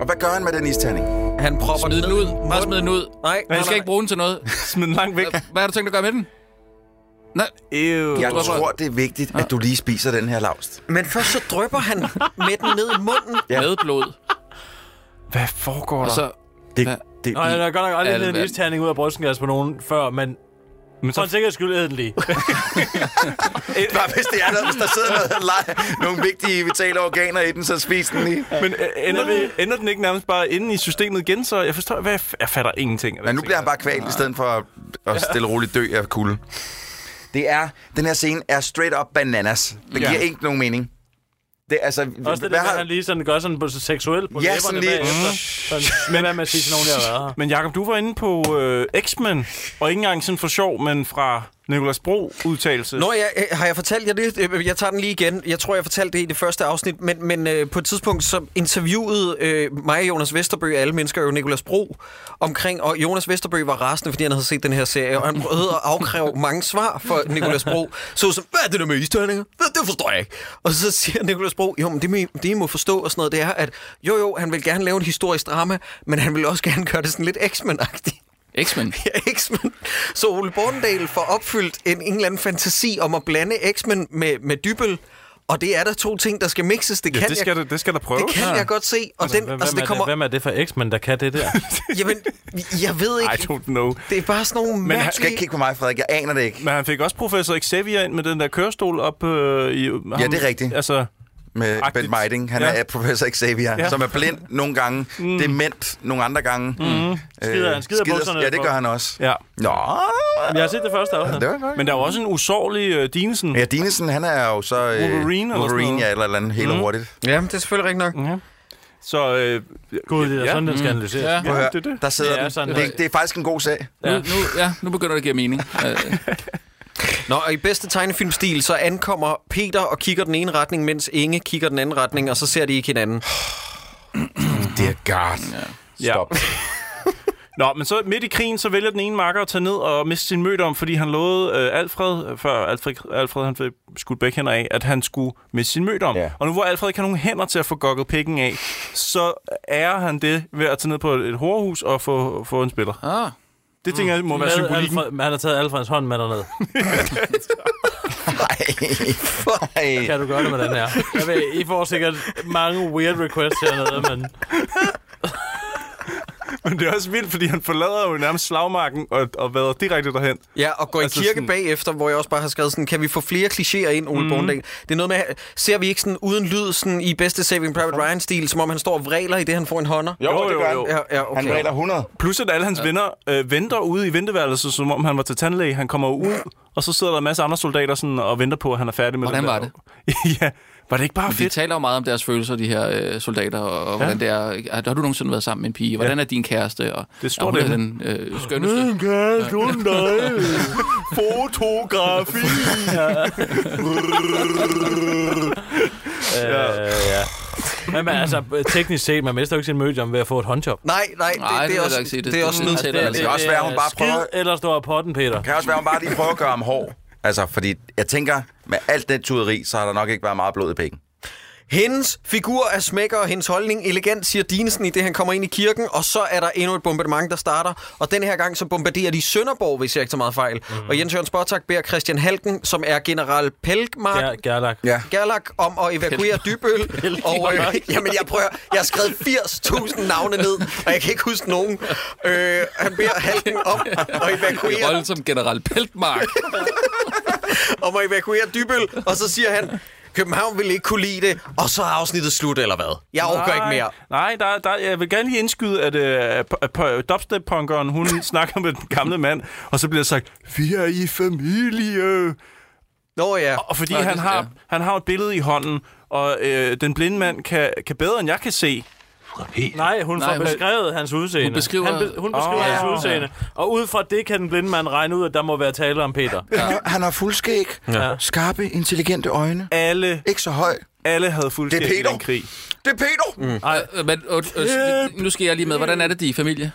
Og hvad gør han med den isterning? Han propper Smid den ned i ud. Bare smid den ud. Nej, Du nej, skal nej. ikke bruge den til noget. Smid den langt væk. Hvad har du tænkt at gøre med den? Nej. Ew. Jeg Hvorfor? tror, det er vigtigt, at du lige spiser den her lavst. Men først så drøber han med den ned i munden. Ja. Med blod. Hvad foregår Og der? så... Det, Hvad? det, Nej, der har godt nok aldrig Alvand. heddet en isterning ud af brystkassen på nogen før, men... Men så... For en sikkerheds skyld æd den lige. Bare hvis det er noget, hvis der sidder noget, lej- nogle vigtige vitale organer i den, så spis den lige. Men øh, ender, den, ender den ikke nærmest bare inde i systemet igen, så jeg forstår, hvad jeg, f- jeg fatter ingenting. af Men den nu ting bliver han der. bare kvalt, i stedet for at stille og roligt dø af kulde. Det er, den her scene er straight up bananas. Det giver Ja. ikke nogen mening. Det, er altså, Også det, der, har... han lige sådan gør sådan på seksuel på Ja, læberne sådan lige- bagefter. Sådan, men hvad med at sige til nogen, der har været her? Men Jakob, du var inde på øh, X-Men, og ikke engang sådan for sjov, men fra Nikolas Bro udtalelse. Nå, jeg, øh, har jeg fortalt jer det? Øh, Jeg tager den lige igen. Jeg tror, jeg fortalte det i det første afsnit, men, men øh, på et tidspunkt så interviewede øh, mig og Jonas Vesterbø, alle mennesker jo Nikolas Bro, omkring, og Jonas Vesterbø var rasende, fordi han havde set den her serie, og han prøvede at afkræve mange svar for Nikolas Bro. Så som, hvad er det der med isterninger? Hvad, det forstår jeg ikke. Og så siger Nikolas Bro, jo, men det, må I- det I må forstå og sådan noget, det er, at jo, jo, han vil gerne lave en historisk drama, men han vil også gerne gøre det sådan lidt X-Men-agtigt. X-Men? Ja, X-Men. Så Ole Borndal får opfyldt en, en eller anden fantasi om at blande X-Men med, med Dybel. Og det er der to ting, der skal mixes. Det Ja, kan det skal jeg, der- det skal der Det prøves. kan Ja. jeg godt se. Og Altså, den, hvem, altså, hvem, det kommer, er det, hvem er det for X-Men, der kan det der? jamen, jeg ved ikke. I don't know. Det er bare sådan nogle Men mærkelige... han- Du skal ikke kigge på mig, Frederik. Jeg aner det ikke. Men han fik også professor Xavier ind med den der kørestol op øh, i... Ham, Ja, det er rigtigt. Altså, med Agtigt. Ben Meiding. Han Ja. ja. er professor Xavier, Ja. ja. som er blind nogle gange, mm. dement nogle andre gange. Øh, Mhm. Skider- han skider bukserne Ja, det på. gør han også. Ja. Nå. Jeg har set det første afsnit. det var godt. Men der er jo også en usårlig øh, Dinesen. Ja, Dinesen, han er jo så... Øh, Wolverine eller sådan Wolverine, noget. ja, eller et eller andet, helt Mhm. hurtigt. Ja, det er selvfølgelig rigtigt nok. Ja. Så... Øh, Gud, det er sådan, den skal Mm. analyseres. Ja, Prøv at ja høre, det er det. Der sidder det er den. sådan, det, det er faktisk en god sag. Ja. Nu, nu, ja, nu begynder det at give mening. Øh, Nå, og i bedste tegnefilmstil, så ankommer Peter og kigger den ene retning, mens Inge kigger den anden retning, og så ser de ikke hinanden. Dear God. Ja. Stop. Nå, men så midt i krigen, så vælger den ene makker at tage ned og miste sin møde om, fordi han lovede øh, Alfred, øh, før Alfred, Alfred han fik skudt begge hænder af, at han skulle miste sin møde om. Ja. Og nu hvor Alfred ikke har nogen hænder til at få gokket pikken af, så ærer han det ved at tage ned på et, et horehus og få, få en spiller. Ah. Det tænker jeg må være Mm. Med symbolikken. Alfred, han har taget Alfreds hånd med derned. Ej. Kan du gøre det med den her? Jeg ved, I får sikkert mange weird requests hernede, men... Men det er også vildt, fordi han forlader jo nærmest slagmarken og, og vader direkte derhen. Ja, og går altså Altså i kirke sådan- sådan... bagefter, hvor jeg også bare har skrevet sådan, kan vi få flere klichéer ind, Mhm. Ole mm. Borndal? Det er noget med, ser vi ikke sådan uden lyd sådan i bedste Saving Private Ryan-stil, som om han står og vræler i det, han får en hånder? Jo, det gør han. Ja, ja, okay. Han regler 100. Plus at alle hans ja. venner øh, venter ude i venteværelset, som om han var til tandlæge. Han kommer ud, og så sidder der en masse andre soldater sådan, og venter på, at han er færdig med Hvordan den var der- ja, var det ikke bare de fedt? taler jo meget om deres følelser, de her øh, soldater, og, og hvordan det er. Har, har du nogensinde været sammen med en pige? Hvordan er din kæreste? Og, Det står og hun det. er den øh, skønneste. Mm. kæreste, hun dig. Fotografi! ja. Øh, ja. Men, men altså, teknisk set, man mister jo ikke sin medium ved at få et håndjob. Altså, Nej, nej, det, Nej, det det, vil er jeg også, ikke sige. det, Det- det er det- også det- nød det- til. det- Altså, Det, kan også være, hun bare skid prøver- eller står af potten, Peter. Det kan også være, hun bare lige prøver at gøre ham hård. Altså, fordi jeg tænker, med alt det tuderi, så har der nok ikke været meget blod i pikken. Hendes figur er smækker, og hendes holdning elegant, siger Dinesen, i det han kommer ind i kirken, og så er der endnu et bombardement, der starter. Og den her gang, så bombarderer de Sønderborg, hvis jeg ikke tager meget fejl. Mhm. Mm. Og Jens Jørgen Spottak beder Christian Halken, som er general Pelgmark, Ger- Gerlach. Ja. Gerlach om at evakuere Dybøl. og øh, jamen, jeg prøver, jeg har skrevet 80.000 navne ned, og jeg kan ikke huske nogen. Øh, han beder Halken om at I evakuere, rollen som general Peltmark. om at evakuere Dybøl, og så siger han, København vil ikke kunne lide det, og så er afsnittet slut, eller hvad? Jeg overgår ikke mere. Nej, der, der, jeg vil gerne lige indskyde, at, øh, at, p- at dubstep-punkeren, hun snakker med den gamle mand, og så bliver der sagt, vi er i familie. Nå ja. Og fordi Nå, han, det- har, ja. han har et billede i hånden, og øh, den blinde mand kan, kan bedre, end jeg kan se. Nej, hun Nej, får hun- beskrevet hans udseende. Hun beskriver- Han be- hun beskriver Åh, hans ja. udseende. Og ud fra det kan den blinde mand regne ud, at der må være tale om Peter. Ja. Han har fuldskæg, ja. skarpe, intelligente øjne. Alle, Ikke så høj. alle havde fuldstændig Det er Peter. den krig. Det er Peter! Mm. Nej, Øh, men og, og, nu skal jeg lige med. Hvordan er det, de er i familie?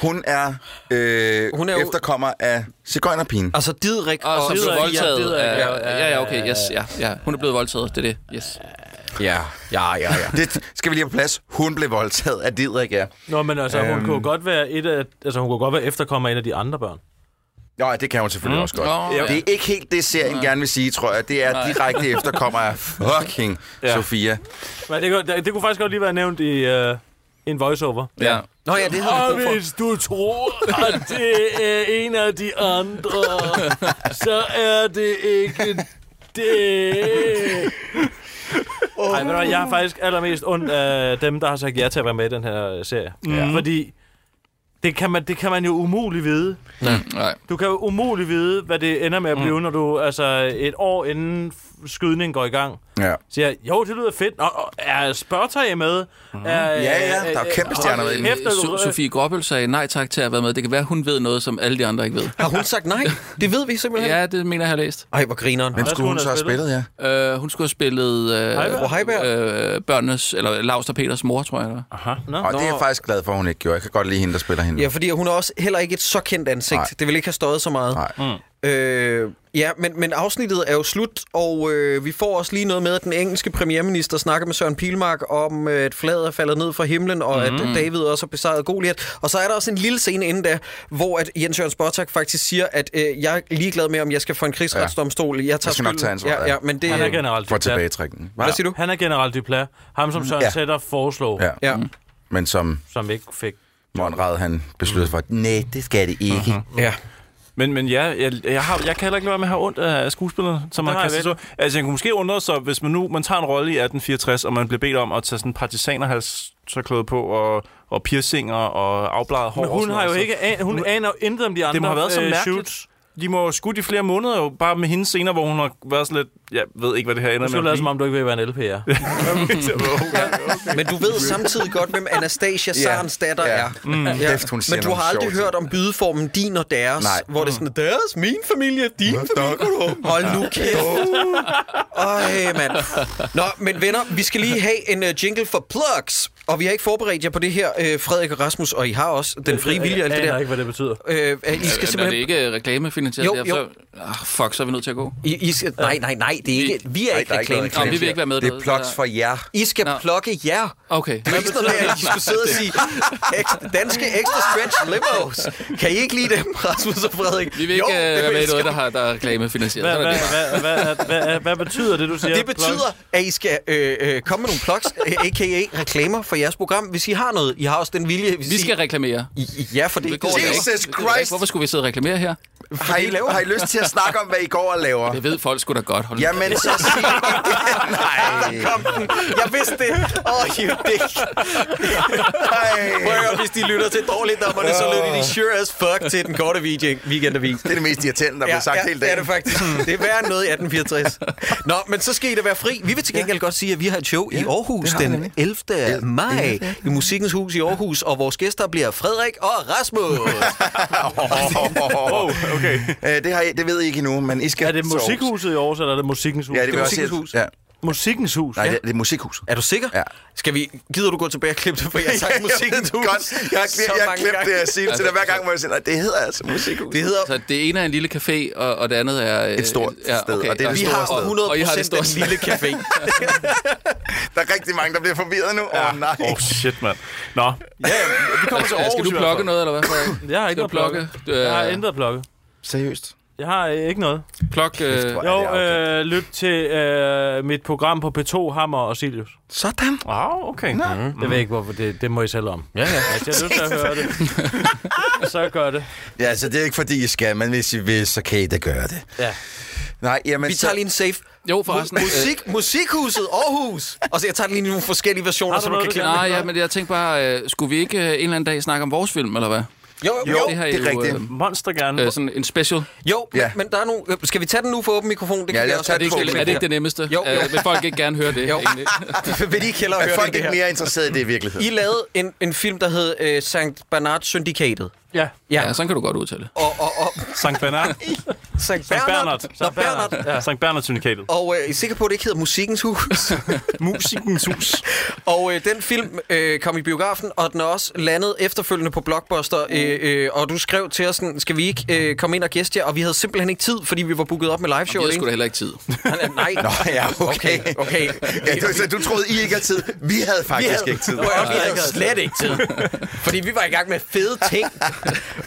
Hun er, øh, Hun Hun er er jo- efterkommer af cigøjnerpigen. Altså Didrik og... Og som blev Didrik, ja, voldtaget. Didrik, af- ja. Ja, ja, okay, yes, ja, ja. Hun er blevet voldtaget, det er det. Yes. Ja, ja, ja, ja. Det skal vi lige have på plads. Hun blev voldtaget af Didrik, ja. Nå, men altså, hun kunne godt være et af, altså, hun kunne godt være efterkommer af en af de andre børn. Nå, ja, det kan hun selvfølgelig mm. også godt. Nå, ja. Det er ikke helt det, serien gerne vil sige, tror jeg. Det er direkte efterkommer af fucking Ja. ja. Sofia. Men det, kunne- det, det kunne faktisk godt lige være nævnt i øh, en voiceover. Ja. Nå ja, det havde hun brug for. du tror, at det er en af de andre, så er det ikke det. Ej, ved du hvad, jeg har faktisk allermest ondt af dem, der har sagt ja til at være med i den her serie. Ja. Fordi Det kan man, det kan man jo umuligt vide. Nej. Nej. Du kan jo umuligt vide, hvad det ender med at blive, mm. når du altså et år inden f- skydningen går i gang. Ja. Siger, jo, det lyder fedt. Og, og er spørgetøj med? Mm. Er, Ja, ja, der er kæmpe stjerner med i den. So- Sofie Gråbøl sagde nej tak til at være med. Det kan være, hun ved noget, som alle de andre ikke ved. Har hun sagt nej? Det ved vi simpelthen. Ja, det mener jeg, jeg har læst. Ej, hvor grineren. Hvem skulle hun så have spillet, ja? Øh, hun skulle have spillet... Øh, Heiberg? Fru Heiberg? Øh, børnenes, eller Lars og Peters mor, tror jeg. det var. Aha. No. Og det er jeg faktisk glad for, at hun ikke gjorde. Jeg kan godt lide hende, der spiller hende. Ja, fordi hun er også heller ikke et så kendt ansigt. Nej. Det vil ikke have stået så meget. Nej. Øh, ja, men, men afsnittet er jo slut, og øh, vi får også lige noget med, at den engelske premierminister snakker med Søren Pilmark om, øh, at flaget er faldet ned fra himlen, og mm. at Mm. David også har besejret Goliath. Og så er der også en lille scene inden da, hvor at Jens Jørgen Spottak faktisk siger, at øh, jeg er ligeglad med, om jeg skal for en krigsretsdomstol. Jeg, tager Jeg skal nok skylden. tage ansvaret, Ja, ja, men det, Han er generelt For Duplat. tilbagetrækningen. Hvad siger du? Han er generelt Duplat. Ham, som Søren Ja. ja. Sætter foreslog, Ja. ja. Men som som ikke fik. Monrad, han besluttede for, at nej, det skal det ikke. Mm-hmm. Ja. Men, men ja, jeg, jeg, har, jeg kan heller ikke lade være med at have ondt af skuespillerne, som Det har har jeg kastet så. ved. Altså, jeg kunne måske undre sig, hvis man nu man tager en rolle i 1864, og man bliver bedt om at tage sådan en partisanerhals så klæde på, og, og piercinger og afbladet hår. Men og hun sådan har jo noget, så- ikke an, hun Nu- aner jo intet om de andre det må have været så øh, mærkeligt. shoots. De må jo skudt i flere måneder, jo, bare med hendes scener, hvor hun har været sådan lidt... Jeg ved ikke, hvad det her ender Nu skal du lade, som om du ikke ved, hvad en LP er. Men du ved samtidig godt, hvem Anastasia Ja. Sarens datter Ja. er. Mm. Kæft, hun siger Men du nogle har aldrig sjove ting. hørt om bydeformen din og deres, Nej. Mm. hvor det er sådan, deres, min familie, din familie. kunne du- Hold nu kæft. Øj, mand. Nå, men venner, vi skal lige have en uh, jingle for plugs. Og vi har ikke forberedt jer på det her, uh, Frederik og Rasmus, og I har også den frie vilje og alt det Jeg aner der. ikke, hvad det betyder. Øh, Er, I skal er det simpelthen... ikke øh, reklamefinansieret? Jo, det her? Så, ah, fuck, så er vi nødt til at gå. I, I skal, nej, nej, nej, det er ikke... Vi er ikke Nå, vi vil ikke være med. i noget. jer. I skal plukke jer. Okay. Det er ikke sådan, noget med, at I skulle sidde og sige, ekstra, danske ekstra stretch limos. Kan I ikke lide dem, Rasmus og Frederik? Vi vil ikke øh, være med i noget, der, har, der er reklamefinansieret. Hvad- Sådan er det. Hvad, hvad, hvad, hvad betyder det, du siger? Det betyder, at I skal øh, øh, komme med nogle plugs, øh, a.k.a. reklamer for jeres program, hvis I har noget. I har også den vilje. Hvis Vi I- skal reklamere. I, I- ja, for det, Det går da ikke. Jesus Det går da ikke. Christ. Hvorfor skulle vi sidde og reklamere her? Har I, har I lyst til at snakke om, hvad I går og laver? Det ved folk sgu da godt. Hold nu Jamen, kæft. så sig... Nej. Kom den. Jeg vidste det. Åh, oh, you dick. Prøv at høre, hvis de lytter til dårligt dommerne, så lytter de sure as fuck til den korte weekend- weekendavis. Det er det mest irriterende, der ja, bliver sagt ja, hele det er dagen. det faktisk. Det er værre end noget i 1864. Nå, men så skal I da være fri. Vi vil til gengæld godt sige, at vi har et show i Aarhus det har vi den nemlig. 11. maj i Musikkens Hus i Aarhus, og vores gæster bliver Frederik og Rasmus. Oh, okay. Øh, det, har I, det ved I ikke endnu, men I skal... Er det til Aarhus. musikhuset i Aarhus, eller er det musikkens hus? Ja, det, det er musikkens hus. Ja. Musikkens hus? Nej, ja. det, det er musikhuset. Er du sikker? Ja. Skal vi... Gider du gå tilbage og klippe det, for jeg har sagt Ja, jeg ved Musikkens det Hus? godt. Jeg har så glemt- jeg har mange glemt gange. det, jeg siger det til dig hver gang, hvor jeg siger, nej, det hedder altså Musikhus. Det hedder... Så det ene er en lille café, og, og det andet er... øh, Et stort sted, og det er det Vi store har sted. 100 Og I har det procent store den lille café. Der er rigtig mange, der bliver forvirret nu. Åh, ja. oh, nej. Åh, oh, shit, mand. Nå. Ja, vi Skal- Skal du plukke noget, eller hvad? Frederik? Jeg har ikke Skal noget du plukke? plukke. Jeg har intet at plukke. Seriøst? Jeg har øh, ikke noget. Plok... Øh, hvor er det Jo, øh, lyt til øh, mit program på P2, Hammer og Silius. Sådan. Wow, okay. Nå. Mm-hmm. Mm, mm. Det ved jeg ikke, hvorfor. Det, det må I selv om. Ja, ja. Hvis jeg har lyst til at høre det, så gør det. Ja, altså, det er ikke fordi, I skal, men hvis I vil, så kan I da gøre det. Ja. Nej, jamen... Vi tager lige en safe. Jo, forresten. øh, Mu- Musik, musikhuset Aarhus. Og så jeg tager lige nogle forskellige versioner, så du kan klippe øh, Nej, det. ja, men jeg tænkte bare, øh, skulle vi ikke øh, en eller anden dag snakke om vores film, eller hvad? Jo, jo, jo, her det er rigtigt. Monster gerne. Øh, øh, sådan en special. jo men, Ja. ja. men der er nogle... øh, Skal vi tage den nu for åben mikrofon? Det Ja, kan lad jeg os også tage Er det godt ikke, klippe er det her. ikke det nemmeste? Jo, jo. Øh, vil folk ikke gerne høre det? Jo. egentlig? Vil de ikke hellere Er høre folk det ikke her? mere interesseret i det i virkeligheden? I lavede en, en film, der hed øh, Sankt Bernard Syndikatet. Ja. Ja. Ja, sådan kan du godt udtale det. Og, og, og Sankt Bernard. Sankt Sankt Bernard. Bernard. Nå, Bernard. Ja. Sankt Bernard Syndikatet. Og øh, I er sikker på, at det ikke hedder Musikkens Hus? Musikens hus. og øh, den film øh, kom i biografen, og den er også landet efterfølgende på Blockbuster. Øh, øh, og du skrev til os, sådan, skal vi ikke øh, komme ind og gæste jer? Og vi havde simpelthen ikke tid, fordi vi var booket op med Vi liveshowet. har sgu da heller ikke tid. ikke? Nej, Nå, ja, okay. okay. okay. Ja, du, så du troede, I ikke havde tid. Vi havde faktisk havde- ikke tid. Prøv at høre, Vi havde slet ikke tid, fordi vi var i gang med fede ting.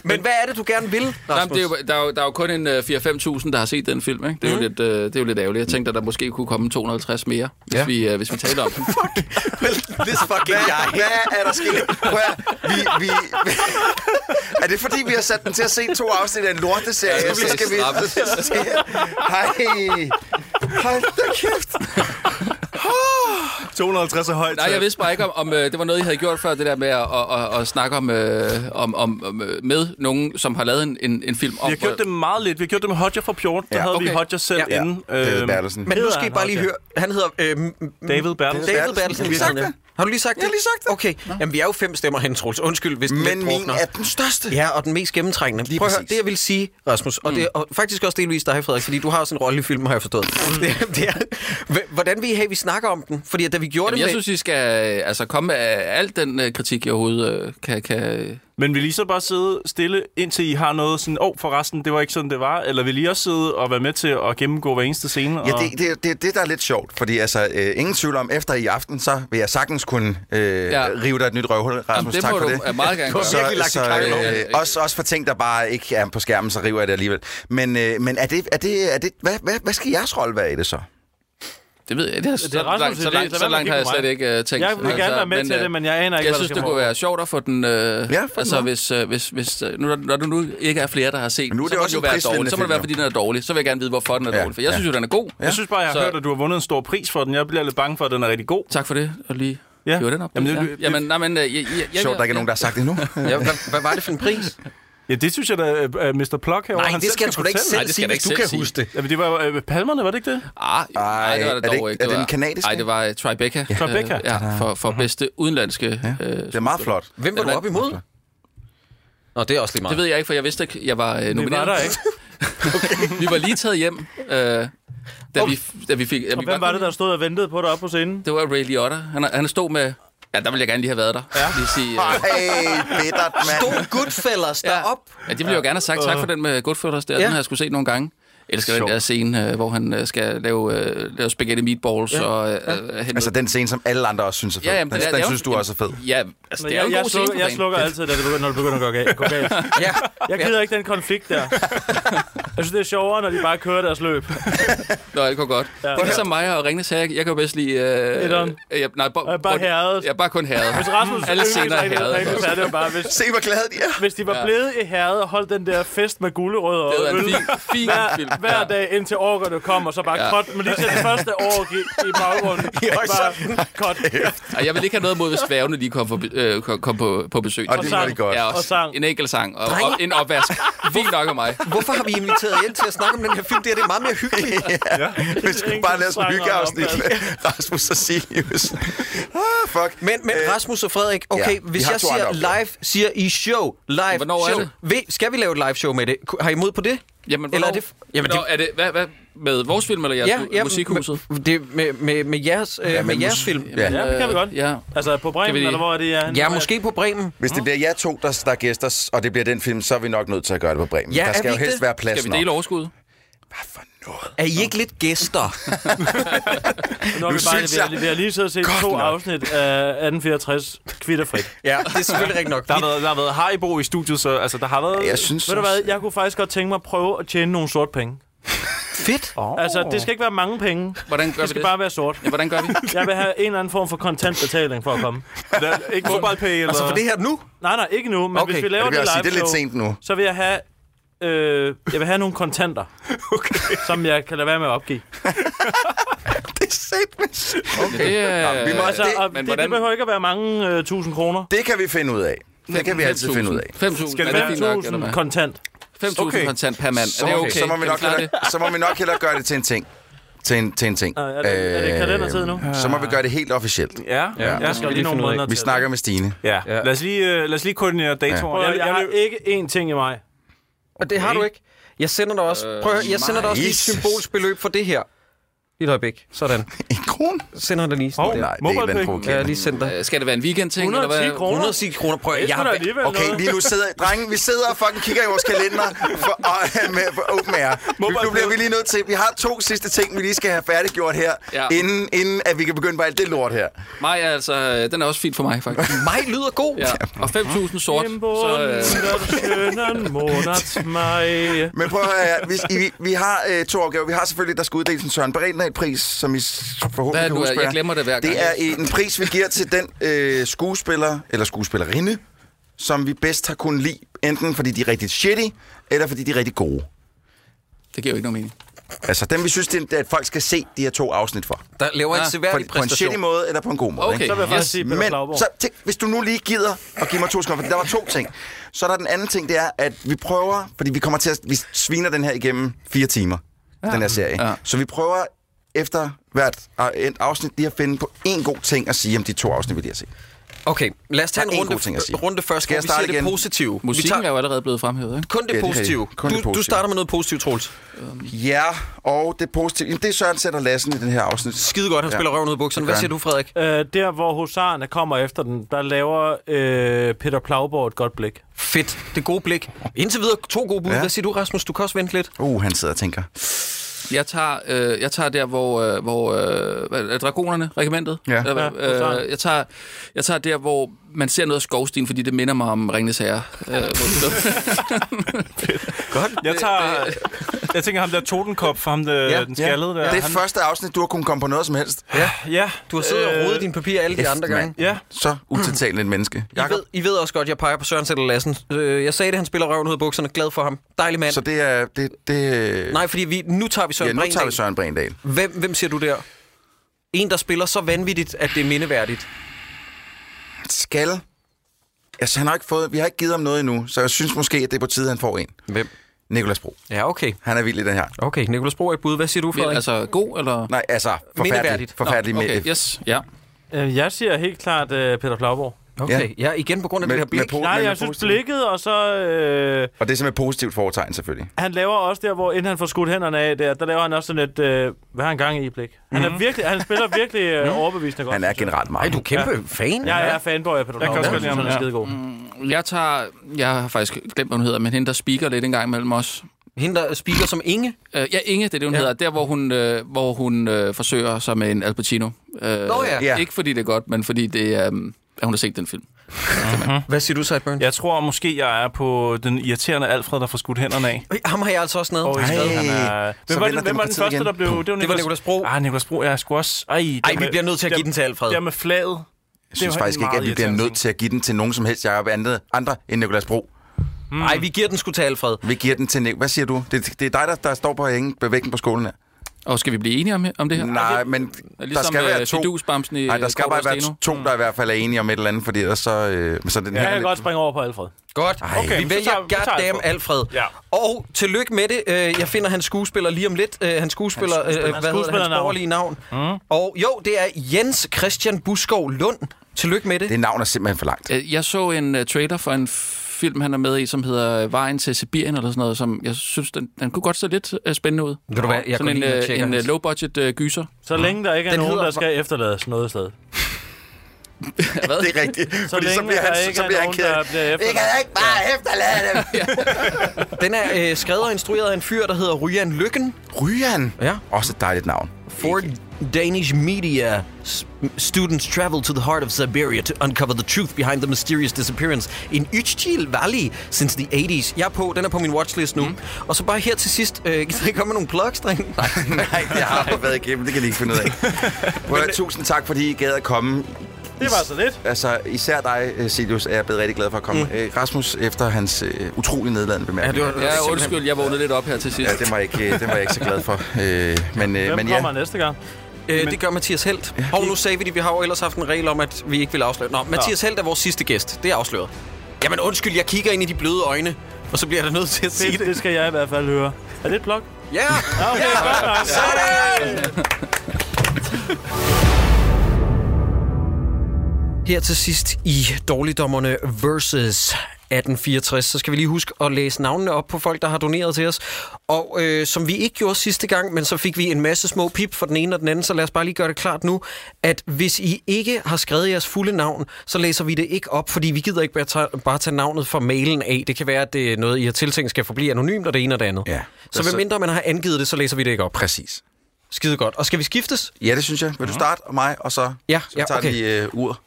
Men hvad er det, du gerne vil, Jamen, Rasmus? det er jo, der, er jo, der er jo kun en øh, 4-5.000, der har set den film. Ikke? Det, Mhm. er jo lidt, øh, det er jo lidt ærgerligt. Jeg tænkte, at der måske kunne komme 250 mere, hvis, Ja. vi, øh, hvis vi taler om den. This fucking guy. Hvad er der sket? Prøv at, vi, vi, er det fordi, vi har sat den til at se to afsnit af en lorteserie? Ja, nu så bliver skal vi... straffet. Hej. Hold da kæft. 250 er højt. Nej, jeg vidste bare ikke, om, om øh, det var noget, I havde gjort før, det der med at, at, at, at snakke om, øh, om, om, om, øh, med nogen, som har lavet en, en, en film om... Vi har gjort det meget lidt. Vi har gjort det med Hodger fra Pjort. Der Ja, ja, havde okay. vi Hodger selv Ja. ja. inden. Ja, David øhm, Bertelsen. Men nu skal I bare lige høre. Han hedder... Øh, David Bertelsen. David Bertelsen. Har vi sagt ja. det? Har du lige sagt det? Jeg har lige sagt det. Okay. Jamen, vi er jo fem stemmer hen, Troels. Undskyld, hvis det Men lidt min drukner. er den største. Ja, og den mest gennemtrængende. Lige Prøv at høre, præcis. det jeg vil sige, Rasmus, og, mm. det, og faktisk også delvis dig, Frederik, fordi du har også en rolle i filmen, har jeg forstået. Det, det er, H- hvordan vil I have, at vi snakker om den? Fordi at da vi gjorde Jamen, det jeg med... synes, I skal øh, altså, komme med alt den øh, kritik, I overhovedet øh, kan... kan Men vil I så bare sidde stille, indtil I har noget sådan, åh, oh, forresten, det var ikke sådan, det var? Eller vil I også sidde og være med til at gennemgå hver eneste scene? Ja, og... det, det, det, det der er lidt sjovt, fordi altså, øh, ingen tvivl om, efter i aften, så vil jeg sagtens kunne øh, Ja. ja. rive dig et nyt røvhul, Rasmus. Jamen, det tak må for du, det. øh, meget gerne Du har gøre. virkelig lagt så, dit kakkel øh, over. øh, også, også for ting, der bare ikke er på skærmen, så river jeg det alligevel. Men, øh, men er det, er det, er det, hvad, hvad, hvad skal jeres rolle være i det så? Det ved jeg, det er, Det det er er så, langt, Rasmus' så, idé, langt, så så lad langt mig har kigge på jeg slet mig. ikke uh, tænkt. Jeg vil gerne være med til det, men jeg aner ikke, hvad øh, Jeg der synes, det kommer kunne ud. være sjovt at få den... Øh, Ja, ja, få den altså, op. hvis, øh, hvis, hvis, øh, nu, når der nu ikke er flere, der har set Men nu er den, det så må også den en prisvindende jo være dårlig. Så må det film, være, jo. fordi den er dårlig. Så vil jeg gerne vide, hvorfor den er Ja, dårlig. For jeg ja. synes jo, den er god. Jeg synes bare, jeg har Så- hørt, at du har vundet en stor pris for den. Jeg bliver lidt bange for, at den er rigtig god. Tak for det, og lige ja. hiver den op. Jamen, Ja. det, Jamen, nej, men... øh, jeg- jeg- jeg- Sjovt, der ikke er nogen, der har sagt det endnu. Ja, hvad, hvad var det for en pris? Ja, det synes jeg øh, da, uh, Mr. Plok herovre, Nej, han det skal selv han sgu da fortælle. ikke selv Nej, det skal sige, han hvis ikke du selv kan sige. huske Jamen, det var øh, Palmerne, var det ikke det? Ah, nej, det var det er det ikke- dog ikke. er det var- den kanadiske? Mhm. Nej, det var øh, Tribeca. Ja. Tribeca. Øh, Ja, for, for bedste udenlandske... øh, Det er meget skuespiller. flot. Hvem var Den du op imod? Nå, det er også lige meget. Det ved jeg ikke, for jeg vidste ikke, jeg var øh, nomineret. var der ikke. okay. Vi var lige taget hjem, øh, da, vi, da vi fik... Ja, Og vi hvem var det, der stod og ventede på dig oppe på scenen? Det var Ray Liotta. Han, han stod med... Ja, der ville jeg gerne lige have været der. Ja. Lige sige, øh, Hey, bittert, mand. Stod Goodfellas derop? ja, det ville jeg jo gerne have sagt. Øh. Tak for den med Goodfellas der. Ja. Den har jeg skulle set nogle gange. Jeg elsker den Sjovt. der scene, øh, hvor han øh, skal lave, øh, lave spaghetti meatballs. Ja. Ja. Og, øh, ja. Altså den scene, som alle andre også synes er fed. Ja, Ja, jamen, jamen, det den, er- den, det er jo- synes du også er fed. Ja, altså, Men det er jo jeg, en jeg, god scene slukker, for jeg dagen. slukker altid, da det begynder, når det begynder at gå galt. Gå galt. ja. Jeg gider ikke den konflikt der. Jeg synes, det er sjovere, når de bare kører deres løb. Nå, det går godt. Ja. Det er ligesom mig og Ringnes Herre. Jeg kan jo bedst lide... Øh, Etteren. øh, ja, nej, bare, bare herredet. Ja, bare kun herredet. Hvis Rasmus Alle scener er altså. herrede. herredet. er det jo bare, hvis, Se, hvor glade de er. hvis de var Ja. blevet i herredet og holdt den der fest med gulerødder og Det var en øl fin- fin film. hver, hver Ja. dag, indtil årgerne kom, og så bare Ja. ja. cut. Men lige til det første år i, i baggrunden, bare cut. Og jeg vil ikke have noget mod, hvis dværgene lige kom, for, øh, kom- kom på, på besøg. Og det var det godt. Ja, Og også sang. En enkelt sang og, Drenge. og en opvask. Fint nok af mig. Hvorfor har vi inviteret ind til at snakke om den her film? Det er det meget mere hyggeligt. Vi skulle bare lave sådan en hyggeafsnit med Rasmus og Silius. ah, fuck. Men, men Rasmus og Frederik, okay, ja, ja, vi hvis har jeg to andre siger opgaver. live, siger I show. Live Hvornår er show. det? Ved, skal vi lave et live show med det? Har I mod på det? Jamen, Eller hvornår, er det... Jamen, det... er det hvad, hvad, med vores film eller jeres ja, ja, musikhuset? Med, det, med, med, med jeres, øh, Ja, ja, men med jeres mus- film. Ja. Ja, det kan vi godt. Øh, Ja. Altså på Kan Bremen, vi lige- eller hvor er det? Ja, Ja, måske på Bremen. Hvis det bliver jer to, der, der er gæster, og det bliver den film, så er vi nok nødt til at gøre det på Bremen. Ja, der er skal vi jo ikke helst det? være plads Skal vi dele overskud? Er I ikke lidt gæster? Nu har Nu vi bare synes leveret, jeg- leveret lige så set Godt to nok. afsnit af 1864 kvitterfrit. ja, det er selvfølgelig rigtigt nok. Der har, været, der har været Haribo i studiet, så altså, der har været... Jeg synes Ved du også- hvad, jeg kunne faktisk godt tænke mig at prøve at tjene nogle sort penge. Fedt. Oh. Altså, det skal ikke være mange penge. Hvordan gør Det vi skal det? bare være sort. Ja, hvordan gør vi? Jeg vil have en eller anden form for kontantbetaling for at komme. Der, ikke mobile pay eller... Altså for det her nu? Nej, nej, ikke nu, men Okay. okay. hvis vi laver det, Ja, det vil jeg sige, live det er lidt show, sent nu. så vil jeg have, øh, jeg vil have nogle kontanter, okay. som jeg kan lade være med at opgive. Det er sæt med Okay. Det, øh, vi må- Altså, Det- det, og men det, hvordan- det behøver ikke at være mange øh, tusind kroner. Det kan vi finde ud af. Det kan vi altid finde ud af. 5.000. Skal er det det fint nok, eller være 1.000 hvad? kontant? 5.000 Okay. kontant per mand. Så Er det må- okay? Så må vi Kan nok klare hellere, så må vi nok hellere gøre det til en ting. Til en, til en ting. er det- er det Øh, kalendertid nu? Så må vi gøre det helt officielt. Ja, ja. ja. Jeg skal lige nogle måneder Vi til. snakker med Stine. ja. Lad, os lige, øh, lad os lige koordinere datoer. Prøv, Jeg, at høre, jeg, jeg, har jeg, ikke én ting i mig. Og det har du ikke. Jeg sender dig også, prøv, at høre, jeg sender dig også lige et Øh, Jesus. symbolsk beløb for det her. Lige et øjeblik. Sådan. En kron? Sender dig lige sådan Hov, der. Nej, det er ikke, MobilePay. hvad den Ja, provokerer. lige sendt dig. det? Øh, Skal det være en weekend-ting? eller 110 hvad? kroner. 110 kroner. Prøv, Det jeg er sgu da har alligevel Okay, noget. lige nu sidder... Drenge, vi sidder og fucking kigger i vores kalender for, og, øh, med, for open air. Nu, nu bliver vi lige nødt til... Vi har to sidste ting, vi lige skal have færdiggjort her, Ja. ja. inden, inden at vi kan begynde på alt det lort her. Mig er altså, øh, den er også fint for mig, faktisk. Mig lyder god. Ja. Og 5.000 sort. Im Så, øh, schönen Monat Mai. Men prøv at høre, her. vi, I, vi, vi har øh, to opgaver. Vi har selvfølgelig, der skal uddeles en Søren Bredendal-pris, som I s- forhåbentlig Hvad er kan det nu? huske. Jeg glemmer det hver gang. Det er en pris, vi giver til den øh, skuespiller, eller skuespillerinde, som vi bedst har kunnet lide. Enten fordi de er rigtig shitty, eller fordi de er rigtig gode. det giver jo ikke nogen mening. Altså dem, vi synes, det er, at folk skal se de her to afsnit for. Der laver en seværdig på, på en præstation. shitty måde eller på en god måde. Okay, ikke? Så vil jeg faktisk yes. sige Peter Men Plauborg. så, tænk, hvis du nu lige gider at give mig to sekunder, for der var to ting. Så er der den anden ting, det er, at vi prøver, fordi vi kommer til at, vi sviner den her igennem fire timer, Ja. ja. den her serie. Ja. Så vi prøver efter hvert øh, et afsnit lige at finde på én god ting at sige om de to afsnit, vi lige har set. Okay, lad os tage Der en er én runde, god ting at sige. runde først, Skal hvor jeg vi starte siger det igen? positive. Vi Musikken tager er jo allerede blevet fremhævet, ikke? kun det Ja, det er positive. rigtigt. Kun du, det du positive. starter med noget positivt, Troels. Ja, og det positive. Jamen, det er Søren Sætter Lassen i den her afsnit. Skide godt, han spiller røven ud af bukserne. Hvad siger du, Frederik? Øh, der, hvor husarerne kommer efter den, der laver øh, Peter Plauborg et godt blik. Fedt. Det gode blik. Indtil videre to gode bud. Ja. Hvad siger du, Rasmus? Du kan også vente lidt. Uh, han sidder og tænker. Jeg tager, øh, jeg tager der, hvor, øh, hvor øh, hvad er det, dragonerne, regimentet. Ja. Eller, Ja, husaren. øh, jeg, tager, jeg tager der, hvor man ser noget af skovstien, fordi det minder mig om Ringnes Herre. Øh, hvor Godt. Jeg, tager, jeg tænker ham der Totenkop for ham der, ja. den skaldede der. Det er han, første afsnit, du har kunnet komme på noget som helst. Ja. Ja. Øh, Du har siddet og rodet dine papirer alle de Kæft, andre gange. Øh, mand. Så utiltalende et menneske. I ved, I ved også godt, jeg peger på Søren Sætter Lassen. Øh, jeg sagde det, han spiller røven ud af bukserne. Glad for ham. Dejlig mand. Så det er... Det, det... Nej, fordi vi, nu tager vi Søren Øh. ja, nu tager vi Bregendahl. Søren Brændal. Hvem, hvem siger du der? En, der spiller så vanvittigt, at det er mindeværdigt. Skal... Altså, han har ikke fået... Vi har ikke givet ham noget endnu, så jeg synes måske, at det er på tide, han får en. Hvem? Nikolas Bro. Ja, okay. Han er vild i den her. Okay, Nikolas Bro er et bud. Hvad siger du, Frederik? Altså, god eller... Nej, altså, forfærdeligt. Mindeværdigt. Nå, Forfærdeligt okay, med- yes, ja. Øh, jeg siger helt klart øh, Peter Plauborg. Okay, ja. ja, igen på grund af Med- det her med blik. po- Nej, men jeg med synes positivt. blikket, og så... Øh, Og det er simpelthen positivt foretegn, selvfølgelig. han laver også der, hvor inden han får skudt hænderne af der, der laver han også sådan et... Øh, hvad har han gang i, blik? Han, Mhm. er virkelig, han spiller virkelig øh, overbevisende godt. Han er generelt meget. du er kæmpe fan. Ja, jeg er fanboy af Peter Jeg kan Plauborg. også Jeg godt synes, lide han er ham, ja. skidegod. Jeg tager... Jeg har faktisk glemt, hvad hun hedder, men hende, der speaker lidt en gang imellem os. Hende, der speaker som Inge? Øh, ja, Inge, det er det, hun ja. hedder. Der, hvor hun, øh, hvor hun øh, forsøger sig med en Al Pacino. Øh, Nå ja. Ja. Ikke fordi det er godt, men fordi det er... Øh, at hun har set den film. Hvad siger du, Sideburn? Jeg tror måske, jeg er på den irriterende Alfred, der får skudt hænderne af. Øj, Ham har jeg altså også nede. Og i stedet, han er... så Hvem var, vender den, hvem var demokratiet den første, igen. der blev... Det var Nicolas Bro. Ah, Nicolas Bro, jeg skulle også... Ej, der Ej, vi med- bliver nødt til at der- give den til Alfred. Der med flaget. Jeg synes faktisk ikke, at vi bliver nødt til at give den til nogen som helst, Jacob, andet, andre end Nikolas Bro. Nej, vi giver den sgu til Alfred. Vi giver den til Nik. Hvad siger du? Det, det er dig, der, der står på hængen, bevægten på skolen her. Og skal vi blive enige om, om det her? Nej, men der Ligesom, skal øh, være to. fidusbamsen i, Nej, der øh, skal Kort bare og være Steno. to, der i hvert fald er enige om et eller andet, fordi ellers så... Øh, så den Ja, her jeg er kan lidt- godt springe over på Alfred. Godt. Ej. Vi vælger goddamn Alfred. Ja. Og tillykke med det. Øh, Jeg finder hans skuespiller lige om lidt. Øh, Hans skuespiller, Hans hans, hvad hedder skuespiller- det, hans skuespillernavn. borgerlige navn. Mm. Og jo, det er Jens Christian Buskov Lund. Tillykke med det. Det navn er simpelthen for langt. Øh, Jeg så en uh, trailer for en film, han er med i, som hedder øh, Vejen til Sibirien, eller sådan noget, som jeg synes, den, den kunne godt se lidt uh, spændende ud. Ved du hvad, jeg går sådan en, lige ind og uh, tjekker en uh, hans. low-budget uh, gyser. Så længe der ikke er Den nogen, hedder- der skal efterlades noget sted. Hvad? Det er rigtigt. Så fordi så længe bliver der han, ikke så er bliver han nogen, ked. der af bliver det. Vi kan efterladt. ikke bare efterlade dem. Den er øh, skrevet og instrueret af en fyr, der hedder Ryan Lykken. Ryan. Ja. Også et dejligt navn. For Danish media, s- students travel to the heart of Siberia to uncover the truth behind the mysterious disappearance in Ychtil Valley since the 80s. Jeg er på, den er på min watchlist nu. Mm. Og så bare her til sidst, øh, kan der komme nogle plugs, dreng? Nej. Nej, det har jeg været igennem. Det kan de ikke finde ud af. Prøv at, høre, tusind tak, fordi I gad at komme. Det var så lidt. Altså, især dig, øh, Silius, er jeg blevet rigtig glad for at komme. Mm. Rasmus, efter hans øh, utrolig nedladende Ja, bemærkning. det var- Ja, undskyld, jeg vågnede lidt op her til sidst. Ja, det var, jeg ikke, øh, det var jeg ikke så glad for. Øh, men, øh, Hvem men ja, kommer næste gang? Øh, det gør Mathias Helt. Hov, nu sagde vi det. Vi har jo ellers haft en regel om, at vi ikke vil afsløre. Nå, Mathias Helt er vores sidste gæst. Det er afsløret. Jamen undskyld, jeg kigger ind i de bløde øjne, og så bliver jeg da nødt til at sige Det, det. det skal jeg i hvert fald høre. Er det et blok? Ja! Ja, okay, godt nok. Her til sidst i Dårligdommerne versus 1864, så skal vi lige huske at læse navnene op på folk, der har doneret til os. Og øh, som vi ikke gjorde sidste gang, men så fik vi en masse små pip for den ene og den anden, så lad os bare lige gøre det klart nu, at hvis I ikke har skrevet jeres fulde navn, så læser vi det ikke op, fordi vi gider ikke bare tage, bare tage navnet fra mailen af. Det kan være, at det er noget, I har tiltænkt skal forblive anonymt, og det ene og det andet. Ja. Så medmindre man har angivet det, så læser vi det ikke op. præcis. Skide godt. Og skal vi skiftes? Ja, det synes jeg. Vil du starte og mig, og så, Ja, så ja, tager okay. vi øh, ur.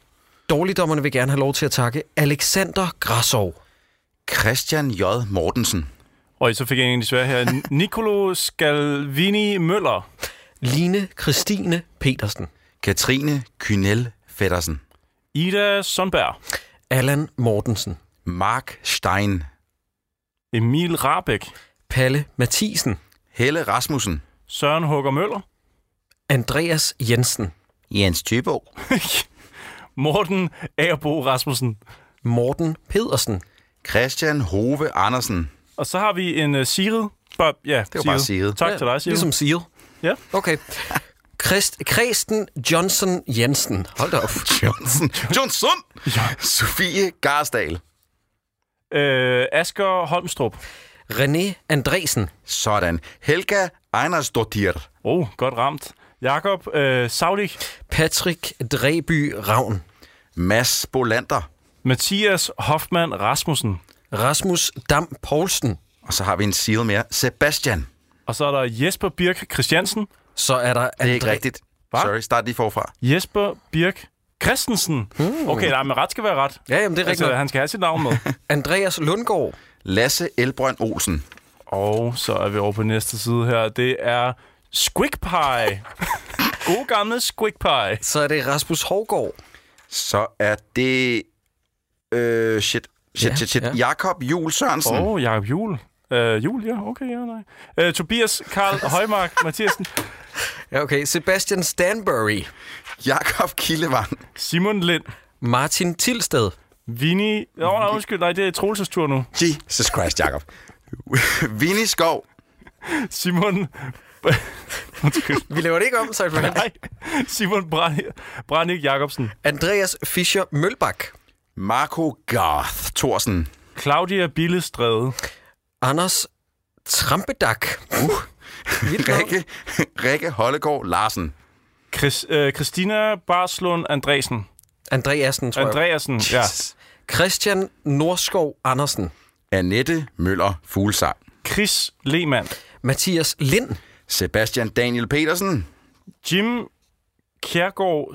Dårligdommerne vil gerne have lov til at takke Alexander Grasov. Christian J. Mortensen. Og så fik jeg en af de svære her. Nicolo Scalvini Møller. Line Christine Petersen. Katrine Kynel Feddersen. Ida Sundberg. Allan Mortensen. Mark Stein. Emil Rabeck. Palle Mathisen. Helle Rasmussen. Søren Hugger Møller. Andreas Jensen. Jens Tybo. Morten Aarbo Rasmussen. Morten Pedersen. Christian Hove Andersen. Og så har vi en uh, Siret. Bør- ja, Det var bare Sigrid. Tak Ja, til dig, Sigrid. Ligesom Seal. Ja. Okay. Christ, Christen Johnson Jensen. Hold da op. Johnson. Johnson! Sofie Garsdal. Øh, Asger Holmstrup. René Andresen. Sådan. Helga Einarsdottir. Oh, godt ramt. Jakob øh, Saulik. Patrick Dreby Ravn. Mads Bolander. Mathias Hoffmann Rasmussen. Rasmus Dam Poulsen. Og så har vi en seal mere. Sebastian. Og så er der Jesper Birk Christiansen. Så er der Det er ikke rigtigt. Hva? Sorry, start lige forfra. Jesper Birk Christensen. Hmm. Okay, nej, men ret skal være ret. Ja, jamen, det er rigtigt. Altså, han skal have sit navn med. Andreas Lundgaard. Lasse Elbrønd Olsen. Og så er vi over på næste side her. Det er Squig Pie. God gamle Squig Pie. Så er det Rasmus Hårgaard. Så er det... Øh, shit. Shit, Ja, shit, shit. ja. Jakob Jul Sørensen. Åh, oh, Jacob Jul. Øh, Jul, ja, okay, ja, nej. Øh, Tobias Karl Højmark Mathiasen. Ja, okay. Sebastian Stanbury. Jakob Killevang. Simon Lind. Martin Tilsted. Vinnie... Åh, oh, nej, undskyld, nej, det er Troelses tur nu. Jesus Christ, Jakob. Vinnie Skov. Simon... undskyld. Vi laver det ikke om, så Nej, Simon Brand- Brandik Jacobsen. Andreas Fischer Mølbak. Marco Garth Thorsen. Claudia Billestræde. Anders Trampedak. Uh. Vildt navn. Rikke, Rikke Hollegaard Larsen. Chris, øh, Christina Barslund Andresen. Andreasen, tror jeg. Andreasen, ja. Christian Norskov Andersen. Annette Møller Fuglsang. Chris Lehmann. Mathias Lind. Sebastian Daniel Petersen. Jim Kjærgaard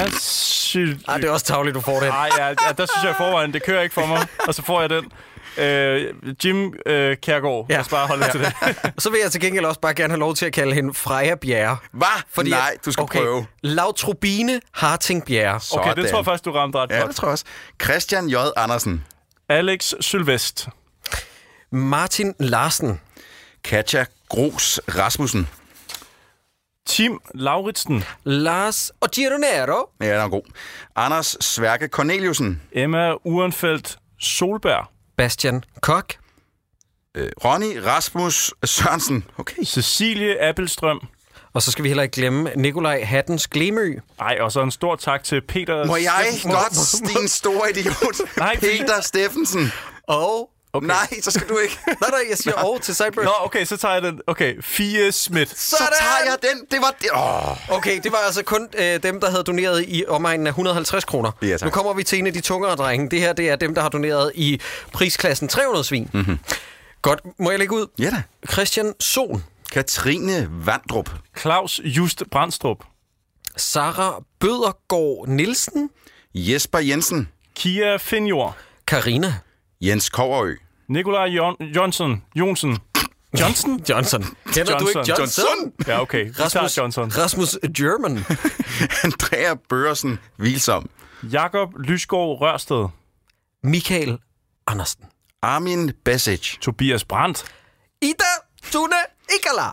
Stelmasy... Ej, det er også tavligt, du får det. Nej, ja, ja, der synes jeg i forvejen, det kører ikke for mig. Og så får jeg den. Øh, Jim øh, Kjærgaard. Ja. Lad os bare holde til det. Så vil jeg til gengæld også bare gerne have lov til at kalde hende Freja Bjerre. Hvad? Nej, du skal okay, prøve. Lautrobine Harting Bjerre. Okay, det Sådan. tror jeg faktisk, du ramte ret Ja, godt. det tror jeg også. Christian J. Andersen. Alex Sylvest. Martin Larsen. Katja Gros Rasmussen. Tim Lauritsen. Lars og Gironero. Ja, den er god. Anders Sværke Corneliusen. Emma Urenfeldt Solberg. Bastian Kok. Øh, Ronny Rasmus Sørensen. Okay. Cecilie Appelstrøm. Og så skal vi heller ikke glemme Nikolaj Hattens Glemø. Ej, og så en stor tak til Peter... Må jeg godt, din store idiot? Nej, fordi- Peter Steffensen. Og... Okay. Nej, så skal du ikke. Nej, nej, jeg siger og til Cyber. Nå, okay, så tager jeg den. Okay, Fie Schmidt. Så tager jeg den. Det var det. Oh. Okay, det var altså kun øh, dem, der havde doneret i omegnen af 150 kroner. Ja, tak. nu kommer vi til en af de tungere drenge. Det her det er dem, der har doneret i prisklassen 300 svin. Mm-hmm. Godt, må jeg lægge ud? Ja da. Christian Sohn, Katrine Vandrup. Claus Just Brandstrup. Sara Bødergaard Nielsen, Jesper Jensen. Kia Finjord. Karina Jens Koverø. Nikolaj Jon- Johnson. Jonsen. Johnson? Johnson. Kender du ikke Johnson. Johnson? Ja, okay. Vi tager Johnson. Rasmus German, Andrea Børsen Vilsom. Jakob Lysgaard Rørsted. Michael Andersen. Armin Besic. Tobias Brandt. Ida Tune Ikala.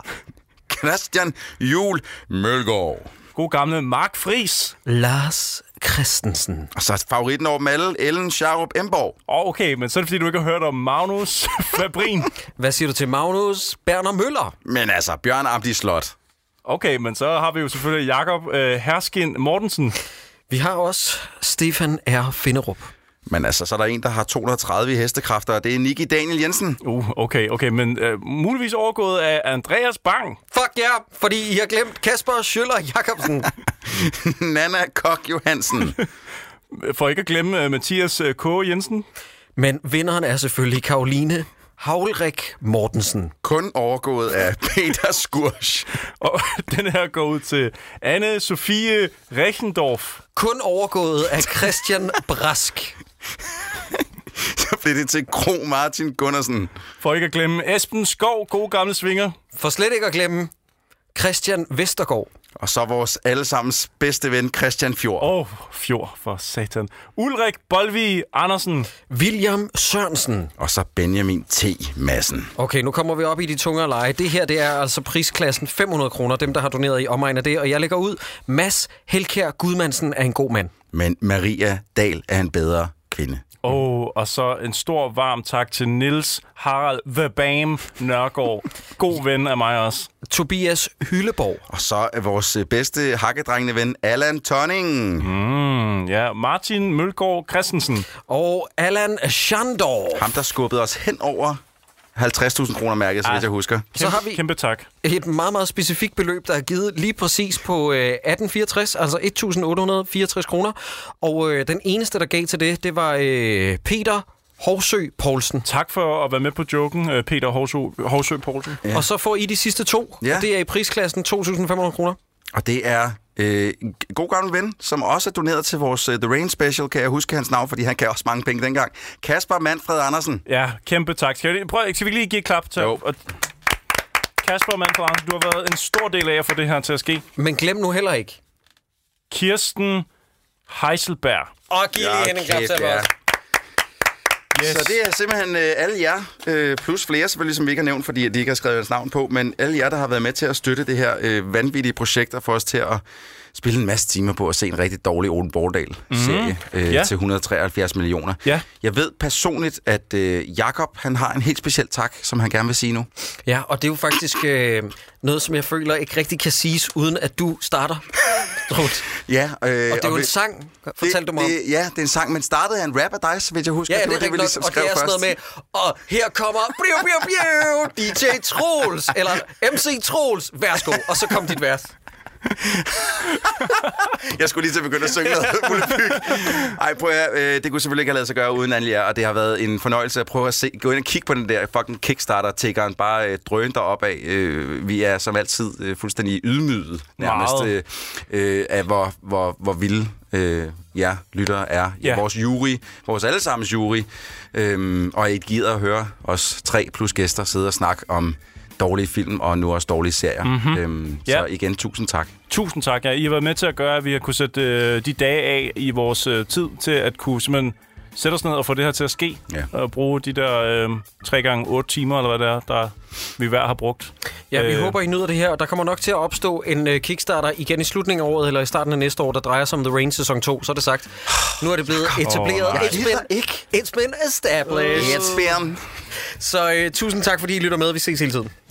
Christian Jul Mølgaard. God gamle Mark Fris. Lars Christensen. Og så favoritten over dem alle, Ellen Scharup Emborg. Oh, okay, men så er det fordi, du ikke har hørt om Magnus Fabrin. Hvad siger du til Magnus Berner Møller? Men altså, Bjørn Amdi Slot. Okay, men så har vi jo selvfølgelig Jakob øh, Herskin Mortensen. Vi har også Stefan R. Finderup. Men altså, så er der en, der har 230 i hestekræfter, og det er Nicky Daniel Jensen. Uh, okay, okay, men øh, muligvis overgået af Andreas Bang. Fuck jer, yeah, fordi I har glemt Kasper Schøller Jacobsen. Nana Kok Johansen. For ikke at glemme øh, Mathias øh, K. Jensen. Men vinderen er selvfølgelig Karoline Havlrik Mortensen. Kun overgået af Peter Skursch. Og den her går ud til anne Sofie Rechendorf. Kun overgået af Christian Brask. Så blev det til Kro Martin Gunnarsen. For ikke at glemme Esben Skov, gode gamle svinger. For slet ikke at glemme Christian Vestergaard. Og så vores allesammens bedste ven, Christian Fjord. Åh, oh, Fjord for satan. Ulrik Bolvi Andersen. William Sørensen. Og så Benjamin T. Madsen. Okay, nu kommer vi op i de tungere leje. Det her, det er altså prisklassen 500 kroner, dem der har doneret i omegn af det. Og jeg lægger ud, Mads Helkær Gudmandsen er en god mand. Men Maria Dal er en bedre kvinde. Oh, og så en stor varm tak til Nils Harald The Bam Nørgaard. God ven af mig også. Tobias Hylleborg. Og så er vores øh, bedste hakkedrengende ven, Allan Tonning. Mm, ja, Martin Mølgaard Christensen. Og Allan Schandor. Ham, der skubbede os hen over 50.000 kroner mærket, så vidt jeg husker. Så har vi Kæmpe tak. et meget, meget specifikt beløb, der er givet lige præcis på øh, 1864, altså 1864 kroner. Og øh, den eneste, der gav til det, det var øh, Peter Horsø Poulsen. Tak for at være med på joken, øh, Peter Horsø, Horsø Poulsen. Ja. Og så får I de sidste to, Ja. ja. og det er i prisklassen 2.500 kroner. Og det er øh, en god gammel ven, som også er doneret til vores øh, The Rain Special, kan jeg huske hans navn, fordi han kan også mange penge dengang. Kasper Manfred Andersen. Ja, kæmpe tak. Skal vi, lige- prøv, skal vi lige give et klap til... Og Kasper Manfred, du har været en stor del af at få det her til at ske. Men glem nu heller ikke. Kirsten Heiselberg. Og giv Ja, lige hende en klap kæft, til ja. os. Yes. Så det er simpelthen øh, alle jer, øh, plus flere selvfølgelig, som vi ikke har nævnt, fordi de ikke har skrevet deres navn på, men alle jer, der har været med til at støtte det her øh, vanvittige projekt, og få os til at spille en masse timer på at se en rigtig dårlig Ole Bordal-serie Mhm. mm. øh, Ja. ja. til 173 millioner. Ja. Jeg ved personligt, at øh, Jakob han har en helt speciel tak, som han gerne vil sige nu. Ja, og det er jo faktisk øh, noget, som jeg føler ikke rigtig kan siges, uden at du starter. Troels. Ja, øh, og det og det er jo en sang, fortalte det, du mig om. det, Ja, det er en sang, men startede af en rap af dig, så vidt jeg husker. Ja, det, var det er rigtigt ligesom og det er sådan noget med, og her kommer biu, biu, biu, DJ Troels, eller MC Troels, værsgo, og så kom dit vers. Jeg skulle lige til at begynde at synge noget Ulle Pyg. Ej, prøv at, høre, øh, det kunne selvfølgelig ikke have lavet sig gøre uden alle jer, og det har været en fornøjelse at prøve at se, gå ind og kigge på den der fucking Kickstarter-tiggeren, bare øh, drøn derop af. Øh, vi er som altid øh, fuldstændig ydmyget nærmest øh, Meget. øh, af, hvor, hvor, hvor vilde øh, jer lyttere er. Ja. Ja. Vores jury, vores allesammens jury, øh, og I gider at høre os tre plus gæster sidde og snakke om dårlige film og nu også dårlige serier. Mhm. Mm-hmm. Øhm, Ja. Så igen, tusind tak. Tusind tak. Ja. I har været med til at gøre, at vi har kunne sætte øh, de dage af i vores øh, tid til at kunne simpelthen sætte os ned og få det her til at ske. Ja. Og bruge de der øh, 3 gange 8 timer, eller hvad det er, der vi hver har brugt. Ja, vi øh. håber, I nyder det her, og der kommer nok til at opstå en øh, Kickstarter igen i slutningen af året, eller i starten af næste år, der drejer sig om The Rain sæson 2, så er det sagt. Nu er det blevet etableret. nej. it's, been, it's been established. It's been Så øh, tusind tak, fordi I lytter med. Vi ses hele tiden.